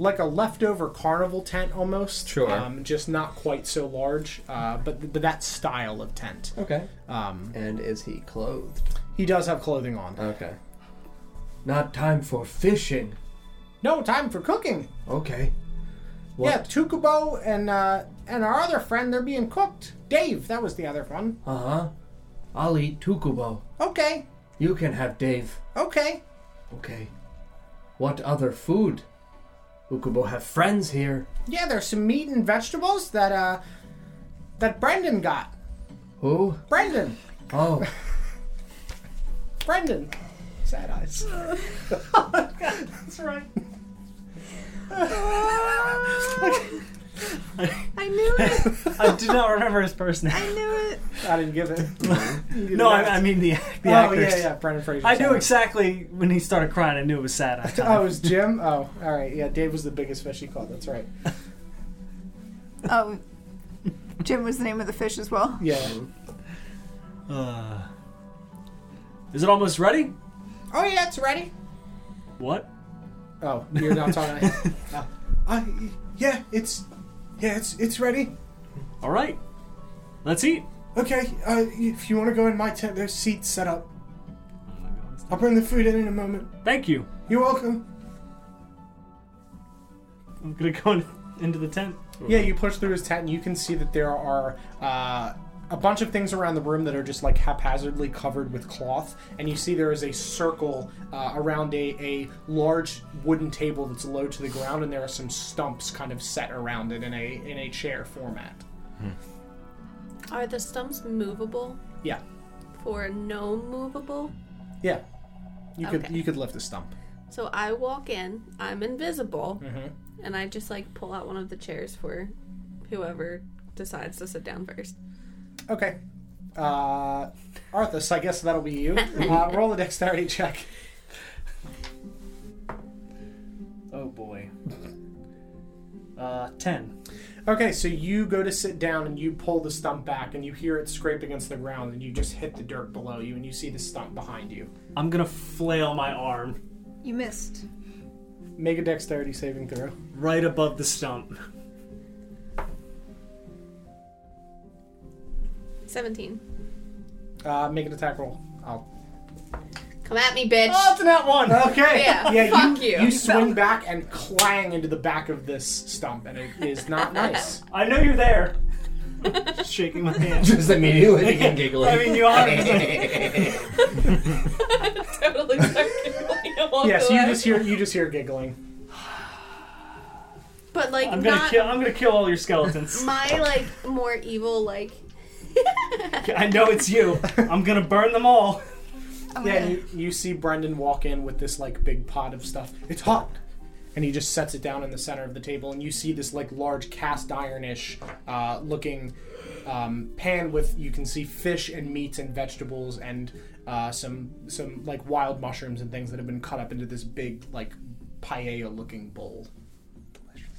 A: like a leftover carnival tent almost.
H: Sure.
A: Um, just not quite so large, uh, but, but that style of tent.
H: Okay.
A: Um,
H: And is he clothed?
A: he does have clothing on.
H: Okay.
B: Not time for fishing.
A: No time for cooking.
B: Okay.
A: Yeah, Tukubo and uh, and our other friend, they're being cooked. Dave, that was the other one.
B: Uh huh. I'll eat Tukubo.
A: Okay,
B: You can have Dave.
A: okay.
B: Okay. What other food? Ukubo have friends here.
A: Yeah, there's some meat and vegetables that uh that Brendan got.
B: Who?
A: Brendan,
B: Oh,
A: Brendan. Sad eyes. That's right.
E: I knew it.
D: I do not remember his first name.
E: I knew it.
A: I didn't give it.
D: No, I, I mean the the
A: oh
D: actors.
A: yeah, yeah, Brendan Fraser.
D: I knew
A: sorry.
D: exactly when he started crying. I knew it was sad. I
A: Oh, it was Jim. Oh, all right. Yeah, Dave was the biggest fish he caught. That's right.
E: Oh, Jim was the name of the fish as well.
A: Yeah.
D: Uh, is it almost ready?
A: Oh yeah, it's ready.
D: What?
A: Oh, you're not talking.
F: I, yeah, it's, yeah, it's it's ready.
D: All right. Let's eat.
F: Okay, uh, if you want to go in my tent, there's seats set up. I'll bring the food in in a moment.
D: Thank you.
F: You're welcome.
D: I'm gonna go in, into the tent.
A: Yeah, you push through his tent, and you can see that there are uh, a bunch of things around the room that are just like haphazardly covered with cloth. And you see there is a circle uh, around a, a large wooden table that's low to the ground, and there are some stumps kind of set around it in a in a chair format.
C: Are the stumps movable?
A: Yeah,
C: For no movable?
A: yeah. You could
C: Okay.
A: you could lift a stump.
C: So I walk in, I'm invisible,
A: Mm-hmm.
C: and I just like pull out one of the chairs for whoever decides to sit down first.
A: Okay. Uh, Arthas, I guess that'll be you. Uh, roll a dexterity check.
D: Oh boy. Uh, ten.
A: Okay, so you go to sit down and you pull the stump back and you hear it scrape against the ground and you just hit the dirt below you and you see the stump behind you.
D: I'm gonna flail my arm.
E: You missed.
A: Make a dexterity saving throw.
D: Right above the stump.
C: 17.
A: Uh, make an attack roll. I'll
C: Come at me, bitch.
A: Oh, it's not one. Okay.
C: Yeah, fuck
A: you.
C: you.
A: swing back and clang into the back of this stump, and it is not nice.
D: I know you're there. Shaking my hand.
H: Just immediately begin giggling.
D: I mean, you are.
C: totally
A: yeah, so you just hear you just hear giggling.
C: But like
D: I'm gonna
C: not
D: kill. I'm gonna kill all your skeletons.
C: my like more evil like
D: I know it's you. I'm gonna burn them
C: Oh
D: all.
A: Oh, Yeah, and you, you see Brendan walk in with this like big pot of stuff. It's hot. And he just sets it down in the center of the table, and you see this like large cast ironish uh, looking um, pan with you can see fish and meats and vegetables and uh, some some like wild mushrooms and things that have been cut up into this big like paella looking bowl.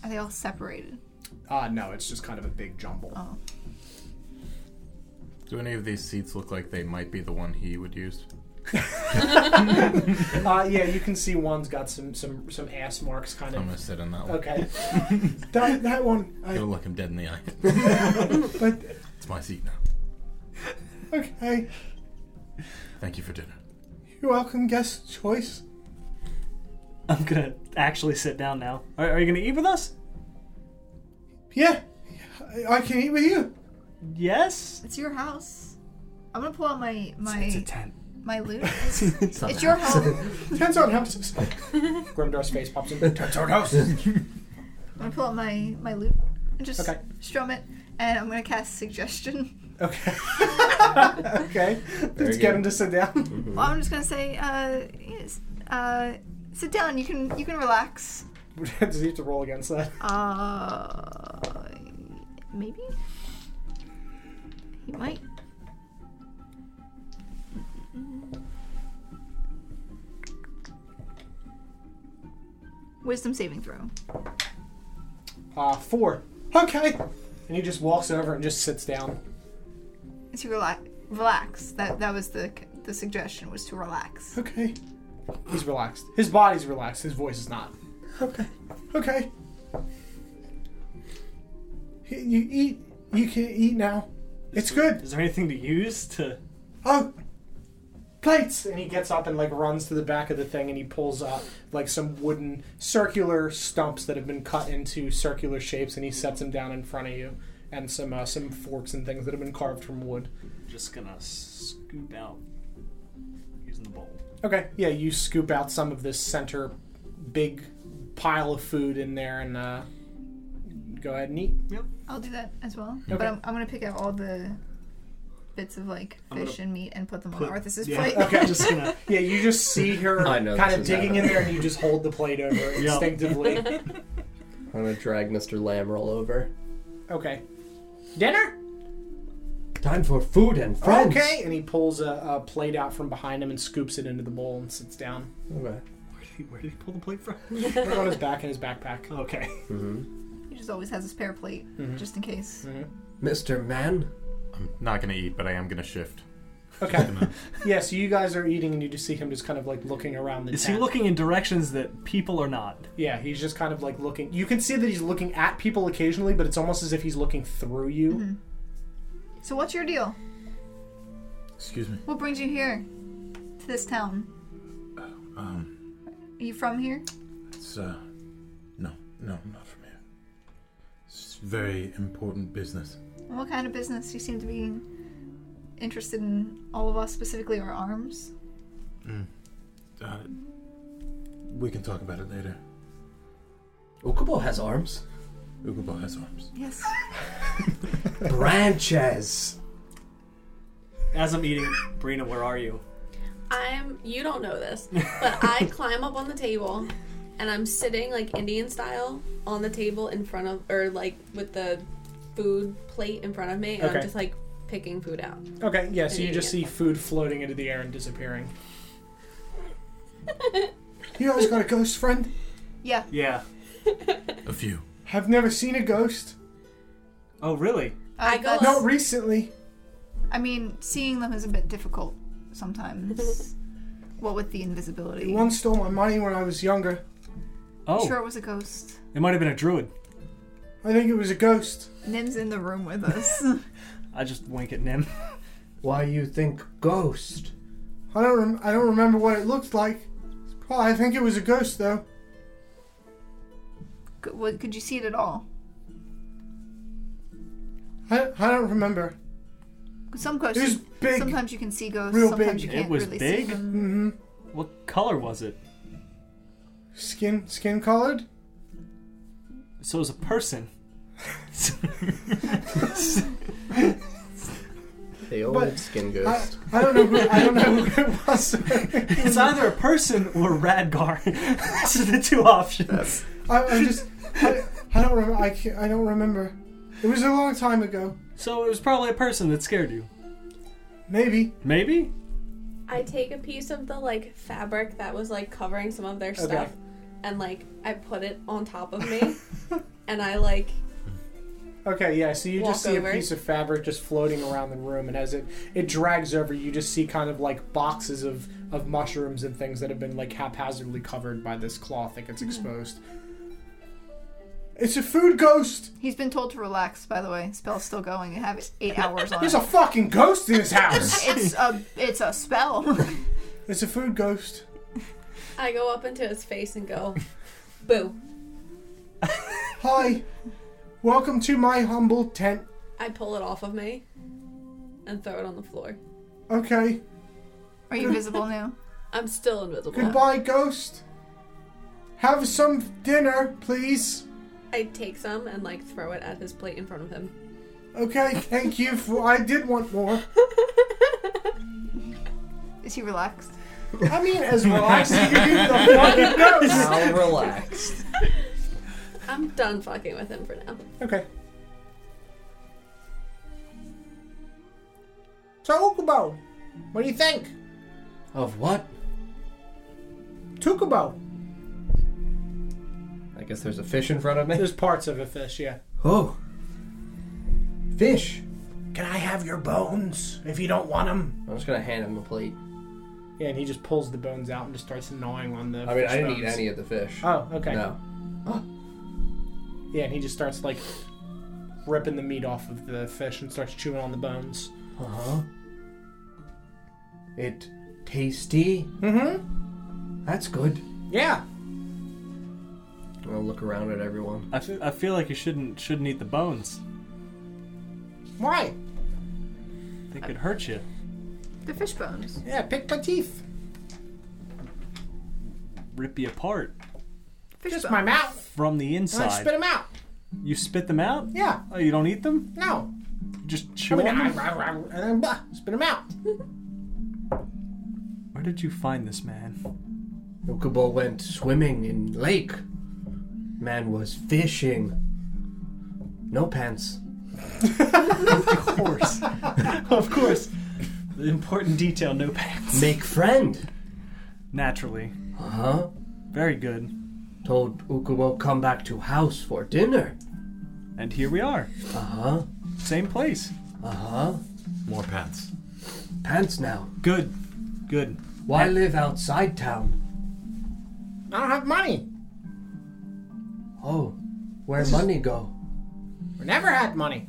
E: Are they all separated?
A: Uh, no, it's just kind of a big jumble.
E: Oh.
G: Do any of these seats look like they might be the one he would use?
A: Uh, yeah, you can see one's got some some some ass marks, kind
G: I'm
A: of.
G: gonna sit in that one.
A: Okay.
F: That, that one. I,
G: Gonna look him dead in the eye.
F: but,
G: it's my seat now.
F: okay.
G: Thank you for dinner.
F: You're welcome, guest choice.
D: I'm gonna actually sit down now. Are, are you gonna eat with us?
F: Yeah. I, I can eat with you.
D: Yes.
E: It's your house. I'm gonna pull out my my
D: It's a tent.
E: my loot. it's your home.
A: Depends on houses. Grimdar's face pops in.
F: That's our house.
E: I'm gonna pull out my my loot and just
A: Okay.
E: strum it, and I'm gonna cast suggestion.
A: Okay. okay. Let's get
H: good.
A: him to sit down.
E: Well, I'm just gonna say, uh, yes, uh, sit down. You can you can relax.
A: Does he have to roll against that?
E: Uh, maybe. He might. Wisdom saving throw.
A: Uh, four. Okay. And he just walks over and just sits down.
E: To relax. Relax. That that was the the suggestion was to relax.
F: Okay.
A: He's relaxed. His body's relaxed. His voice is not.
F: Okay. Okay. You, you eat. You can eat now. It's good.
D: Is there anything to use to?
F: Oh,
A: Plates. And he gets up and like runs to the back of the thing and he pulls up like some wooden circular stumps that have been cut into circular shapes and he sets them down in front of you and some uh, some forks and things that have been carved from wood.
D: Just gonna scoop out using the bowl.
A: Okay. Yeah, you scoop out some of this center big pile of food in there and uh, go ahead and eat.
E: I'll do that as well. But
A: Okay.
E: I'm, I'm gonna pick out all the bits of like fish and meat and put them on Arthas's plate.
D: Okay. Just gonna.
A: Yeah, you just see her
H: I know
A: kind
H: this
A: of
H: is
A: digging in
H: happening.
A: there and you just hold the plate over it
D: Yeah.
A: instinctively.
H: I'm gonna drag Mr. Lamb roll over.
A: Okay. Dinner?
B: Time for food and friends.
A: Okay. And he pulls a, a plate out from behind him and scoops it into the bowl and sits down.
H: Okay.
D: Where did, he, where did he pull the plate from?
A: Put it on his back in his backpack.
D: Okay.
G: Mm-hmm.
E: He just always has a spare plate just in case.
B: Mr. Man.
G: I'm not gonna eat, but I am gonna shift.
A: Okay. yeah, so you guys are eating and you just see him just kind of like looking around the
D: Is he
A: tent.
D: looking in directions that people are not?
A: Yeah, he's just kind of like looking. You can see that he's looking at people occasionally, but it's almost as if he's looking through you.
E: So what's your deal?
G: Excuse me.
E: What brings you here to this town?
G: Um,
E: Are you from here?
G: it's uh, no, no, not from here. It's very important business.
E: And What kind of business? You seem to be interested in all of us, specifically our arms.
D: Mm.
G: Uh, we can talk about it later.
B: Ukubo has arms.
G: Ukubo has arms.
E: Yes.
B: Branches.
D: As I'm eating, Brina, where are you?
C: I'm you don't know this, but I climb up on the table and I'm sitting like Indian style on the table in front of or like with the food plate in front of me and
A: Okay.
C: I'm just like picking food out.
A: Okay, yeah, so
C: And
A: you
C: eating
A: just
C: it.
A: see food floating into the air and disappearing.
F: you always got a ghost friend.
E: Yeah.
D: Yeah.
G: A few.
F: I've never seen a ghost.
D: Oh, really?
C: I go
E: Uh, that's-
F: Not recently.
E: I mean, seeing them is a bit difficult sometimes. what with the invisibility.
F: One stole my money when I was younger.
D: Oh,
E: Sure, it was a ghost.
D: it might have been a druid.
F: I think it was a ghost.
E: Nim's in the room with us.
D: I just wink at Nim.
B: Why you think ghost?
F: I don't. Rem- I don't remember what it looked like. It's probably- I think it was a ghost though.
E: could, what, could you see it at all?
F: I, I don't remember.
E: 'Cause Some ghosts.
F: It was big.
E: Sometimes you can see ghosts.
F: Real
E: sometimes you
F: big.
E: can't
D: It was
E: really
D: big?
E: see them.
F: hmm
D: What color was it?
F: Skin skin colored.
D: So it was a person.
H: The old
F: But
H: skin
F: I,
H: ghost.
F: I don't know. Who, I don't know who it was.
D: It's either a person or Radgar. These are the two options.
F: I, I just. I, I don't remember. I, can't- I don't remember. It was a long time ago.
D: So it was probably a person that scared you.
F: Maybe.
D: Maybe?
C: I take a piece of the like fabric that was like covering some of their stuff, and like I put it on top of me, and I like
A: Okay, yeah. So you just
C: Walk
A: see
C: over.
A: a piece of fabric just floating around the room, and as it it drags over, you just see kind of like boxes of of mushrooms and things that have been like haphazardly covered by this cloth that gets exposed.
F: It's a food ghost.
E: He's been told to relax. By the way, spell's still going. You have eight hours on.
F: There's
E: it.
F: a fucking ghost in this house.
E: It's a it's a spell.
F: It's a food ghost.
C: I go up into his face and go, "Boo!"
F: Hi. Welcome to my humble tent.
C: I pull it off of me and throw it on the floor.
F: Okay.
E: Are you visible now?
C: I'm still invisible.
F: Goodbye, ghost. Have some dinner, please.
C: I take some and like throw it at his plate in front of him.
F: Okay, thank you for. I did want more.
E: Is he relaxed?
A: I mean, as relaxed as you can be, the fucking ghost.
H: How relaxed.
C: I'm done fucking with him for now.
A: Okay.
L: So Ukubo, what do you think?
H: Oh.
B: Of what?
A: Tukubo.
H: I guess there's a fish in front of me.
A: There's parts of a fish, yeah.
B: Oh. Fish.
L: Can I have your bones if you don't want them?
H: I'm just gonna hand him a plate.
A: Yeah, and he just pulls the bones out and just starts gnawing on the.
H: I mean,
A: fish
H: I didn't eat
A: bones.
H: any of the fish.
A: Oh, okay.
H: No.
A: Yeah, and he just starts like ripping the meat off of the fish and starts chewing on the bones.
B: Uh huh. It tasty.
A: Mm-hmm.
B: That's good.
A: Yeah.
H: I'm gonna look around at everyone.
D: I fe- I feel like you shouldn't shouldn't eat the bones.
A: Why?
D: They could hurt you.
E: The fish bones.
A: Yeah, pick my teeth.
D: Rip you apart
E: Fish
A: Just
E: bones.
A: my mouth.
D: from the
A: And I
D: inside.
A: spit them out.
D: you spit them out?
A: Yeah.
D: Oh, you don't eat them?
A: No.
D: You just
A: I
D: chew
A: mean,
D: on
A: I,
D: them?
A: I, I, and then blah, spit them out.
D: Where did you find this man?
B: Ukubo went swimming in lake. Man was fishing. No pants.
D: Of course. of course. The important detail, no pants.
B: Make friend.
D: Naturally.
B: Uh huh.
D: Very good.
B: Told Ukubo come back to house for dinner.
D: And here we are.
B: Uh huh.
D: Same place.
B: Uh huh.
G: More pants.
B: Pants now.
D: Good. Good.
B: Why live outside town?
A: I don't have money.
B: Oh, where money go?
A: I never had money.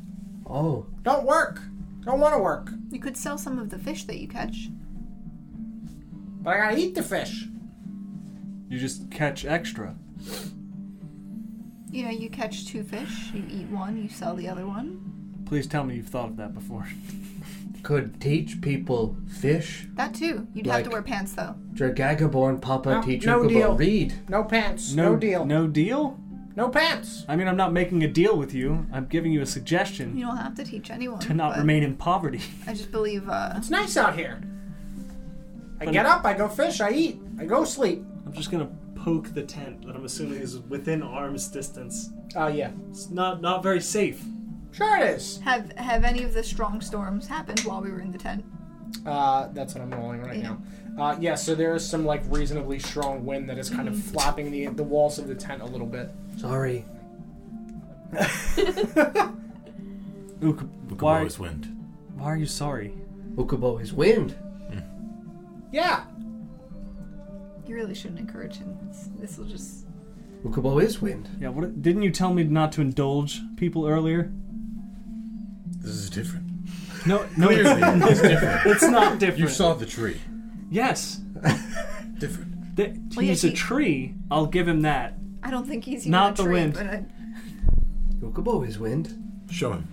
B: Oh,
A: Don't work. Don't want to work.
E: You could sell some of the fish that you catch.
A: But I gotta eat the fish.
D: You just catch extra.
E: You know, you catch two fish, you eat one, you sell the other one.
D: Please tell me you've thought of that before.
B: could teach people fish.
E: That too. You'd have to
B: Like-
E: wear pants though.
B: Dragagaborn Papa
A: No-
B: teach
A: no
B: Ukubo
A: deal.
B: read.
A: No pants. No, deal.
D: No deal?
A: No pants.
D: I mean, I'm not making a deal with you. I'm giving you a suggestion
E: You don't have to teach anyone.
D: to not
E: but
D: remain in poverty.
E: I just believe uh
A: It's nice out here. I
D: But
A: get
D: it-
A: up, I go fish, I eat, I go sleep.
D: I'm just gonna poke the tent that I'm assuming is within arm's distance.
A: Oh, yeah.
D: It's not not very safe.
A: Sure it is.
E: have have any of the strong storms happened while we were in the tent?
A: Uh, that's what I'm rolling right
E: Yeah.
A: now. Uh, yeah, so there is some, like, reasonably strong wind that is kind of flapping the, the walls of the tent a little bit.
B: Sorry.
D: Uk- why,
G: Ukubo's wind.
D: why are you sorry?
B: Ukubo is wind.
A: Yeah.
E: You really shouldn't encourage him. This will just
B: Ukubo is wind.
D: Yeah, what didn't you tell me not to indulge people earlier?
G: This is different.
D: No, no, it's,
G: it's different.
D: it's not different.
G: You saw the tree.
D: yes,
G: Different.
D: Th-
E: Well, yeah,
D: he's a
E: he-
D: tree. I'll give him that.
E: I don't think he's even
D: Not
E: a
D: the
E: tree,
D: wind.
E: But I,
B: Ukubo is wind.
G: Show him.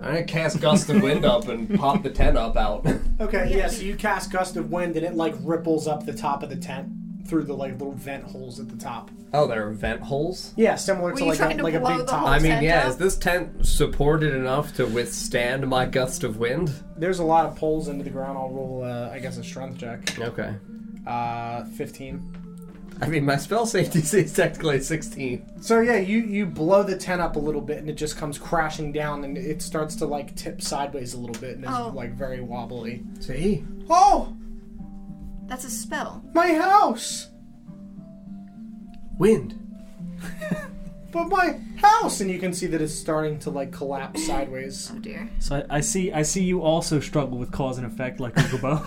H: I'm gonna cast gust of wind up and pop the tent up out.
A: Okay, yeah, so you cast Gust of Wind and it like ripples up the top of the tent through the like little vent holes at the top.
H: Oh, there are vent holes.
A: Yeah, similar
E: Were
A: to
E: you
A: like
E: trying
A: a,
E: to
A: like a
E: blow
A: big
E: the
A: top.
E: whole
H: I mean,
E: Tent
H: yeah,
E: up?
H: is this tent supported enough to withstand my gust of wind?
A: There's a lot of poles into the ground. I'll roll, uh, I guess, a strength check.
H: Okay.
A: Uh, 15.
H: I mean, my spell safety is technically 16.
A: So yeah, you you blow the tent up a little bit and it just comes crashing down and it starts to like tip sideways a little bit and is
E: Oh.
A: like very wobbly.
B: See?
A: Oh,
E: that's a spell.
A: my house!
B: Wind.
A: But my house! And you can see that it's starting to like collapse sideways.
E: Oh dear.
D: So I, I see. I see you also struggle with cause and effect, like Ukubo.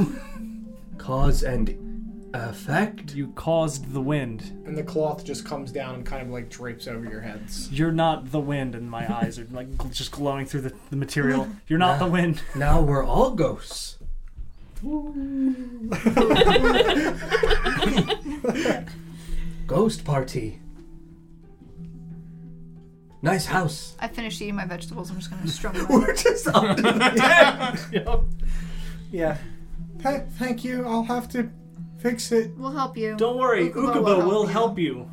B: Cause and effect.
D: you caused the wind.
A: and the cloth just comes down and kind of like drapes over your heads.
D: You're not the wind, and my eyes are like gl- just glowing through the, the material. You're not the wind.
B: Now we're all ghosts. Ghost party. Nice house.
E: I finished eating my vegetables. I'm just gonna strum. my-
B: Just up to the
A: Yeah.
F: thank you. I'll have to fix it.
E: we'll help you.
D: Don't worry,
E: Ukubo
D: Ukubo,
E: will help
D: will
E: you.
D: help you.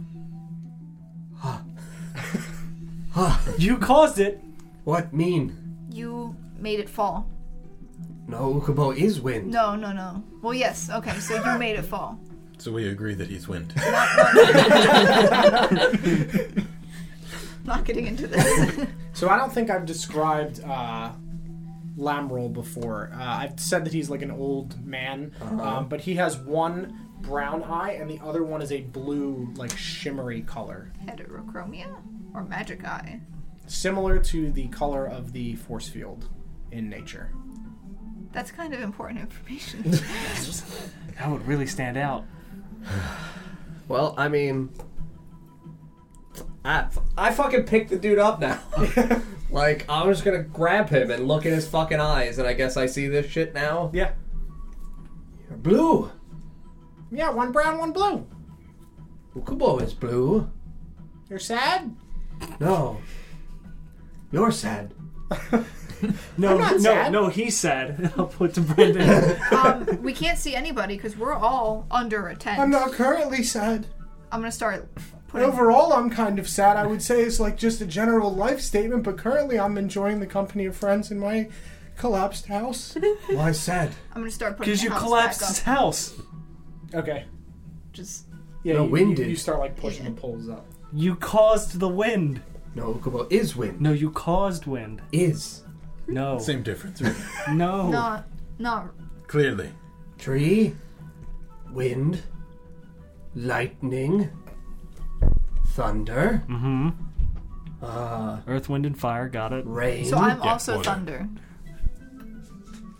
B: Ah.
D: you caused it.
B: What mean?
E: You made it fall.
B: No, Ukubo is wind.
E: No, no, no. Well, yes. Okay, so you made it fall.
G: So we agree that he's wind.
E: Not getting into this.
A: So I don't think I've described uh, Lamrol before. Uh, I've said that he's like an old man,
B: Uh-huh.
A: um, but he has one brown eye and the other one is a blue, like shimmery color,
E: Heterochromia or magic eye.
A: similar to the color of the force field in nature.
E: That's kind of important information.
D: That would really stand out.
H: Well, I mean, I, I fucking picked the dude up now. like, I'm just gonna grab him and look in his fucking eyes, and I guess I see this shit now.
A: Yeah.
B: You're blue.
A: Yeah, one brown, one blue.
B: Ukubo is blue.
A: You're sad?
B: No. You're sad.
D: No,
A: I'm not
D: no,
A: sad.
D: no. He said. I'll put to Brendan.
E: um, we can't see anybody because we're all under a tent.
F: I'm not currently sad.
E: I'm gonna start putting.
F: Overall, I'm kind of sad. I would say it's like just a general life statement, but currently I'm enjoying the company of friends in my collapsed house.
B: Why sad?
E: I'm gonna start putting.
D: Because
E: the
D: you
E: house
D: collapsed
E: back
D: his
E: up.
D: house.
A: Okay.
E: Just
A: Yeah,
B: The
A: you,
B: wind
A: you,
B: did.
A: you start like pushing the poles up.
D: You caused the wind.
B: No, Ukubo is wind.
D: No, you caused wind.
B: Is.
D: No.
G: Same difference.
D: No.
E: not, not.
G: Clearly.
B: Tree. Wind. Lightning. Thunder.
D: Mm-hmm.
B: Uh,
D: Earth, wind, and fire. Got it.
B: rain.
E: So I'm
G: Yeah,
E: also
G: water.
E: thunder.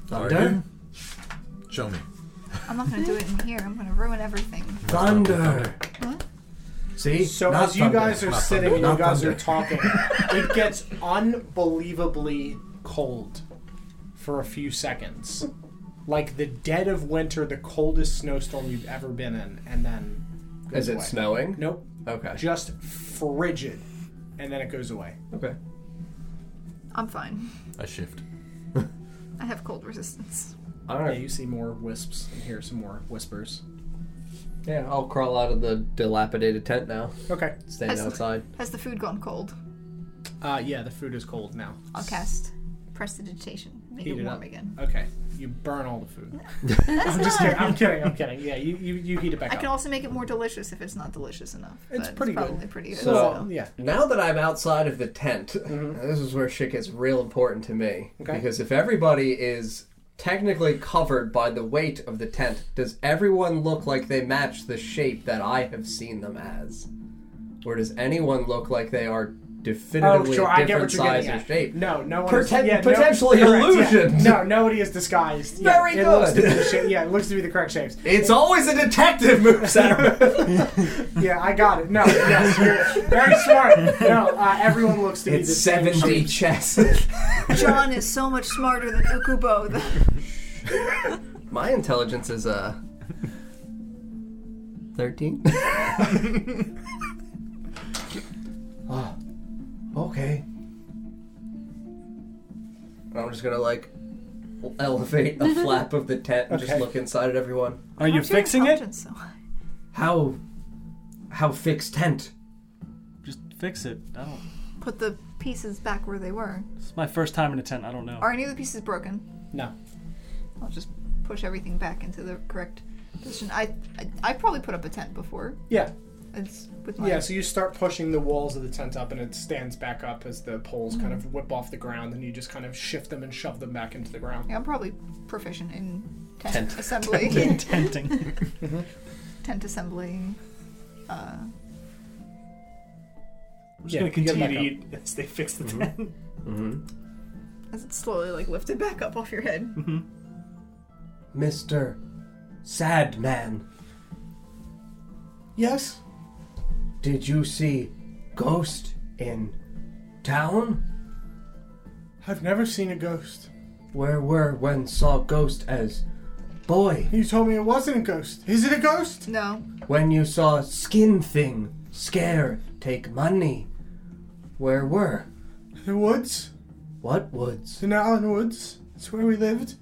B: thunder.
G: Show me.
E: I'm not gonna do it in here. I'm gonna ruin everything.
B: Thunder. See?
A: So
B: Not
A: as you
B: thunder.
A: guys are
G: Not
A: sitting and you
B: Not
A: guys
B: thunder.
A: are talking, it gets unbelievably cold for a few seconds. Like the dead of winter, the coldest snowstorm you've ever been in, and then
H: Is it
A: away.
H: snowing?
A: nope,
H: Okay.
A: just frigid, and then it goes away.
H: Okay.
E: I'm fine.
G: I shift.
E: I have cold resistance.
H: All
A: Yeah,
H: right.
A: you see more wisps and hear some more whispers.
H: Yeah, I'll crawl out of the dilapidated tent now.
A: Okay,
H: Stand
E: That's-
H: outside.
E: Has the food gone cold?
A: uh, yeah, the food is cold now.
E: I'll cast prestidigitation. Make
A: Heat
E: it
A: it
E: warm
A: up.
E: again.
A: Okay, you burn all the food. I'm just kidding. I'm kidding. I'm kidding. Yeah, you, you, you heat it back
E: I
A: up.
E: can also make it more delicious if it's not delicious enough.
A: It's
E: but
A: pretty good.
E: probably pretty good.
H: So-
E: so.
A: yeah. Mm-hmm.
H: Now that I'm outside of the tent, this is where shit gets real important to me.
A: Okay.
H: Because if everybody is technically covered by the weight of the tent, does everyone look like they match the shape that I have seen them as? Or does anyone look like they are definitively
A: Oh, sure,
H: a
A: I get
H: different
A: what you're
H: size
A: getting
H: and
A: at.
H: shape.
A: No, no one is,
H: Poten-
A: yeah, no-
H: potentially
A: correct, yeah.
H: illusion.
A: No, nobody is disguised. Yeah,
H: Very
A: It looks to
H: good.
A: be the shape- yeah, it looks to be the correct shapes.
H: It's always a detective move, Sarah.
A: Yeah, I got it. No, yes, you're very smart. No, uh, everyone looks to be the
H: it's
A: same
H: seven D
A: shape.
H: chess.
E: John is so much smarter than Ukubo. though.
H: My intelligence is uh thirteen.
B: Okay.
H: I'm just gonna like elevate a flap of the tent and just
A: Okay.
H: look inside at everyone.
D: Are you
E: How's your
D: fixing it?
E: intelligence So high?
B: How? How fix tent?
D: Just fix it. I don't.
E: Put the pieces back where they were.
D: It's my first time in a tent. I don't know.
E: Are any of the pieces broken?
A: No.
E: I'll just push everything back into the correct position. I I, I probably put up a tent before.
A: Yeah,
E: It's with my
A: yeah. So you start pushing the walls of the tent up, and it stands back up as the poles kind of whip off the ground, and you just kind of shift them and shove them back into the ground.
E: Yeah, I'm probably proficient in tent,
H: Tent.
E: assembly,
D: Tenting.
E: tent assembly. Uh,
D: I'm just
A: Yeah,
D: gonna
A: you gotta
D: continue to eat as they fix
B: Mm-hmm.
D: the tent.
E: as it's slowly like lifted back up off your head.
B: Mr. Sad Man,
A: Yes.
B: did you see Ghost in town?
F: I've never seen a ghost.
B: Where were when saw Ghost as boy?
F: You told me it wasn't a ghost. Is it a ghost?
E: No,
B: When you saw Skin Thing scare take money? Where were?
F: The woods?
B: What woods?
F: The Allen Woods? That's where we lived.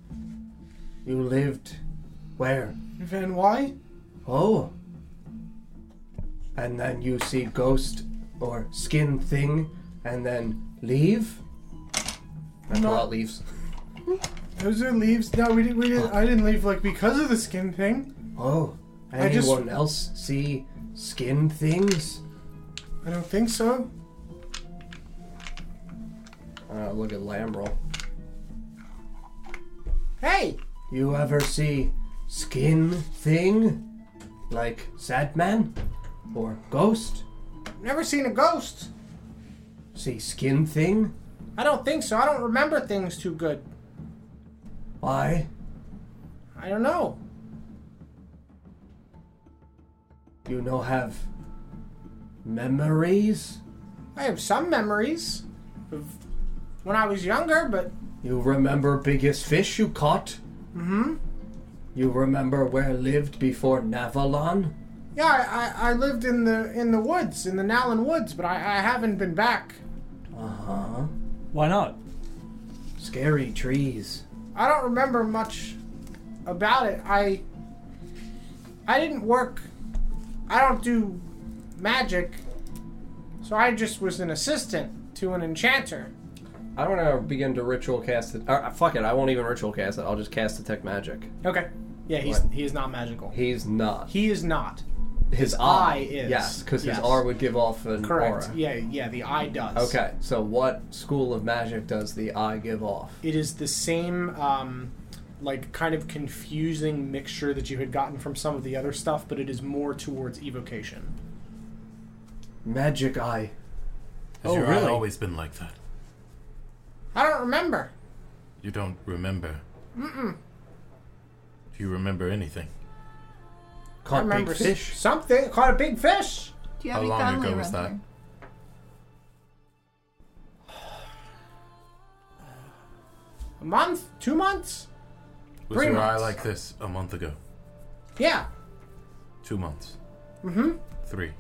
B: You lived where?
F: Van Y?
B: Oh. And then you see Ghost or Skin Thing and then leave?
H: I pull out leaves.
F: Those are leaves. No, we didn't. We didn't. I didn't leave like because of the skin thing.
B: Oh,
F: I just-
B: anyone else see skin things?
F: I don't think so.
H: Uh, look at Lambrel.
A: Hey.
B: You ever see skin thing? Like sad man? Or ghost?
A: Never seen a ghost.
B: See skin thing?
A: I don't think so. I don't remember things too good.
B: Why?
A: I don't know.
B: You no have memories?
A: I have some memories of when I was younger, but
B: You remember biggest fish you caught? Mm-hmm. You remember where lived before Navalon?
A: yeah, I, I, I lived in the in the woods, in the Nowlin Woods, but I, I haven't been back.
B: Uh-huh.
D: Why not?
B: Scary trees.
A: I don't remember much about it. I I didn't work. I don't do magic, so I just was an assistant to an enchanter.
H: I don't know. Begin to ritual cast it. Uh, fuck it. I won't even ritual cast it. I'll just cast detect magic.
A: Okay. Yeah, he's
H: What?
A: he is not magical.
H: He's not.
A: He is not
H: his
A: eye
H: eye
A: is-
H: yes, because
A: yes.
H: his R would give off an
A: correct.
H: aura.
A: Yeah, yeah, the eye does.
H: Okay, so what school of magic does the eye give off?
A: it is the same um, like kind of confusing mixture that you had gotten from some of the other stuff but it is more towards evocation
B: Magic eye.
G: Has
D: Oh,
G: your
D: really?
G: eye always been like that?
A: i don't remember
G: You don't remember. Mm-mm. Do you remember anything?
A: i
B: Caught big
A: remember s-
B: fish.
A: something caught a big fish
E: do you
G: How
E: have
G: long
E: any family
G: ago
E: around
G: was that?
E: here?
A: a month two months
G: Was
A: Three
G: your eye
A: months.
G: like this a month ago?
A: yeah
G: Two months. Mm-hmm. Three.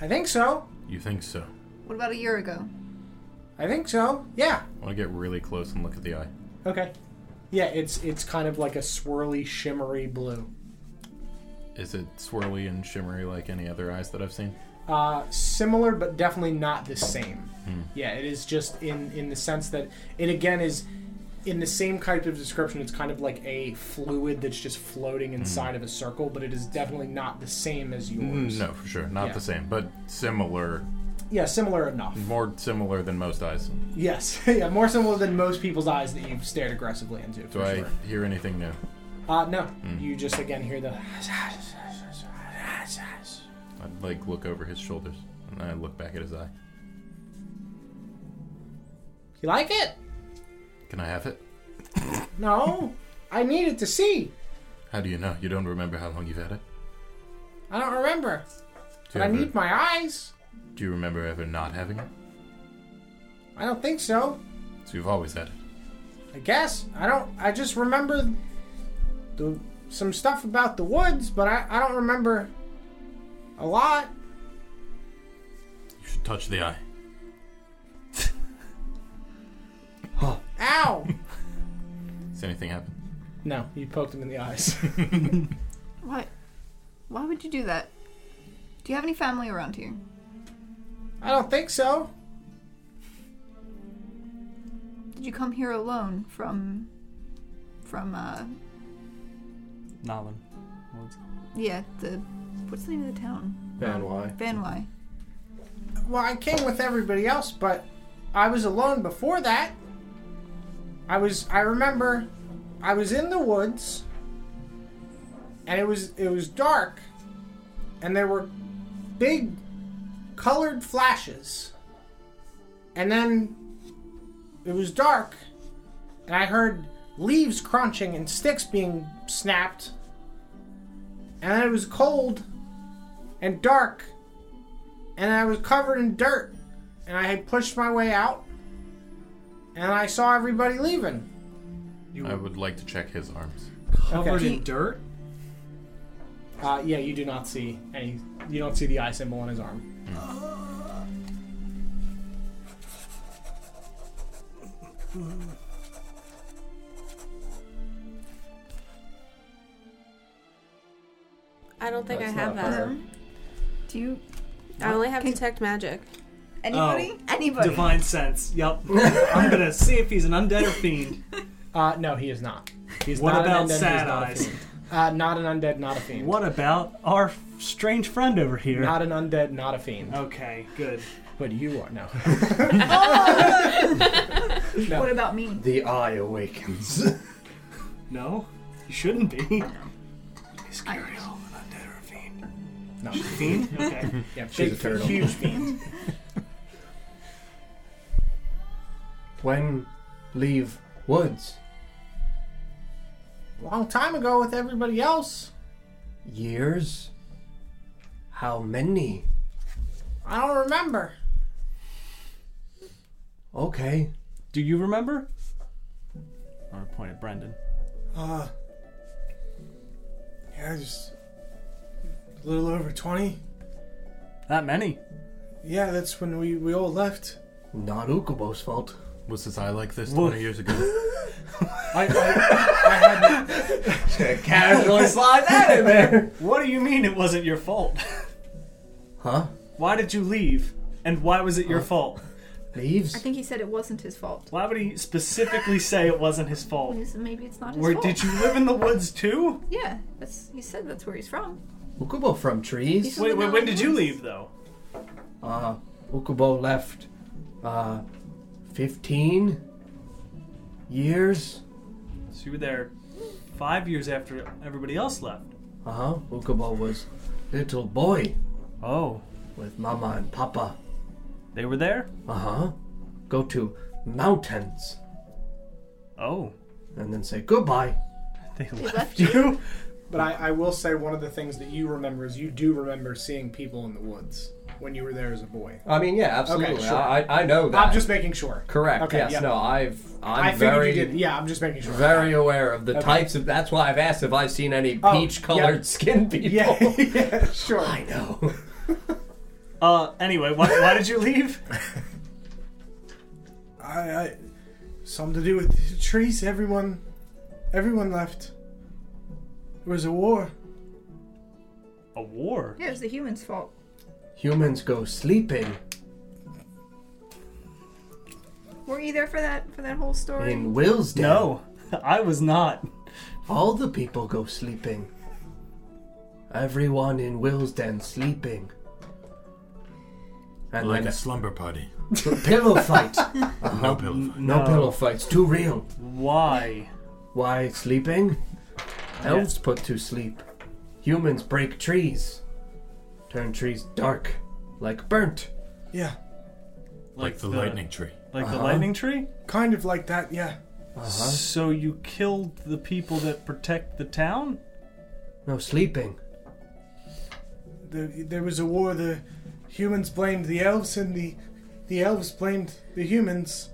A: i think so
G: You think so?
E: What about a year ago?
A: i think so yeah
G: I want to get really close and look at the eye.
A: okay yeah it's it's kind of like a swirly shimmery blue
G: Is it swirly and shimmery like any other eyes that I've seen?
A: uh, similar but definitely not the same yeah it is just in in the sense that it again is in the same type of description it's kind of like a fluid that's just floating inside of a circle but it is definitely not the same as yours
G: Hmm, No, for sure. Not
A: Yeah.
G: the same, but similar.
A: yeah similar enough
G: More similar than most eyes.
A: yes yeah more similar than most people's eyes that you've stared aggressively into
G: Do
A: for
G: I
A: sure
G: hear anything new?
A: uh no
G: Hmm.
A: you just again hear the
G: I'd like look over his shoulders and I look back at his eye.
L: You like it?
G: Can I have it?
L: No. I needed to see.
G: How do you know? You don't remember how long you've had it?
L: I don't remember.
G: Do
L: But
G: you,
L: I
G: ever,
L: need my eyes.
G: do you remember ever not having it?
L: I don't think so.
G: So you've always had it.
L: I guess. I don't I just remember the some stuff about the woods, but I, I don't remember a lot.
G: You should touch the eye.
L: Ow!
G: Does anything happen?
L: no, you poked him in the eyes.
E: Why? Why would you do that? Do you have any family around here?
L: I don't think so.
E: Did you come here alone from, from uh,
D: Nolan. Woods.
E: yeah, the what's the name of the town?
B: Van Y.
E: Vanwy.
L: Well, I came with everybody else, but I was alone before that. I was I remember I was in the woods and it was it was dark and there were big colored flashes. And then it was dark and I heard leaves crunching and sticks being snapped. And then it was cold and dark and I was covered in dirt. And I had pushed my way out, and I saw everybody leaving.
D: You
G: I would like to check his arms.
D: covered
L: Okay.
D: in dirt?
L: Uh, yeah, you do not see any. You don't see the eye symbol on his arm.
G: Hmm.
E: Mm-hmm.
D: Oh,
C: I don't think
B: That's
C: I have
B: not
C: that.
B: fair.
E: Um, Do you?
C: I only have detect magic.
E: Anybody? Anybody?
D: Oh. Divine sense. Yep. I'm gonna see if he's an undead or fiend.
L: Uh, no, he is not. He's
D: What
L: not
D: about
L: an undead,
D: sad
L: he's not a
D: eyes?
L: fiend. Uh, not an undead, not a fiend.
D: What about our f- strange friend over here?
L: Not an undead, not a fiend.
D: okay, good.
L: But you are no.
E: What about me?
B: The eye awakens.
D: No, you shouldn't be.
F: Is Carrie Hall an undead or a fiend?
L: No.
D: Fiend? Okay.
L: Yeah,
B: She's a
L: big,
B: turtle.
L: huge fiend.
B: when leave woods?
L: Long time ago with everybody else.
B: Years? How many?
L: I don't remember.
B: Okay.
D: Do you remember? I'm gonna point at Brendan.
F: Uh, yeah, just a little over 20.
D: That many?
F: Yeah, that's when we, we all left.
B: Not Ukubo's fault.
G: Was his eye like this
D: Woof.
G: 20 years ago?
F: I, I, I had
B: Casually slide that in there.
D: What do you mean it wasn't your fault?
B: Huh?
D: Why did you leave? And why was it your fault?
E: I
B: Leaves?
E: think he said it wasn't his fault.
D: Why would he specifically say it wasn't his fault?
E: Maybe it's not his
D: Or
E: fault.
D: did you live in the woods too?
E: Yeah, that's he said that's where he's from.
B: Ukubo from trees?
E: He's-
D: Wait, wait, when did you leave though?
B: Uh, Ukubo left, uh, 15 years?
D: So you were there five years after everybody else left.
B: Uh huh. Ukubo was little boy
D: Oh,
B: with mama and papa.
D: they were there?
B: Uh huh. Go to mountains
D: Oh,
B: and then say goodbye.
D: they left.
E: Left
D: You?
L: But I, I will say one of the things that you remember is you do remember seeing people in the woods when you were there as a boy.
B: I mean, yeah,
L: absolutely. sure.
B: I, I know
L: I'm just making sure.
B: Correct.
L: Okay,
B: yes.
L: yeah.
B: No. I've. I'm
L: I figured
B: very,
L: you did. Yeah, I'm just making sure.
B: very aware of the types of. That's why I've asked if I've seen any
L: Oh,
B: peach-colored
L: yeah.
B: skin people.
L: Yeah, yeah, sure.
B: I know.
D: Uh, anyway, why, why did you leave?
F: I, I something to do with the trees. Everyone, everyone left. It was a war.
D: A war.
E: Yeah, it was the human's fault.
B: Humans go sleeping
E: Were you there for that for that whole story?
B: in Willsden.
D: No, I was not.
B: All the people go sleeping. Everyone in Willsden sleeping. And
G: Like
B: then
G: a slumber party.
B: p- pillow fight. Uh-huh.
G: No pillow fight.
B: No pillow fights. Too real.
D: Why?
B: Why sleeping? Elves put to sleep. Humans break trees. Turn trees dark. Like burnt.
F: Yeah,
G: Like the lightning tree.
D: Like the
B: Uh-huh.
D: lightning tree?
F: Kind of like that, yeah.
B: Uh-huh.
D: So you killed the people that protect the town?
B: No sleeping.
F: The, there was a war. The humans blamed the elves, and the the elves blamed the humans.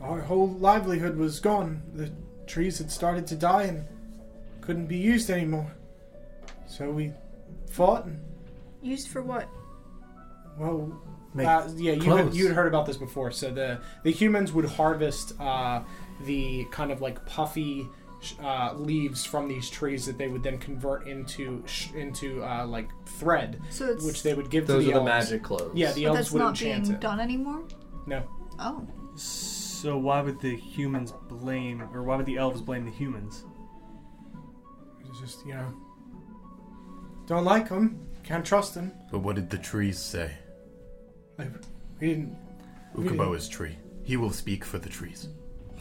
F: Our whole livelihood was gone. The trees had started to die and couldn't be used anymore. So we fought. And,
E: Used for what?
F: well,
B: Make
L: Uh, yeah, you had,
B: clothes.
L: you had heard about this before. So the the humans would harvest uh, the kind of like puffy sh- uh, leaves from these trees that they would then convert into sh- into uh, like thread,
E: So it's
L: which they would give
H: Those
L: to
H: are
L: the
H: the
L: elves.
H: magic clothes.
L: Yeah, the
E: but
L: elves
E: that's
L: would
E: not being
L: enchant it.
E: done anymore.
L: No,
E: Oh,
D: So why would the humans blame, or why would the elves blame the humans?
F: it was just you know, don't like them, can't trust them.
G: But what did the trees say?
F: Like, we didn't.
G: Ukubo is tree. He will speak for the trees.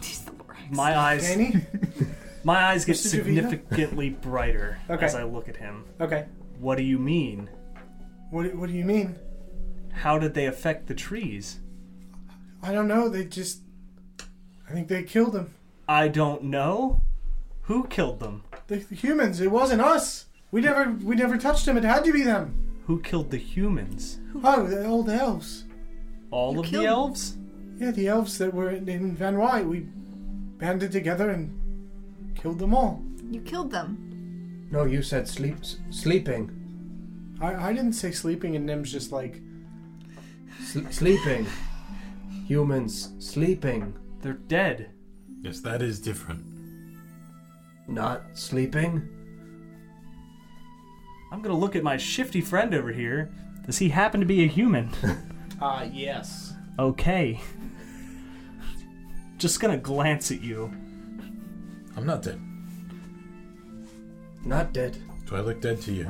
E: he's the worst.
D: My eyes,
F: Danny.
D: my eyes get
F: Mr. Javita?
D: significantly brighter
L: Okay.
D: as I look at him.
L: okay.
D: What do you mean?
F: What, do- what do you mean?
D: How did they affect the trees?
F: I don't know. They just. I think they killed them.
D: I don't know. Who killed them?
F: The, the humans. It wasn't us. We never. We never touched them. It had to be them.
D: Who killed the humans?
F: Oh, the old elves.
D: All
E: You
D: of
E: killed
D: the
E: them.
D: elves?
F: Yeah, the elves that were in, in Van Wy. We banded together and killed them all.
E: You killed them.
B: No, Oh, you said sleep s- sleeping.
L: I, I didn't say sleeping, and Nim's just like
B: Sl- sleeping. Humans sleeping.
D: They're dead.
G: Yes, that is different.
B: Not sleeping?
D: I'm gonna look at my shifty friend over here. Does he happen to be a human?
L: uh, yes.
D: okay. Just gonna glance at you.
G: I'm not dead.
B: Not dead.
G: Do I look dead to you?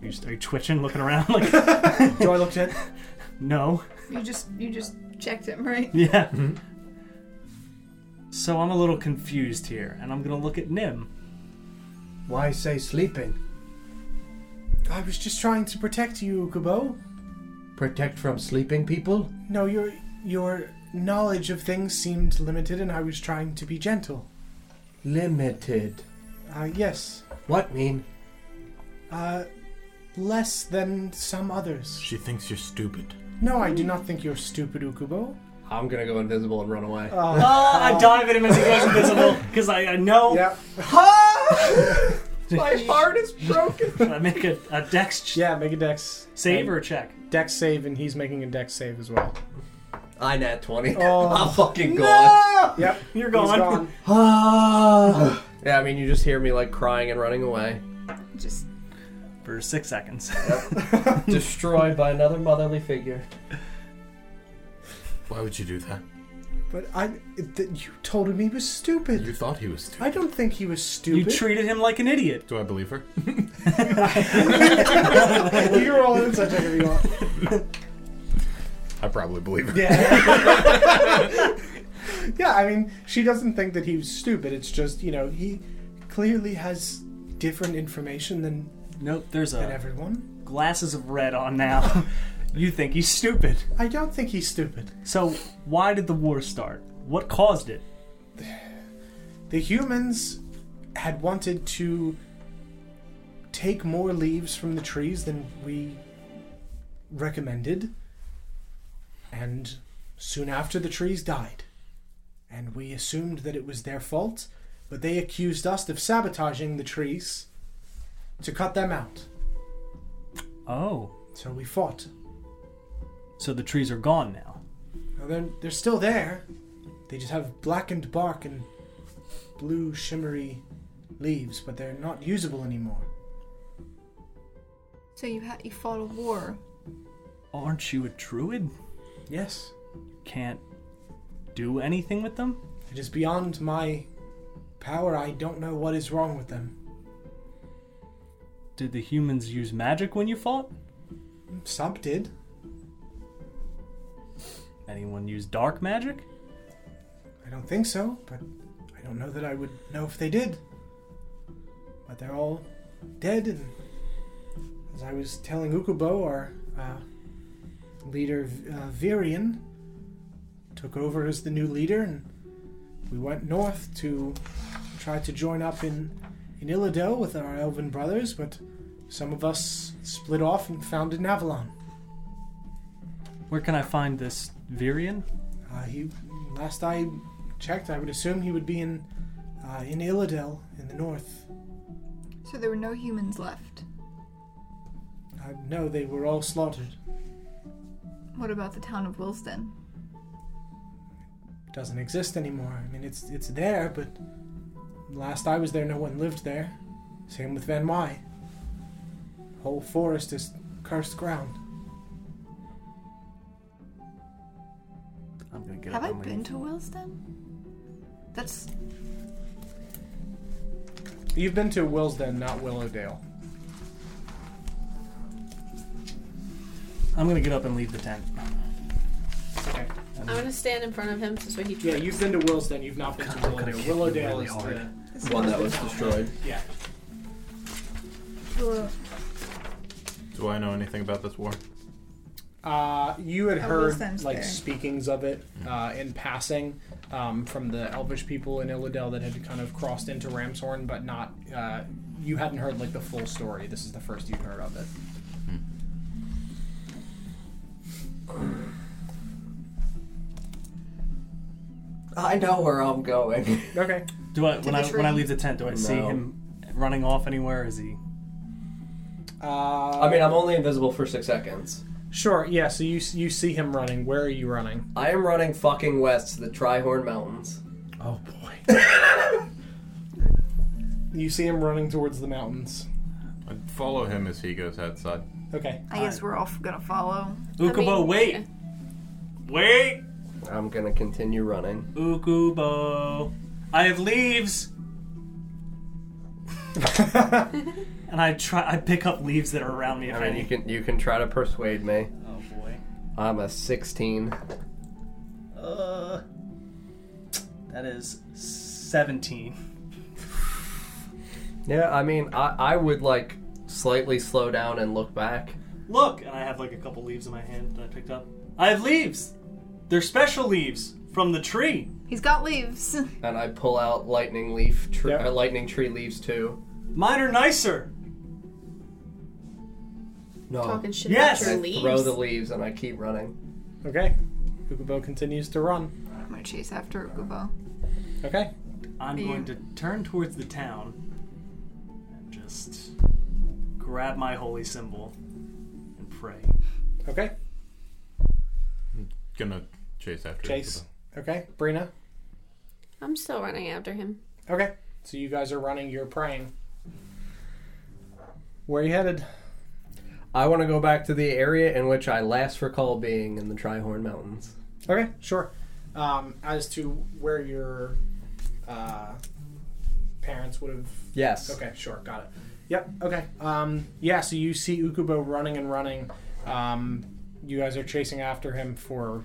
D: Are you, are you twitching, looking around? Like,
L: Do I look dead?
D: no.
E: You just you just checked him, right?
D: Yeah.
G: Mm-hmm.
D: So I'm a little confused here, and I'm gonna look at Nim.
B: Why say sleeping?
F: I was just trying to protect you, Ukubo.
B: Protect from sleeping people?
F: No, your your knowledge of things seemed limited, and I was trying to be gentle.
B: Limited.
F: Uh, yes.
B: What mean?
F: Uh, less than some others.
G: She thinks you're stupid.
F: No, I do not think you're stupid, Ukubo.
H: I'm gonna go invisible and run away.
D: Ah, I dive at him as he goes invisible because I, I know.
L: Yeah.
D: My
H: heart is broken.
D: I make a, a dex ch-
L: Yeah, make a dex
D: save
L: and
D: or a check.
L: dex save, and he's making a dex save as well.
H: I nat 20.
L: Oh.
H: I'm fucking gone.
L: Yep,
D: You're
L: he's
D: gone.
L: gone.
B: Ah!
H: Yeah, I mean, you just hear me like crying and running away.
E: Just
D: for six seconds.
H: Destroyed by another motherly figure.
G: Why would you do that?
F: But I, th- you told him he was stupid.
G: You thought he was stupid.
F: I don't think he was
D: you
F: stupid.
D: treated him like an idiot.
G: Do I believe her?
L: you can roll in such a you want.
G: I probably believe her.
L: Yeah, I mean, she doesn't think that he was stupid. It's just you know he
F: clearly has different information than,
D: Nope, there's
F: than
D: a
F: everyone.
D: glasses of red on now. you think he's stupid.
F: I don't think he's stupid.
D: So why did the war start? What caused it?
F: The humans had wanted to take more leaves from the trees than we recommended, and soon after the trees died. And we assumed that it was their fault, but they accused us of sabotaging the trees to cut them out.
D: Oh,
F: So we fought.
D: so the trees are gone now.
F: Now they're, they're still there. They just have blackened bark and blue shimmery leaves, but they're not usable anymore.
E: so you had you fought a war.
D: Aren't you a druid?
F: Yes,
D: Can't do anything with them?
F: it is beyond my power. I don't know what is wrong with them.
D: Did the humans use magic when you fought?
F: Some did.
D: Anyone use dark magic?
F: I don't think so, but I don't know that I would know if they did. But they're all dead, and as I was telling Ukubo, our uh, leader, uh, Virian, took over as the new leader, and we went north to try to join up in in Illidale with our elven brothers, but some of us split off and founded Navalon.
D: Where can I find this Virian?
F: Uh, he, last I checked, I would assume he would be in uh, in Illidale in the north.
E: So there were no humans left.
F: Uh, no, they were all slaughtered.
E: What about the town of Wilston?
F: Doesn't exist anymore. I mean, it's it's there, but last I was there, no one lived there. Same with Van Mai. Whole forest is cursed ground.
D: I'm gonna get
E: Have
D: up
E: I
D: and leave.
E: been to Wilston? That's
A: You've been to Willsden, not Willowdale.
D: I'm gonna get up and leave the tent.
A: Okay.
C: I'm gonna stand in front of him so he
A: Yeah,
C: trips.
A: you've been to Willsden. You've not been to
D: could've
A: Willowdale.
D: kicked you
A: Willowdale
D: really
A: is
D: hard.
A: the
H: One that was destroyed.
A: yeah.
E: well,
G: Do I know anything about this war?
A: Uh, you had
E: Oh,
A: heard
E: Wilson's
A: like
E: there.
A: speakings of it uh, in passing um, from the Elvish people in Illidale that had kind of crossed into Ramshorn, but not. Uh, you hadn't heard like the full story. This is the first you've heard of it.
H: I know where I'm going.
A: Okay.
D: Do I when
E: the
D: I when I
E: tree.
D: leave the tent? Do I see
H: No.
D: him running off anywhere? Is he?
A: Uh,
H: I mean, I'm only invisible for six seconds.
A: sure. Yeah. So you you see him running. Where are you running?
H: I am running fucking west to the Trihorn Mountains.
A: Oh boy. you see him running towards the mountains.
G: I follow him as he goes outside.
A: Okay.
E: I guess we're all gonna follow.
D: Ukubo,
C: mean-
D: wait, wait,
H: I'm gonna continue running.
D: Ukubo. I have leaves. and I try. I pick up leaves that are around me. If
H: I
D: I
H: mean, you
D: need.
H: can you can try to persuade me.
D: Oh boy.
H: I'm a 16.
D: Uh, that is seventeen.
H: Yeah, I mean, I, I would like slightly slow down and look back.
D: Look, and I have like a couple leaves in my hand that I picked up. I have leaves. They're special leaves from the tree.
E: He's got leaves.
H: and I pull out lightning leaf, tr-
A: Yeah.
H: uh, lightning tree leaves too.
D: Mine are nicer.
H: No,
C: Talking shit
D: Yes!
C: about
H: I
C: your leaves.
H: throw the leaves and I keep running.
A: Okay. Ukubo continues to run.
E: I'm gonna chase after Ukubo.
A: Okay.
D: I'm
E: Yeah.
D: going to turn towards the town and just grab my holy symbol and pray.
A: Okay.
G: Gonna chase after
A: Chase. Okay. Brina.
C: I'm still running after him.
A: Okay. So you guys are running. You're praying. Where are you headed?
H: I want to go back to the area in which I last recall being in the Trihorn Mountains.
A: Okay, sure. Um, as to where your uh, parents would have.
H: Yes.
A: Okay, sure, got it. Yep. Okay. Um, yeah. So you see Ukubo running and running. Um, you guys are chasing after him for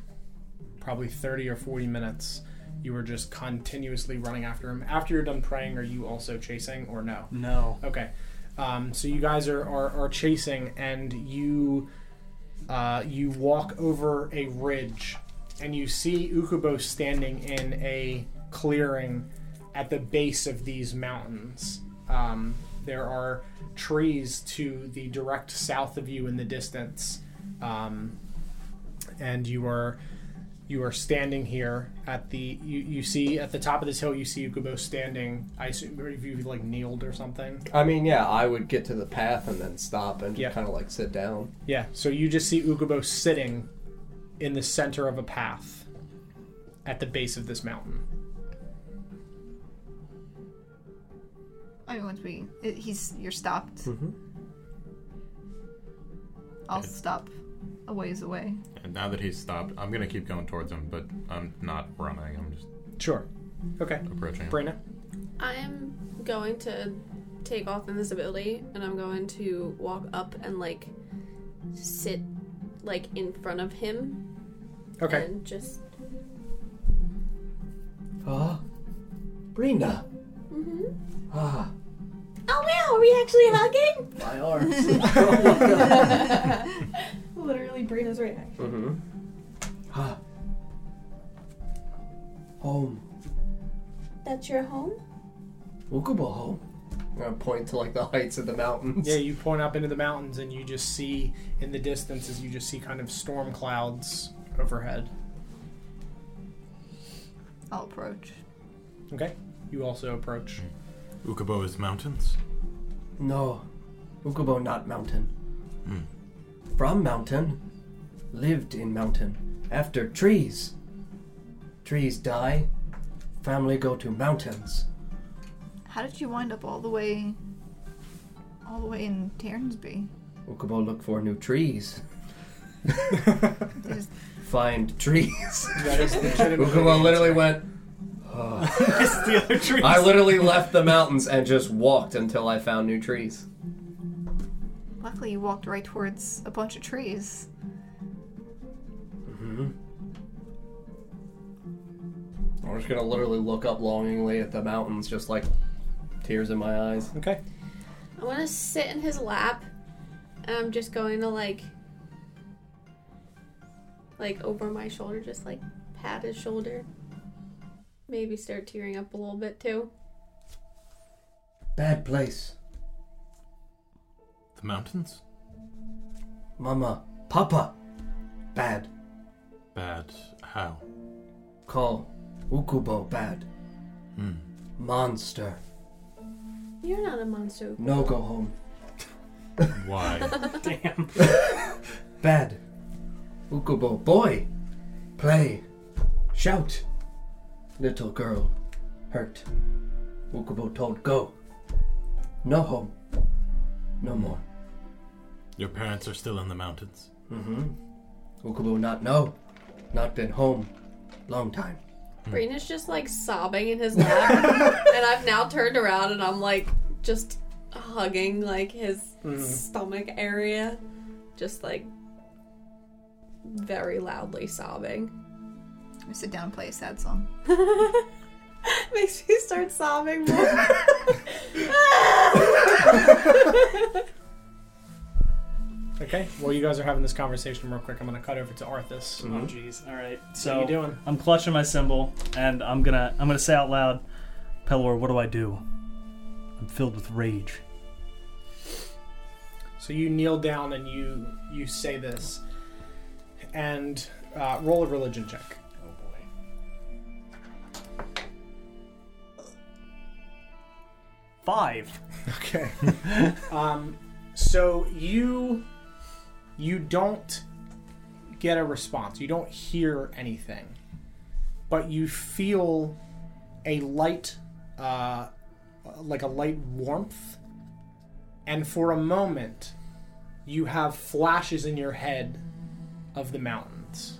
A: probably thirty or forty minutes. You were just continuously running after him. After you're done praying, are you also chasing or no?
D: No.
A: Okay. Um, so you guys are, are, are chasing, and you uh, you walk over a ridge, and you see Ukubo standing in a clearing at the base of these mountains. Um, there are trees to the direct south of you in the distance, um, and you are you are standing here at the you, you see at the top of this hill you see Ukubo standing. I assume or if you like kneeled or something.
H: I mean, yeah, I would get to the path and then stop and just
A: Yeah.
H: kind of like sit down.
A: Yeah, so you just see Ukubo sitting in the center of a path at the base of this mountain.
E: I mean, once we, it- he's, you're stopped.
D: Mm-hmm.
E: I'll stop a ways away.
G: And now that he's stopped, I'm gonna keep going towards him, but I'm not running. I'm just
A: Sure. Okay.
G: approaching him.
A: Brina.
C: I'm going to take off invisibility and I'm going to walk up and like sit like in front of him
A: Okay.
C: and just
H: Ah, Brina. Ah,
C: Oh wow, are we actually hugging?
H: my arms.
B: Literally, Brina's right next.
H: mm-hmm. Ah,
B: Home.
C: That's your home?
B: Ukubo home.
H: I point to like the heights of the mountains.
A: Yeah, you point up into the mountains and you just see in the distance as you just see kind of storm clouds overhead.
E: I'll approach.
A: Okay. You also approach.
G: Ukubo is mountains.
B: No. Ukubo not mountain.
G: Hmm.
B: From mountain. Lived in mountain. After trees. Trees die. Family go to mountains.
E: How did you wind up all the way, all the way in Tarnsby?
B: Ukubo look for new trees.
E: They just-
B: Find trees.
A: That is legitimately
H: Ukubo
A: the
H: literally
A: answer.
H: went.
D: It's the other tree.
H: I literally left the mountains and just walked until I found new trees.
E: Luckily, you walked right towards a bunch of trees.
H: Mm-hmm. I'm just gonna literally look up longingly at the mountains, just like tears in my eyes.
A: Okay.
C: I want to sit in his lap, and I'm just going to like, like over my shoulder, just like pat his shoulder. Maybe start tearing up a little bit too.
B: Bad place.
G: The mountains?
B: Mama. Papa. Bad.
G: Bad. How?
B: Call. Ukubo bad.
G: Hmm.
B: Monster.
C: You're not a monster.
B: No go home.
G: Why?
D: Damn.
B: Bad. Ukubo boy. Play. Shout. Little girl. Hurt. Ukubo told go. No home. No more.
G: Your parents are still in the mountains.
B: Mm-hmm. Ukubo not know. Not been home. Long time.
C: Brina's just like sobbing in his lap, and I've now turned around and I'm like just hugging like his stomach area, just like very loudly sobbing.
E: We sit down, and play a sad song.
C: Makes me start sobbing more.
A: Okay. Well, you guys are having this conversation real quick. I'm going to cut over to Arthas.
H: Mm-hmm.
D: Oh jeez. All right. So
A: What are you doing?
D: I'm clutching my symbol, and I'm gonna I'm gonna say out loud, Pelor, what do I do? I'm filled with rage.
A: So you kneel down and you you say this, and uh, roll a religion check.
D: Oh boy. Five.
A: Okay. um, so you you don't get a response. You don't hear anything, but you feel a light, uh, like a light warmth, and for a moment, you have flashes in your head of the mountains.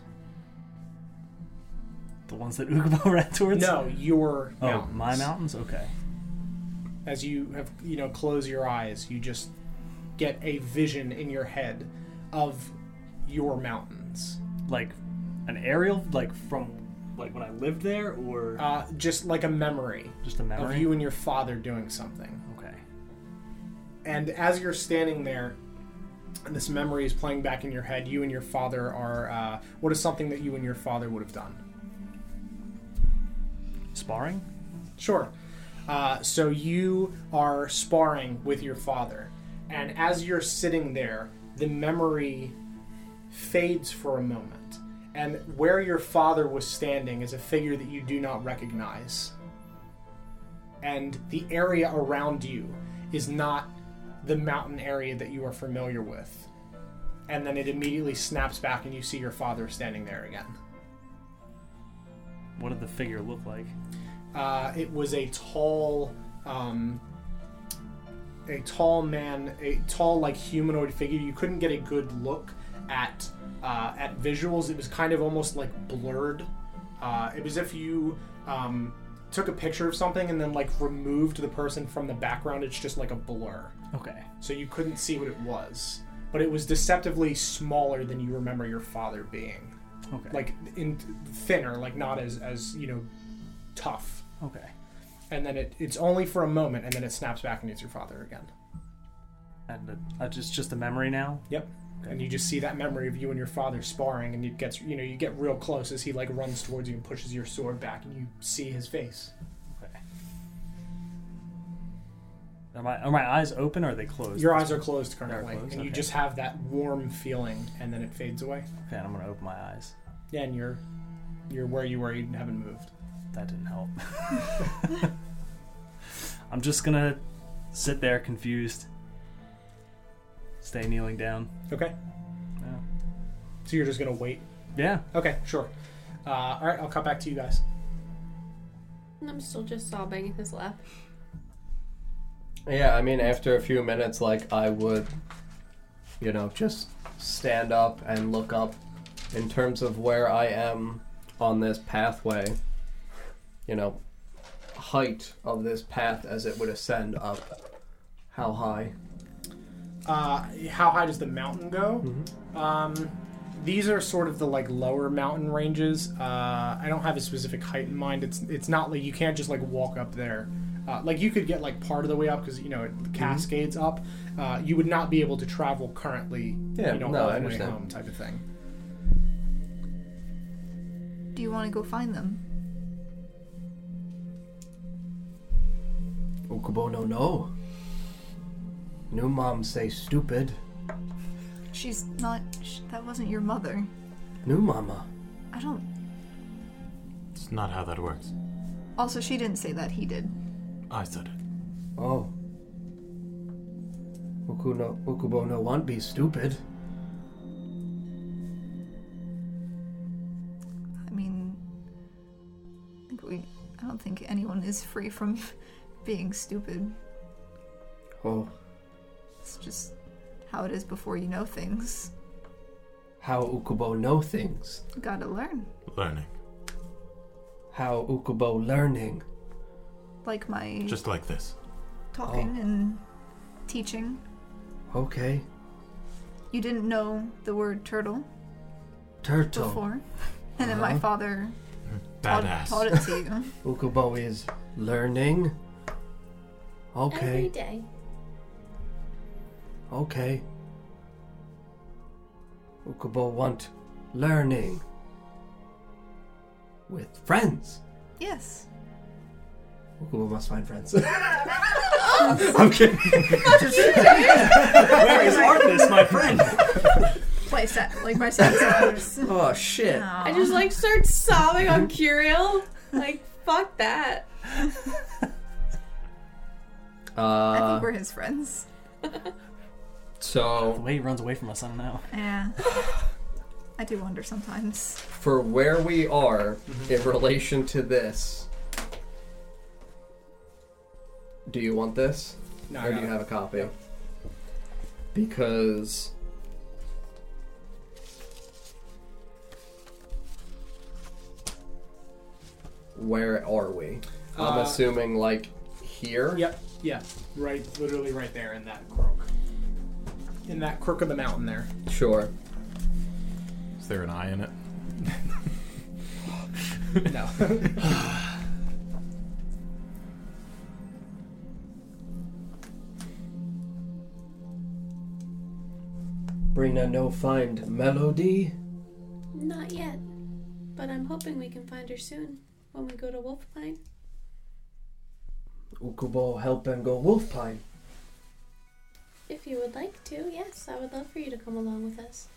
D: The ones that Ukubo ran towards.
A: No, your
D: Oh,
A: mountains.
D: my mountains. Okay.
A: as you have you know close your eyes you just get a vision in your head of your mountains
D: Like an aerial, like from like when I lived there, or
A: uh, just like a memory
D: just a
A: of
D: memory.
A: you and your father doing something
D: Okay.
A: and as you're standing there this memory is playing back in your head you and your father are uh, what is something that you and your father would have done
D: Sparring.
A: Sure. Uh, so you are sparring with your father, and as you're sitting there, the memory fades for a moment, and where your father was standing is a figure that you do not recognize. And the area around you is not the mountain area that you are familiar with. And then it immediately snaps back, and you see your father standing there again.
D: What did the figure look like?
A: Uh, it was a tall, um, a tall man, a tall like humanoid figure. You couldn't get a good look at uh, at visuals. It was kind of almost like blurred. Uh, it was if you um, took a picture of something and then like removed the person from the background. It's just like a blur,
D: Okay.
A: so you couldn't see what it was. But it was deceptively smaller than you remember your father being,
D: Okay.
A: like in thinner, like not as as you know tough
D: Okay.
A: and then it, it's only for a moment and then it snaps back and it's your father again
D: And uh, uh, just just a memory now.
A: yep And you just see that memory of you and your father sparring, and you get you know you get real close as he like runs towards you and pushes your sword back, and you see his face.
D: Are my, are my eyes open or are they closed?
A: Your eyes are closed currently,
D: closed,
A: and you
D: okay.
A: just have that warm feeling, and then it fades away.
D: Okay, I'm gonna open my eyes.
A: Yeah, and you're you're where you were. You haven't moved.
D: That didn't help. I'm just gonna sit there confused. Stay kneeling down.
A: Okay.
D: Yeah.
A: So you're just gonna wait.
D: Yeah.
A: Okay, sure. Uh, all right, I'll cut back to you guys.
C: And I'm still just sobbing in his lap.
H: Yeah, I mean, after a few minutes, like, I would, you know, just stand up and look up in terms of where I am on this pathway, you know, height of this path as it would ascend up. How high?
A: uh, how high does the mountain go?
H: Mm-hmm.
A: Um, these are sort of the like lower mountain ranges. Uh, I don't have a specific height in mind. It's it's not like you can't just like walk up there. Uh, like you could get like part of the way up because you know it
H: Mm-hmm.
A: cascades up. Uh, you would not be able to travel currently.
H: Yeah,
A: you know,
H: no,
A: all
H: I
A: the way
H: understand.
A: home type of thing.
E: Do you want to go find them?
H: Ukubo no no. New mom say stupid.
E: She's not. Sh- that wasn't your mother.
H: New mama.
E: I don't.
G: It's not how that works.
E: Also, she didn't say that. He did.
G: I said it.
H: Oh. Uku no, Ukubo no want be stupid.
E: I mean, I think we. I don't think anyone is free from being stupid.
H: Oh.
E: It's just how it is before you know things.
H: How Ukubo know things.
E: You gotta learn.
G: Learning.
H: How Ukubo learning.
E: Like my
G: Just like this.
E: talking
H: oh.
E: and teaching.
H: Okay.
E: You didn't know the word turtle
H: Turtle.
E: before, and then my
H: Uh-huh.
E: father taught,
G: Badass.
E: taught it to you.
H: Ukubo is learning.
C: Every
H: Okay.
C: day.
H: Okay. Ukubo want learning. With friends.
E: yes.
H: Ukubo must find friends. I'm kidding.
D: Where is Arthas, my friend?
E: Like, sa- like my stepson's.
H: Oh shit.
C: I just like start sobbing on Curiel. Like, fuck that.
E: I
H: Uh,
E: think we're his friends.
D: The
H: so
D: way he runs away from us, I don't know.
E: Yeah. I do wonder sometimes.
H: for where we are
A: Mm-hmm.
H: in relation to this, do you want this?
A: No,
H: or do
A: no.
H: you have a copy? Because where are we? I'm
A: Uh,
H: assuming like here.
A: Yep. Yeah. Right. Literally right there in that crook. In that crook of the mountain there.
H: Sure.
G: Is there an eye in it?
A: No.
H: Brina no find melody.
C: Not yet. But I'm hoping we can find her soon when we go to Wolfpine.
H: Ukubo help and go wolf pine.
C: If you would like to, yes, I would love for you to come along with us.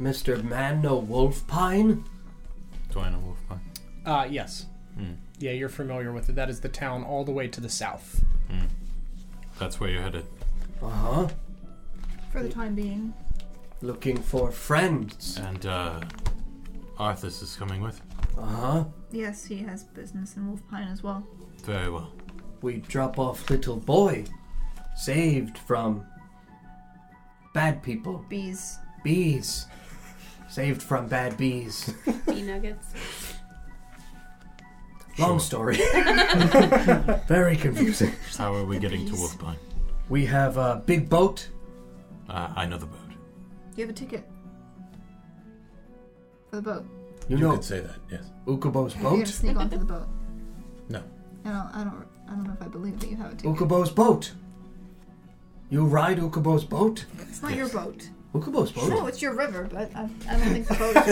H: Mr. Man no wolf pine.
G: Do I know wolf pie?
A: uh, yes.
G: Hmm.
A: Yeah, you're familiar with it. That is the town all the way to the south.
G: Hmm. That's where you're headed.
H: Uh huh.
E: For the time being.
H: Looking for friends.
G: And uh Arthas is coming with.
H: Uh huh.
E: Yes, he has business in Wolf Pine as well.
G: Very well.
H: We drop off little boy, saved from bad people,
E: Bees.
H: bees, saved from bad bees.
C: Bee nuggets.
H: Long story. Very confusing.
G: How are we getting to
E: Please.
G: Wolfbine?
H: We have a big boat.
G: Uh, I know the boat.
E: You have a ticket. For the boat.
H: You, know
G: say that, yes.
H: Ukubo's
E: You're gonna
H: boat.
E: sneak onto the boat.
G: No.
E: I don't, I don't. I don't know if I believe that you have a ticket.
H: Ukubo's boat. You ride Ukubo's boat.
E: It's not your
G: Yes.
E: boat.
B: Ukubo's boat.
E: No, it's your river, but I, I don't think the boat is.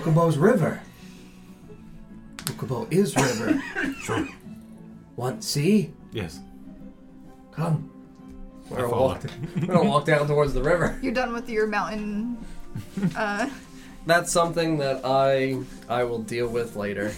B: Ukubo's river. Ukubo is river.
G: Sure.
B: Want sea?
G: Yes.
B: Come.
H: We're gonna, walk, we're gonna walk down towards the river.
E: You're done with your mountain. Uh,
H: That's something that I I will deal with later.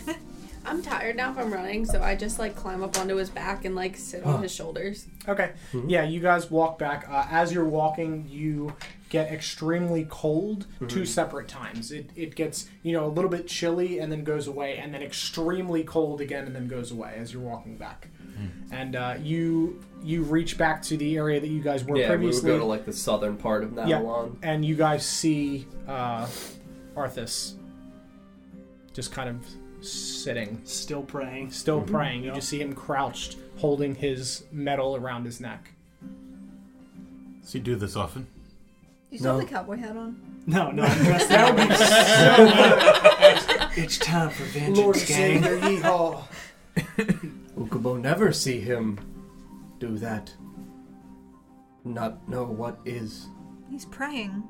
C: I'm tired now from running, so I just like climb up onto his back and like sit on his shoulders.
A: Okay.
H: Mm-hmm.
A: Yeah, you guys walk back. Uh, as you're walking, you get extremely cold
H: Mm-hmm.
A: two separate times. It, it gets, you know, a little bit chilly and then goes away, and then extremely cold again and then goes away as you're walking back.
H: Mm-hmm.
A: And uh, you you reach back to the area that you guys were
H: Yeah, we would
A: previously.
H: go to like the southern part of Navalon.
A: and you guys see uh, Arthas just kind of sitting,
D: Still praying.
A: still
H: Mm-hmm.
A: praying. You just see him crouched, holding his medal around his neck.
G: Does he do this often?
E: you still
B: No.
E: have the cowboy hat on.
D: No, no, I'm dressed that would
F: It's time for vengeance,
B: Lord
F: gang. Yeehaw.
B: Ukubo never see him do that. Not know what is,
E: He's praying.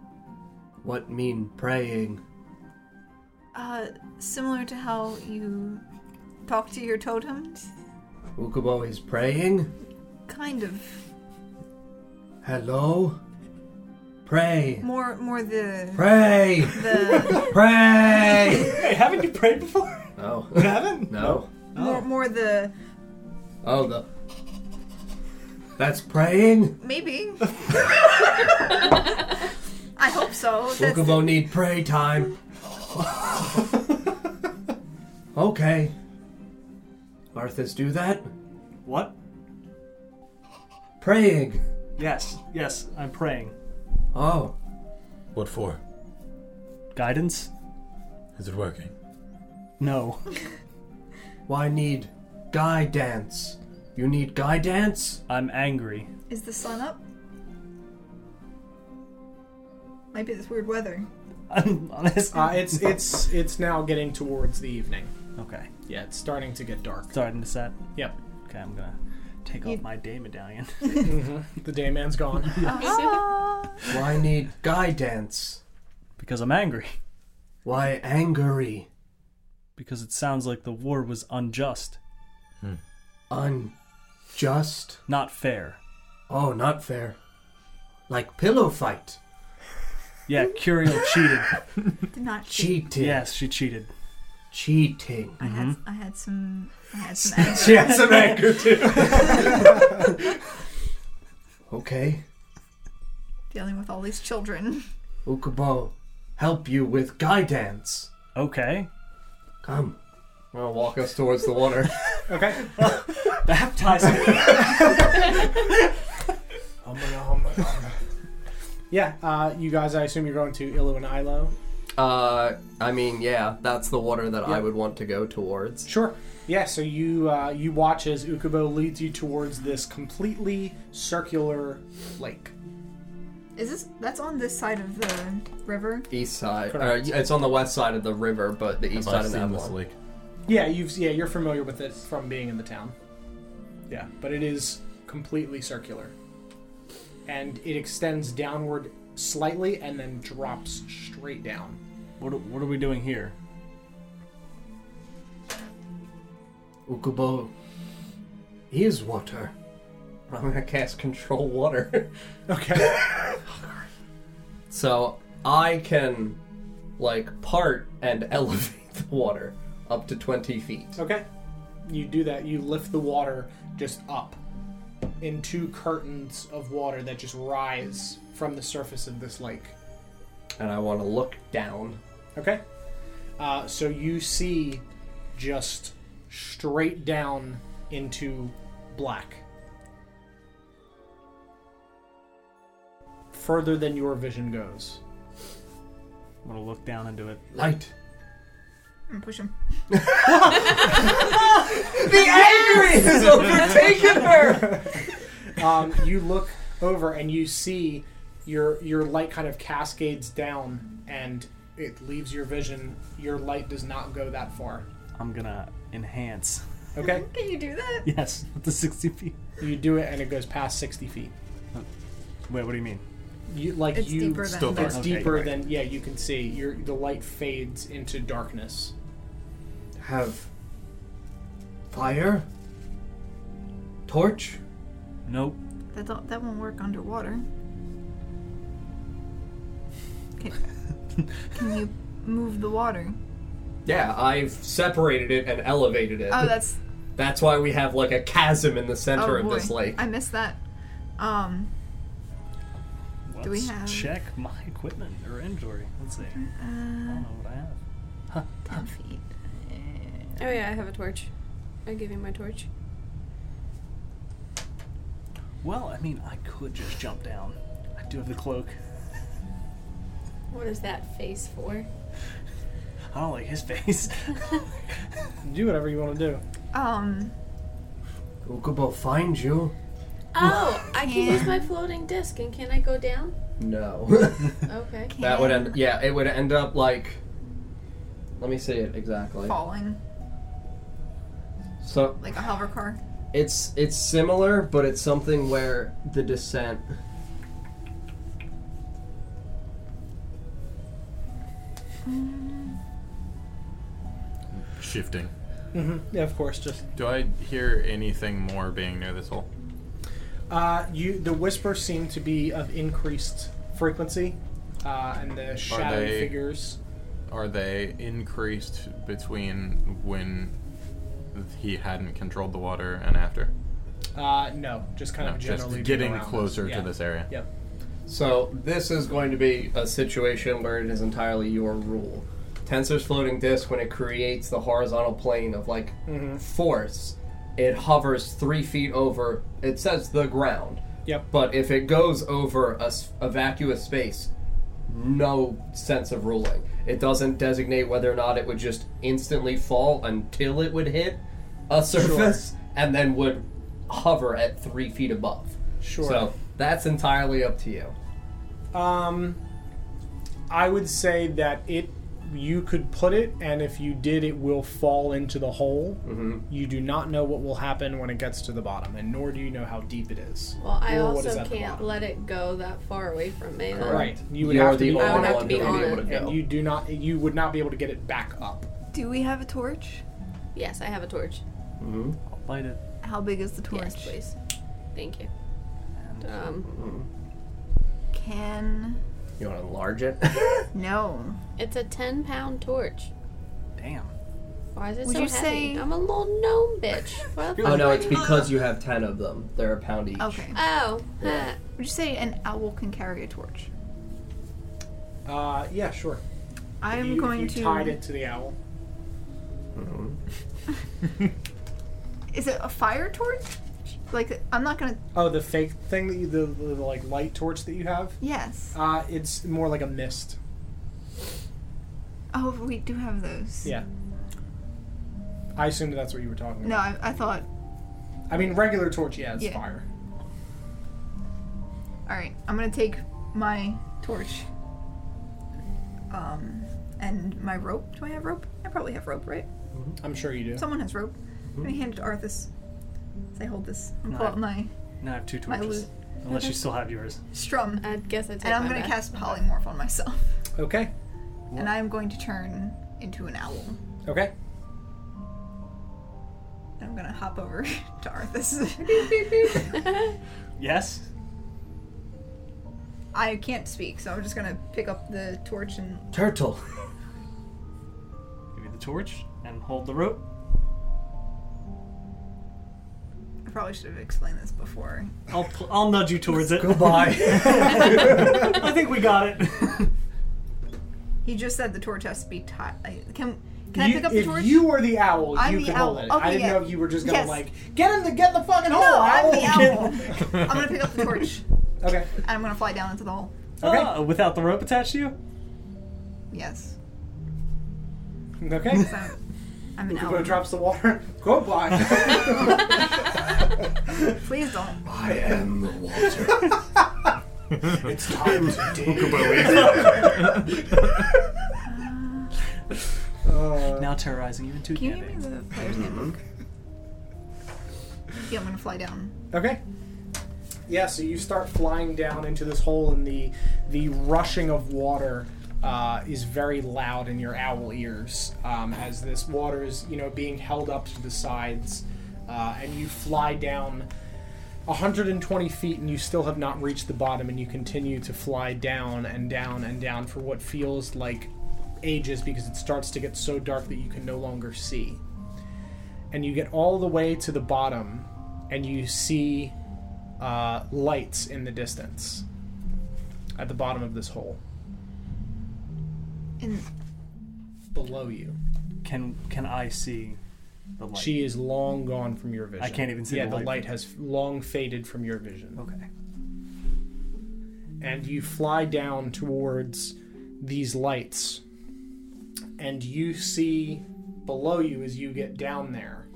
B: what mean praying.
E: Uh, similar to how you talk to your totems?
B: Ukubo is praying.
E: Kind of.
B: Hello. Pray.
E: More more the
B: Pray.
E: the
B: Pray.
D: Hey, haven't you prayed before?
H: No,
D: You haven't?
H: no.
E: more more the
H: Oh, the
B: That's praying.
E: maybe. I hope so. That's
B: Ukubo need pray time. okay. Arthas do that.
D: What?
B: Praying.
D: Yes, yes, I'm praying.
B: Oh.
G: What for?
D: Guidance?
G: Is it working?
D: No.
B: Why need guidance? You need guidance?
D: I'm angry.
E: Is the sun up? Might be this weird weather.
D: I'm honest.
A: Uh, it's it's it's now getting towards the evening.
D: okay.
A: Yeah, it's starting to get dark.
D: Starting to set.
A: Yep,
D: Okay, I'm gonna take
E: You-
D: off my day medallion.
A: the day man's gone.
E: Ah,
B: Why need guidance?
D: because I'm angry.
B: Why angry?
D: Because it sounds like the war was unjust.
H: Hmm.
B: Unjust?
D: Not fair.
B: Oh, not fair. Like pillow fight.
D: Yeah, Curiel cheated.
E: did not cheat.
B: Cheating.
D: yes, she cheated. Mm-hmm.
B: Cheating.
E: I had I had some I had some anger.
B: She has some anger too. okay.
E: dealing with all these children.
B: Ukubo, help you with guidance.
D: Okay.
B: Come.
H: I'm gonna walk us towards the water.
A: Okay.
D: Baptize me.
A: Yeah, uh, you guys. I assume you're going to Illo and Ilo.
H: Uh, I mean, yeah, that's the water that I would want to go towards.
A: Sure. Yeah. So you uh, you watch as Ukubo leads you towards this completely circular lake.
E: Is this that's on this side of the river?
H: East side. Uh,
A: Correct.
H: it's on the west side of the river, but the east
G: Have I
H: side of
G: seen this
H: Navalon.
G: lake?
A: Yeah, you've yeah you're familiar with it from being in the town. Yeah, but it is completely circular, and it extends downward slightly and then drops straight down.
D: What, are- what are we doing here?
B: Ukubo is water.
H: I'm gonna cast control water.
A: Okay.
H: So I can, like, part and elevate the water up to 20 feet.
A: Okay. You do that. You lift the water just up in two curtains of water that just rise from the surface of this lake.
H: And I wanna look down.
A: Okay. Uh, so you see just straight down into black. Further than your vision goes.
D: I'm gonna look down into it.
B: Light.
E: I'm pushing.
H: The angry has overtaken her!
A: Um, you look over and you see your your light kind of cascades down and it leaves your vision. Your light does not go that far.
D: I'm gonna enhance.
A: Okay?
E: Can you do that?
D: Yes, up to 60 feet.
A: You do it and it goes past 60 feet.
D: Wait, what do you mean?
A: you like
E: It's
A: you
E: deeper
G: Still
E: than
G: dark.
A: it's
E: that.
G: Okay,
A: deeper
G: right.
A: than yeah you can see your the light fades into darkness
B: Have fire? Torch?
D: Nope.
E: That don't- that won't work underwater. Can, can you move the water?
H: Yeah, I've separated it and elevated it.
E: Oh, that's
H: That's why we have like a chasm in the
E: oh
H: center of
E: boy.
H: this lake.
E: I missed that. Um, Do we
D: Let's
E: have-
D: check my equipment or inventory? Let's see. I
E: uh,
D: don't know what I have.
E: ten feet.
C: Oh yeah, I have a torch. I give you my torch.
D: Well, I mean, I could just jump down. I do have the cloak.
C: What is that face for?
D: I don't like his face.
A: do whatever you want to do
E: Um,
B: Ukubo find you?
C: Oh, I can use my floating disc, and can I go down?
H: No.
C: Okay.
H: that would end yeah, it would end up like let me see it exactly.
E: falling
H: So
E: like a hover car.
H: it's it's similar, but it's something where the descent
G: Shifting.
A: Mm-hmm. yeah of course just
G: Do I hear anything more being near this hole?
A: uh you the whispers seem to be of increased frequency uh, and the shadowy
G: they-
A: figures
G: Are they increased between when he hadn't controlled the water and after?
A: uh no just kind
G: No,
A: of
G: just
A: generally being
G: getting
A: around us.
G: closer
A: Yeah.
G: to this area.
A: yep
H: So this is going to be a situation where it is entirely your rule. Tensor's floating disk, when it creates the horizontal plane of like
A: Mm-hmm.
H: force, it hovers three feet over. It says the ground,
A: yep
H: but if it goes over a, s- a vacuous space, no sense of ruling. It doesn't designate whether or not it would just instantly fall until it would hit a surface and then would hover at three feet above.
A: sure
H: So that's entirely up to you.
A: Um, I would say that it you could put it, and if you did, it will fall into the hole. You do not know what will happen when it gets to the bottom, and nor do you know how deep it is.
C: Well, I
A: Or what is
C: also
A: at the
C: can't
A: bottom.
C: let it go that far away from me. then.
A: Right. You would
H: You're
A: have to
H: the
A: be
H: only
A: on
C: have
A: it,
C: to
H: one
C: be
H: who would
C: on
H: be able
C: it.
H: to go.
A: and you do not. You would not be able to get it back up.
E: Do we have a torch?
C: Yes, I have a torch.
D: I'll light it.
E: How big is the torch?
C: Yes, please. Thank you. Um,
E: Can
H: You want to enlarge it?
E: no.
C: it's a ten-pound torch.
D: Damn.
C: Why is it
E: Would
C: so
E: you
C: heavy?
E: say-
C: I'm a little gnome bitch. What the
H: oh no,
C: fuck?
H: it's because you have ten of them. They're a pound each.
E: Okay.
C: Oh, huh.
E: Would you say an owl can carry a torch?
A: Uh, yeah, sure.
E: I am
A: you, if
E: going
A: you
E: to.
A: tied it to the owl.
E: Is it a fire torch? Like I'm not gonna.
A: Oh, the fake thing that you, the, the, the like light torch that you have.
E: Yes.
A: Uh, it's more like a mist.
E: Oh, we do have those.
A: Yeah. I assumed that's what you were talking
E: No,
A: about.
E: I, I thought.
A: I mean, regular torch, yeah, it's
E: Yeah.
A: fire.
E: All right, I'm gonna take my torch. Um, and my rope. Do I have rope? I probably have rope, right?
A: Mm-hmm. I'm sure you do.
E: Someone has rope. I'm
D: Hmm.
E: gonna hand it to Arthas. Say, hold this. I'm gonna pull out
D: Nice.
E: my
D: Now I have two
E: My
D: torches.
E: loot.
D: Unless you still have yours.
E: strum,
C: I guess I take
E: and I'm
C: my
E: gonna
C: back.
E: cast polymorph on myself,
A: Okay.
E: and I'm going to turn into an owl.
A: Okay.
E: And I'm gonna hop over to Arthas.
D: Yes.
E: I can't speak, so I'm just gonna pick up the torch and
B: Turtle.
D: Give me the torch and hold the rope.
E: I probably should have explained this before.
D: I'll pl- I'll nudge you towards it.
B: Goodbye.
D: I think we got it.
E: He just said the torch has to be tied. Can can I
A: You-
E: pick up the
A: if
E: torch?
A: you were the owl,
E: I'm
A: you
E: the
A: could hold
E: owl.
A: it.
E: Okay,
A: I didn't
E: yeah.
A: know you were just gonna
E: Yes.
A: like get in the get in the fucking hole.
E: no, I'm
A: owl.
E: the owl. I'm gonna pick up the torch
A: Okay.
E: and I'm gonna fly down into the hole.
A: Okay.
D: Ah, without the rope attached to you?
E: Yes.
A: Okay.
E: So I'm an
A: Kubo
E: owl.
A: drops the water. Goodbye.
E: Please don't.
B: I am the water.
F: It's time to dig.
D: Uh,
A: Uh.
D: Now terrorizing even two
E: Can you
D: can't
E: give me the player's handbook? Yeah, I'm gonna fly down.
A: okay. Yeah, so you start flying down into this hole, and the the rushing of water uh, is very loud in your owl ears um, as this water is, you know, being held up to the sides, uh, and you fly down 120 feet, and you still have not reached the bottom, and you continue to fly down and down and down for what feels like ages because it starts to get so dark that you can no longer see. And you get all the way to the bottom, and you see uh, lights in the distance at the bottom of this hole
E: And
A: below you.
D: Can can I see the light?
A: She is long gone from your vision.
D: I can't even see
A: Yeah,
D: the
A: the
D: light.
A: light has long faded from your vision.
D: Okay.
A: and you fly down towards these lights and you see below you as you get down there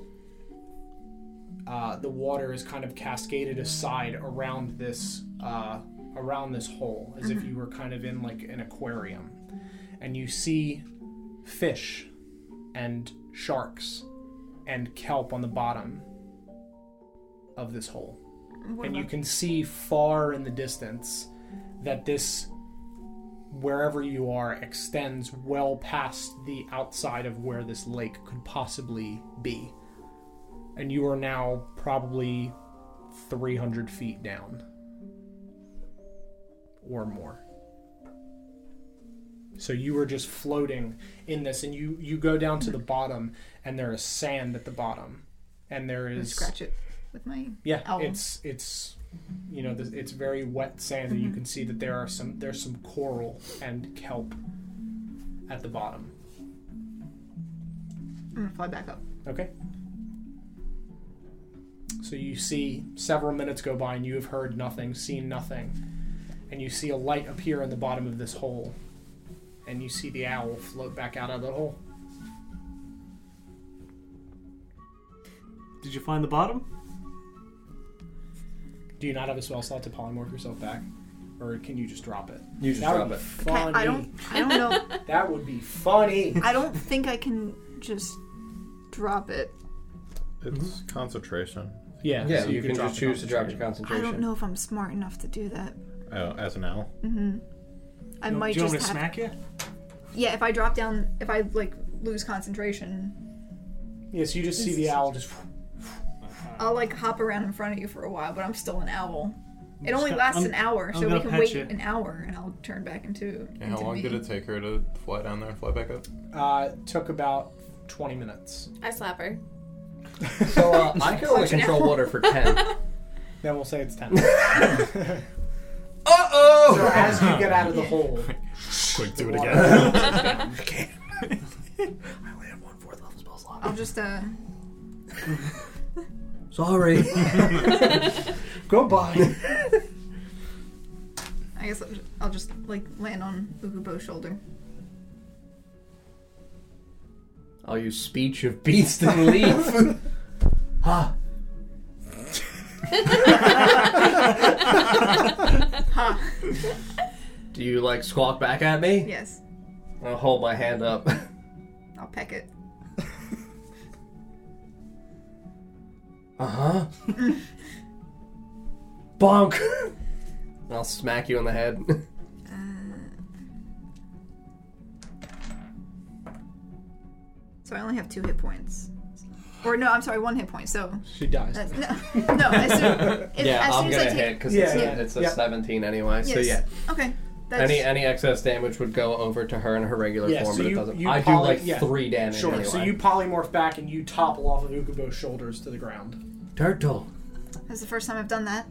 A: uh, the water is kind of cascaded aside around this uh, around this hole as if you were kind of in like an aquarium and you see fish and sharks and kelp on the bottom of this hole
E: what
A: and you
E: about,
A: can see far in the distance that this wherever you are extends well past the outside of where this lake could possibly be and you are now probably 300 feet down or more so you are just floating in this and you you go down to the bottom and there is sand at the bottom and there
E: can
A: is
E: scratch it with my
A: yeah,
E: owl.
A: it's it's you know th- it's very wet sand, and you can see that there are some there's some coral and kelp at the bottom.
E: I'm gonna fly back up.
A: Okay. So you see several minutes go by, and you have heard nothing, seen nothing, and you see a light appear in the bottom of this hole, and you see the owl float back out of the hole.
D: Did you find the bottom?
A: Do you not have a spell slot to polymorph yourself back, or can you just drop it?
H: You just
A: That
H: drop
A: would be
H: it.
E: Okay,
A: funny.
E: I don't. I don't know.
A: That would be funny.
E: I don't think I can just drop it.
G: It's concentration.
A: Yeah,
H: Yeah,
A: so
H: you, can,
A: drop
H: just
A: the
H: choose to drop your
E: I
H: concentration.
E: don't know if I'm smart enough to do that. Mm-hmm.
G: Oh, as an owl.
E: I
D: Do you
E: might
D: want
E: just
D: me to
E: have.
D: smack you?
E: Yeah, if I drop down, if I like lose concentration,
A: Yes, you just see the owl just
D: Uh.
E: I'll like hop around in front of you for a while. But I'm still an owl. It only
D: gonna-
E: lasts
D: I'm-
E: an hour, so
D: I'm
E: we
D: gonna
E: can
D: pet
E: wait
D: you.
E: an hour, and I'll turn back into.
G: And how
E: into
G: long
E: me.
G: did it take her to fly down there and fly back up?
A: uh, took about 20 minutes.
C: I slap her.
H: So uh, I can only control water for ten. Uh
A: Then we'll say it's 10.
H: oh!
A: As you get out of the hole,
G: Quick, do it again.
E: I'll just uh.
B: Sorry.
A: goodbye.
E: I guess I'll just, I'll just like land on Ukubo's shoulder.
H: I'll use speech of beast and leave.
B: ha.
H: Do you like squawk back at me?
E: Yes,
H: I'll hold my hand up.
E: I'll peck it.
H: Uh huh. Bonk. And I'll smack you in the head.
E: So I only have two hit points. Or no, I'm sorry, one hit point. So
A: She dies.
E: that's, no, no. As soon, if,
H: yeah,
E: as soon
H: I'm
E: as I
H: gonna
E: take,
H: hit because it's a,
A: Yeah.
H: it's a
A: Yeah.
H: 17 anyway. So
E: Yes.
H: yeah,
E: Okay. That's,
H: any any excess damage would go over to her in her regular
A: Yeah,
H: form,
A: so
H: but
A: you-
H: it doesn't.
A: you
H: I
A: poly-
H: do like
A: yeah.
H: three damage
A: Sure,
H: anyway.
A: so you polymorph back and you topple off of Ukubo's shoulders to the ground.
B: Turtle.
E: that's the first time I've done that.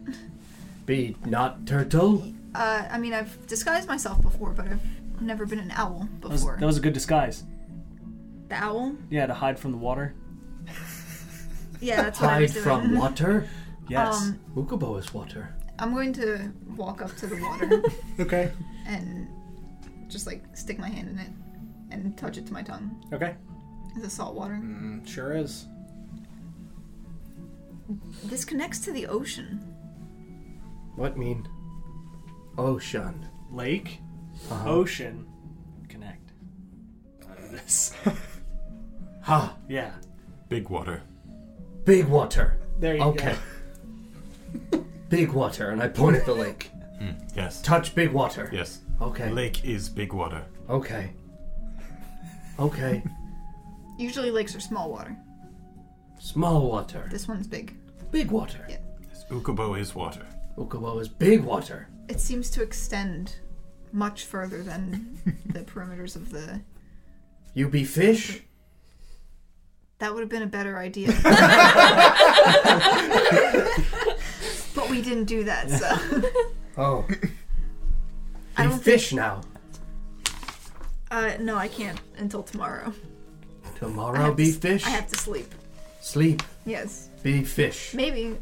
B: Be not turtle.
E: Uh, I mean, I've disguised myself before, but I've never been an owl
D: That was,
E: before.
D: that was a good disguise.
E: The owl?
D: Yeah, to hide from the water.
E: Yeah, that's what I
B: Hide
E: was doing.
B: from water.
D: Yes.
A: Uh,
E: Um,
B: Ukubo is water.
E: I'm going to walk up to the water
A: Okay.
E: and just like stick my hand in it and touch it to my tongue.
A: Okay.
E: Is it salt water?
A: Mm. Sure is.
E: This connects to the ocean.
B: What mean? Ocean.
D: Lake, ocean, Uh-huh. connect. This.
B: Ha.
D: yeah.
G: Big water.
B: Big water.
A: There you
B: Okay.
A: go.
B: Big water, and I point at the lake.
G: Hmm, Yes.
B: Touch big water.
G: Yes.
B: Okay.
G: Lake is big water.
B: Okay. Okay.
E: Usually lakes are small water.
B: Small water.
E: This one's big.
B: Big water.
E: Yeah.
G: Yes. Ukubo is water.
B: Ukubo is big water.
E: It seems to extend much further than the perimeters of the.
B: You be fish?
E: That would have been a better idea. but we didn't do that, so.
B: Oh.
E: I
B: Be
E: don't
B: fish now.
E: Uh, no, I can't until tomorrow. I
B: Tomorrow
E: have
B: be
E: to,
B: fish.
E: I have to sleep.
B: Sleep.
E: Yes.
B: Be fish.
E: Maybe.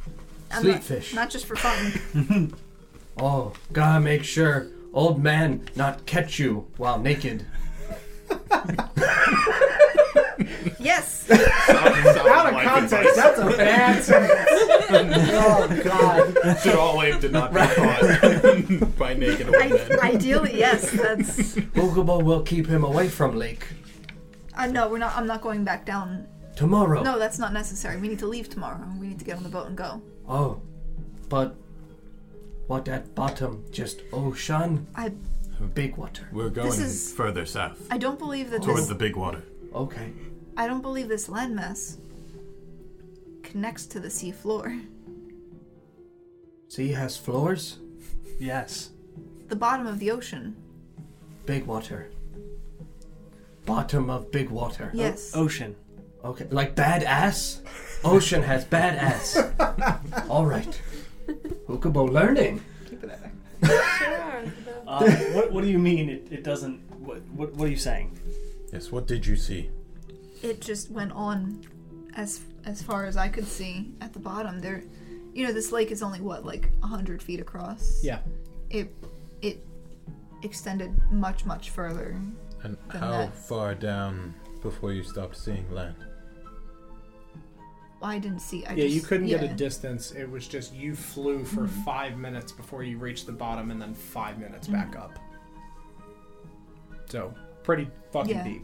E: I'm
B: Sleep
E: not,
B: fish.
E: Not just for fun.
B: Oh, gotta make sure old man not catch you while naked.
E: yes!
P: Out of context, that's a bad sentence. Oh god.
G: Should all wave did not be caught by naked old
E: I,
G: men.
E: ideally, yes. That's.
B: Ukubo will keep him away from lake.
E: Uh, no, we're not. I'm not going back down.
B: Tomorrow.
E: No, that's not necessary. We need to leave tomorrow. We need to get on the boat and go.
B: Oh. But what at bottom? Just ocean?
E: I
B: Big water.
G: We're going
E: is-
G: further south
E: I don't believe that
G: toward
E: this.
G: the big water.
B: Okay.
E: I don't believe this landmass connects to the sea floor.
B: Sea has floors?
D: Yes.
E: The bottom of the ocean.
B: Big water. Bottom of big water.
E: Yes.
D: Ocean.
B: Okay. Like bad ass? Ocean has bad ass. Alright. Ukubo learning.
D: Uh, what, what do you mean it, it doesn't. What, what, what are you saying?
G: Yes, what did you see?
E: It just went on as as far as I could see at the bottom. There, you know, this lake is only what like hundred feet across.
P: Yeah.
E: It it extended much much further.
G: And
E: Than how that.
G: far down before you stopped seeing land?
E: Well, I didn't see. I
A: Yeah,
E: just,
A: you couldn't get
E: yeah. Mm-hmm.
A: a distance. It was just you flew for five minutes before you reached the bottom and then five minutes
E: Mm-hmm.
A: back up. So, pretty fucking
E: Yeah.
A: deep.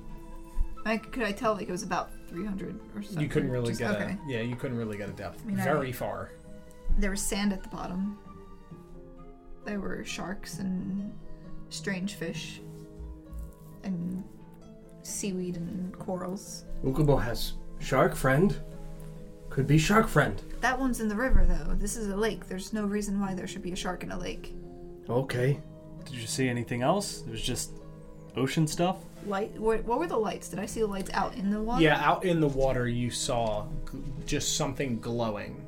E: I, could I tell like it was about 300 or something?
A: You couldn't really
E: Just-
A: get
E: okay.
A: a yeah. You couldn't really get a depth.
E: mean, I-
A: Very far.
E: There was sand at the bottom. There were sharks and strange fish and seaweed and corals.
B: Ukubo has shark friend. Could be shark friend.
E: That one's in the river though. This is a lake. There's no reason why there should be a shark in a lake.
B: Okay.
D: Did you see anything else? It was just ocean stuff?
E: Light. What, what were the lights? Did I see the lights out in the water?
A: Yeah, out in the water, you saw g- just something glowing,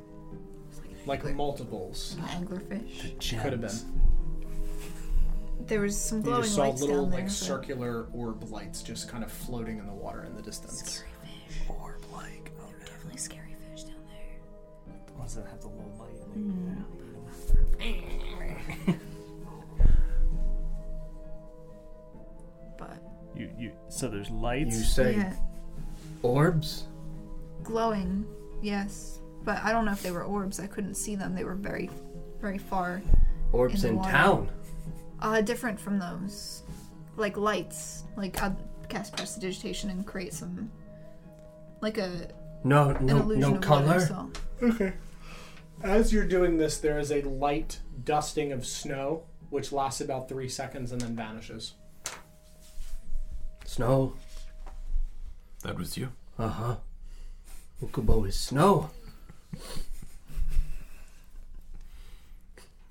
A: like multiples.
E: Anglerfish.
A: Could have been.
E: There was some
A: You
E: glowing
A: just saw
E: lights
A: little
E: down there.
A: like
E: but-
A: circular orb lights just kind of floating in the water in the distance.
D: The ones that have the little bite.
E: Mm. but
D: You, you, so there's lights.
B: You say
E: yeah,
B: orbs?
E: glowing. Yes, but I don't know if they were orbs. I couldn't see them. They were very, very far.
B: Orbs
E: In
B: in,
E: the water.
B: town.
E: Uh, different from those. Like lights. Like I'd cast prestidigitation and create some. Like a
B: No,
E: an
B: no,
E: illusion
B: no
E: of color.
B: color.
E: Water, so.
A: As you're doing this, there is a light dusting of snow, which lasts about three seconds and then vanishes.
B: Snow.
G: That was you.
B: Uh huh. Ukubo is snow.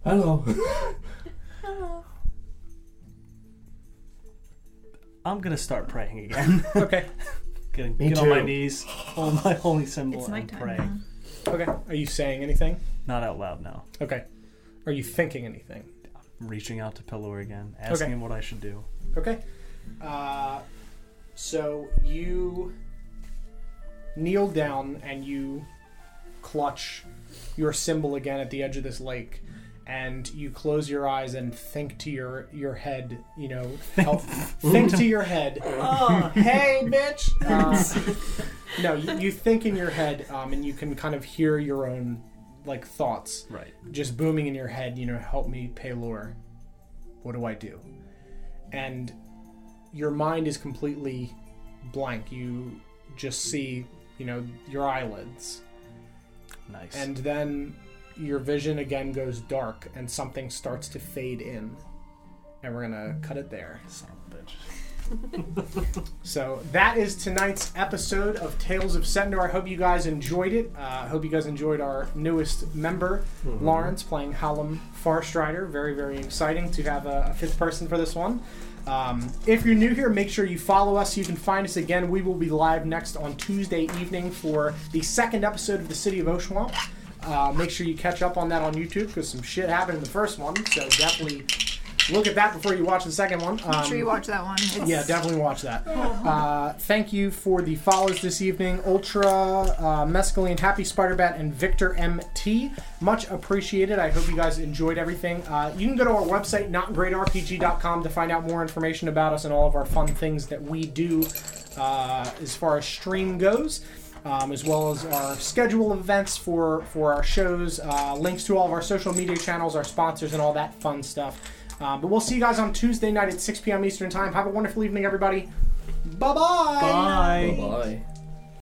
B: Hello.
D: I'm gonna start praying again.
A: Okay.
D: Gonna
B: Me
D: get on my
B: too.
D: knees, hold my holy symbol,
E: It's
D: and
E: nighttime.
D: pray.
E: now.
A: Okay. Are you saying anything?
D: Not out loud now.
A: Okay. Are you thinking anything?
D: Reaching out to Pillor again, asking
A: Okay.
D: him what I should do.
A: Okay. Uh, so you kneel down and you clutch your symbol again at the edge of this lake, and you close your eyes and think to your your head. You know, help, think to your head. Oh, hey, bitch. Uh, no, you, you think in your head, um, and you can kind of hear your own like thoughts
D: Right.
A: just booming in your head, you know, help me pay lore. What do I do? And your mind is completely blank. You just see, you know, your eyelids.
D: Nice.
A: And then your vision again goes dark and something starts to fade in. And we're gonna cut it there.
D: Son of a bitch.
A: So that is tonight's episode of Tales of Sendor. I hope you guys enjoyed it. I uh, hope you guys enjoyed our newest member,
D: Mm-hmm.
A: Lawrence, playing Hallam Farstrider. Very, very exciting to have a, a fifth person for this one. Um, if you're new here, make sure you follow us. You can find us again. We will be live next on Tuesday evening for the second episode of the City of Oshwamp. Uh, make sure you catch up on that on YouTube because some shit happened in the first one. So definitely look at that before you watch the second one.
E: Make sure
A: Um,
E: you watch that one. It's-
A: yeah, definitely watch that. Uh, thank you for the follows this evening Ultra, uh, Mescaline, Happy Spider Bat, and Victor MT. Much appreciated. I hope you guys enjoyed everything. Uh, you can go to our website, notgreatrpg.com, to find out more information about us and all of our fun things that we do uh, as far as stream goes. Um, as well as our schedule of events for, for our shows, uh, links to all of our social media channels, our sponsors, and all that fun stuff. Um, but we'll see you guys on Tuesday night at 6 p.m. Eastern Time. Have a wonderful evening, everybody. Bye-bye.
D: Bye.
H: Bye.